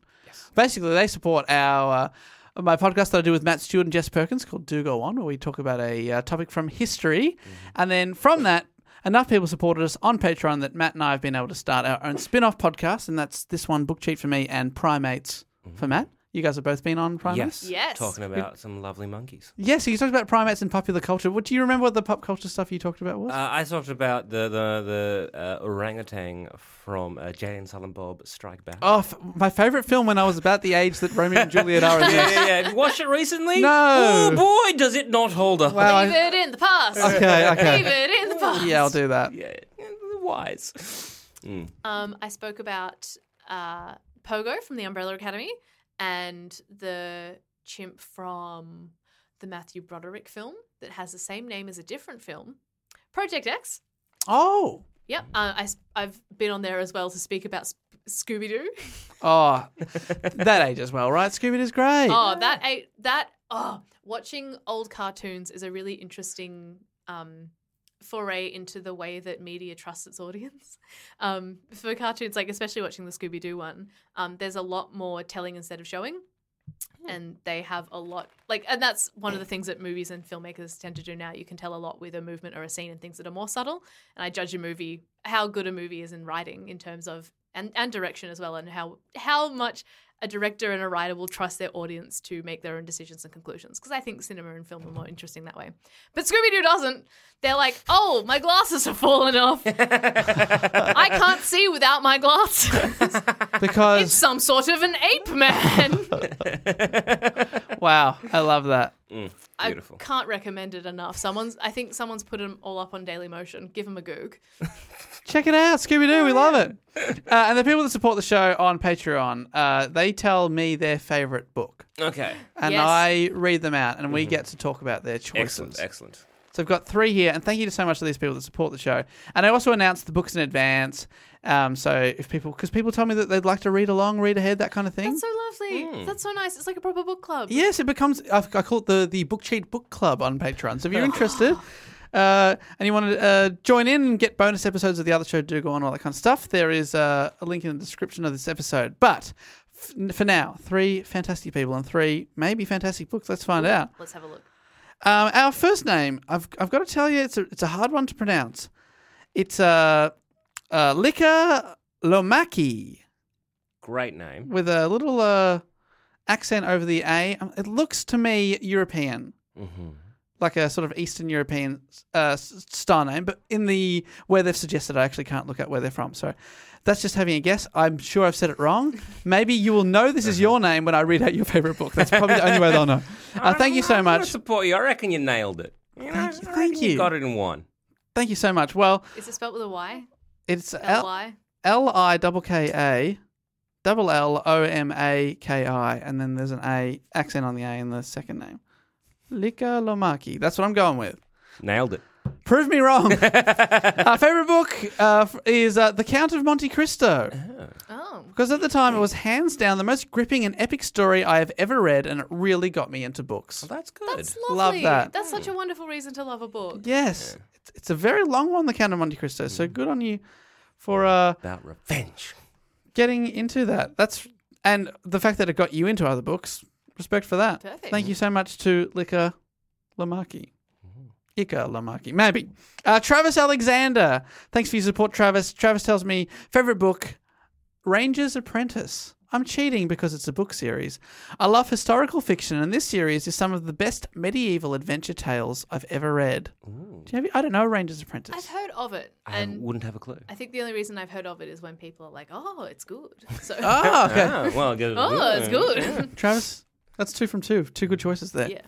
C: Basically, they support our uh, my podcast that I do with Matt Stewart and Jess Perkins called Do Go On, where we talk about a uh, topic from history, and then from that. Enough people supported us on Patreon that Matt and I have been able to start our own spin off podcast, and that's this one, Book Cheat for me and Primates for Matt. You guys have both been on Primates?
D: Yes.
E: Yes.
D: Talking about some lovely monkeys.
C: Yes, you talked about primates and popular culture. What do you remember? What the pop culture stuff you talked about was?
D: Uh, I talked about the the, the uh, orangutan from uh, Jay and Silent Bob Strike Back.
C: oh, f- my favorite film when I was about the age that Romeo and Juliet are in
D: yeah,
C: this.
D: yeah, yeah. Have you watched it recently?
C: No.
D: Oh boy, does it not hold up.
C: Wow,
E: leave
C: I-
E: it in the past.
C: okay, okay.
E: Leave it in the past.
C: Yeah, I'll do that.
D: Yeah. wise.
C: Mm.
E: Um, I spoke about uh, Pogo from the Umbrella Academy and the chimp from the Matthew Broderick film that has the same name as a different film, Project X.
C: Oh.
E: Yep, uh, I, s- I've been on there as well to speak about Sp- Scooby Doo.
C: Oh, that age as well, right? Scooby Doo's great.
E: Oh, that I, that oh, watching old cartoons is a really interesting um, foray into the way that media trusts its audience. Um, for cartoons, like especially watching the Scooby Doo one, um, there's a lot more telling instead of showing. And they have a lot, like, and that's one of the things that movies and filmmakers tend to do now. You can tell a lot with a movement or a scene and things that are more subtle. And I judge a movie, how good a movie is in writing in terms of, and, and direction as well, and how how much a director and a writer will trust their audience to make their own decisions and conclusions. Because I think cinema and film are more interesting that way. But Scooby Doo doesn't. They're like, oh, my glasses have fallen off. I can't see without my glasses. it's
C: Because,
E: some sort of an ape man.
C: wow, I love that.
E: I
D: Beautiful.
E: can't recommend it enough. Someone's, I think someone's put them all up on Daily Motion. Give them a goog.
C: Check it out, Scooby Doo. We love it. Uh, and the people that support the show on Patreon, uh, they tell me their favorite book.
D: Okay.
C: And
E: Yes.
C: I read them out, and we get to talk about their choices.
D: Mm-hmm. Excellent. Excellent.
C: So I've got three here, and thank you to so much to these people that support the show. And I also announced the books in advance. Um, so if people, because people tell me that they'd like to read along, read ahead, that kind of thing.
E: That's so lovely. That's so nice. It's like a proper book club.
C: Yes, it becomes. I've, I call it the the book cheat book club on Patreon. So if you're interested. Uh, and you want to uh, join in and get bonus episodes of the other show, do go on, all that kind of stuff. There is uh, a link in the description of this episode. But f- for now, three fantastic people and three maybe fantastic books. Let's find out.
E: Let's have a look.
C: Um, our first name, I've I've got to tell you, it's a it's a hard one to pronounce. It's uh, uh, Lika Lomaki
D: Great name.
C: with a little uh, accent over the A. Um, It looks to me European, like a sort of Eastern European uh, s- star name, but in the where they've suggested, I actually can't look at where they're from. So that's just having a guess. I'm sure I've said it wrong. Maybe you will know this is your name when I read out your favorite book. That's probably the only way they'll know. Uh, thank you so
D: I'm gonna
C: much.
D: support you. I reckon you nailed it. You know,
C: Thank you,
D: I reckon
C: thank you.
D: you got it in one.
C: Thank you so much. Well,
E: Is it spelled with a Y?
C: it's
E: L
C: L
E: Y.
C: L I double K A double L O M A K I, and then there's an A accent on the A in the second name. Lika Lomaki. That's what I'm going with.
D: Nailed it.
C: Prove me wrong. Our favorite book uh, f- is uh, The Count of Monte Cristo.
E: Oh.
C: Because at the time, it was hands down the most gripping and epic story I have ever read, and it really got me into books.
D: Well, that's good.
E: That's
C: Love
E: lovely.
C: that.
E: That's such a wonderful reason to love a book.
C: Yes. It's- It's a very long one, The Count of Monte Cristo. So good on you for uh,
D: About revenge.
C: getting into that. That's and the fact that it got you into other books. Respect for that.
E: Perfect.
C: Thank you so much to Lika Lamaki. Ika Lamaki, maybe. Uh, Travis Alexander. Thanks for your support, Travis. Travis tells me favorite book, Ranger's Apprentice. I'm cheating because it's a book series. I love historical fiction, and this series is some of the best medieval adventure tales I've ever read. Do you have, I don't know Ranger's Apprentice.
E: I've heard of it,
D: I
E: and
D: wouldn't have a clue.
E: I think the only reason I've heard of it is when people are like, "Oh, it's good." So,
C: oh, okay.
D: Oh, well, good.
E: oh, it's good.
C: Travis, that's two from two. Two good choices there.
E: yeah.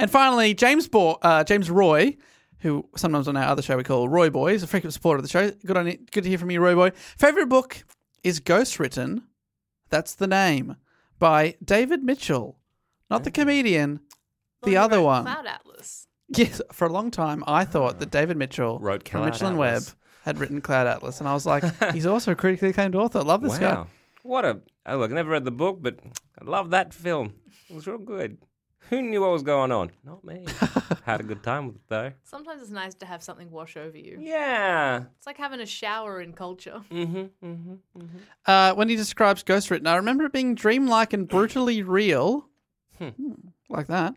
C: And finally, James Bo- uh, James Roy, who sometimes on our other show we call Roy Boy, is a frequent supporter of the show. Good on you. Good to hear from you, Roy Boy. Favorite book is Ghost Written. That's the name by David Mitchell, not the comedian. The
E: Well, I
C: other
E: wrote
C: one.
E: Cloud Atlas.
C: Yes, for a long time I thought that David Mitchell
D: Wrote
C: from
D: Cloud
C: Mitchell and Webb
D: Atlas.
C: had written Cloud Atlas, and I was like, he's also a critically acclaimed author. Love this guy.
D: Wow. What a. Oh, look, I never read the book, but I love that film. It was real good. Who knew what was going on? Not me. Had a good time with it, though.
E: Sometimes it's nice to have something wash over you.
D: Yeah.
E: It's like having a shower in culture.
C: uh, when he describes Ghostwritten, I remember it being dreamlike and brutally real. Hmm, Like that.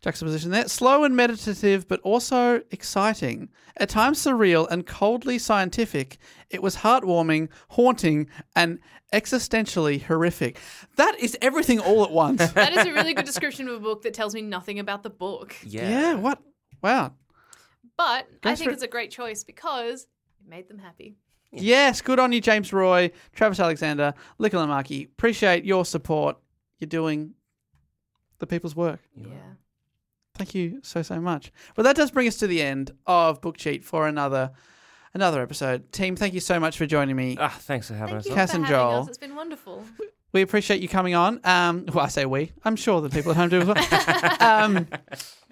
C: Juxtaposition there. Slow and meditative, but also exciting. At times surreal and coldly scientific, it was heartwarming, haunting, and existentially horrific. That is everything all at once.
E: That is a really good description of a book that tells me nothing about the book.
D: Yeah.
C: yeah, what? Wow.
E: But I
C: That's
E: think
C: re-
E: it's a great choice because it made them happy.
C: Yes, good on you, James Roy, Travis Alexander, Lick and Markey. Appreciate your support. You're doing the people's work.
E: Yeah.
C: Thank you so, so much. Well, that does bring us to the end of Book Cheat for another another episode. Team, thank you so much for joining me.
D: Ah, thanks for having
E: Thank
D: us.
E: you
D: on.
C: Cass
E: for
C: and
E: having
C: Joel.
E: us. It's been wonderful.
C: We appreciate you coming on. Um, well, I say we. I'm sure the people at home do as well. um,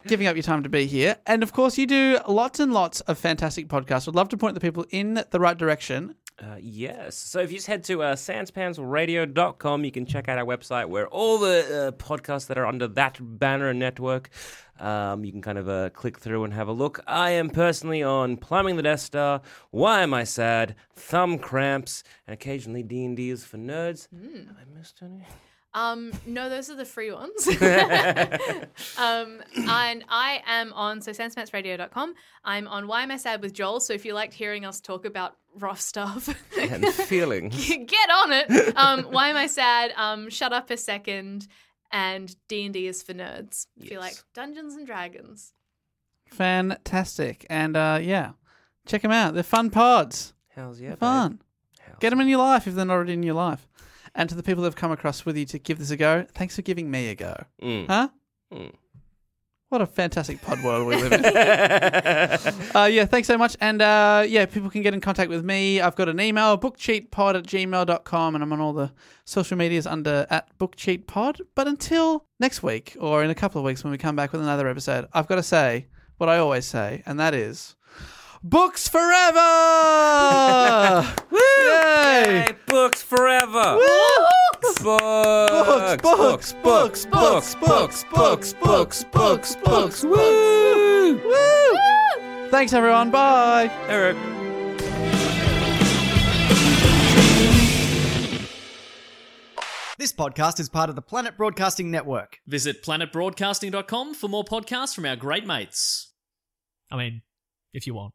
C: giving up your time to be here. And of course, you do lots and lots of fantastic podcasts. Would love to point the people in the right direction.
D: Uh, yes. So if you just head to uh, sanspantsradio.com, you can check out our website where all the uh, podcasts that are under that banner and network, um, you can kind of uh, click through and have a look. I am personally on Plumbing the Death Star, Why Am I Sad, Thumb Cramps, and occasionally D&D is for Nerds. Have I missed any?
E: Um, no, those are the free ones. um, and I am on so sanspantsradio.com. I'm on Why Am I Sad with Joel. So if you liked hearing us talk about rough stuff,
D: And feeling.
E: get on it. Um, Why Am I Sad? Um, Shut Up a Second. And D and D is for nerds. If you
D: Yes.
E: like Dungeons and Dragons,
C: Fantastic. And uh, yeah, check them out. They're fun pods.
D: How's yeah,
C: They're fun. Get them in your life if they're not already in your life. And to the people who've come across with you to give this a go, thanks for giving me a go. Huh?
D: Mm.
C: What a fantastic pod world we live in. uh, yeah, thanks so much. And uh, yeah, people can get in contact with me. I've got an email, bookcheatpod at gmail.com, and I'm on all the social medias under at bookcheatpod. But until next week, or in a couple of weeks when we come back with another episode, I've got to say what I always say, and that is books forever! Woo! Yay!
D: Hey, books forever. Books. Books.
C: Books, books, books, books, books, books, books, books, woo! Woo! Thanks, everyone. Bye.
D: Eric.
A: This podcast is part of the Planet Broadcasting Network.
B: Visit planetbroadcasting.com for more podcasts from our great mates. I mean, if you want,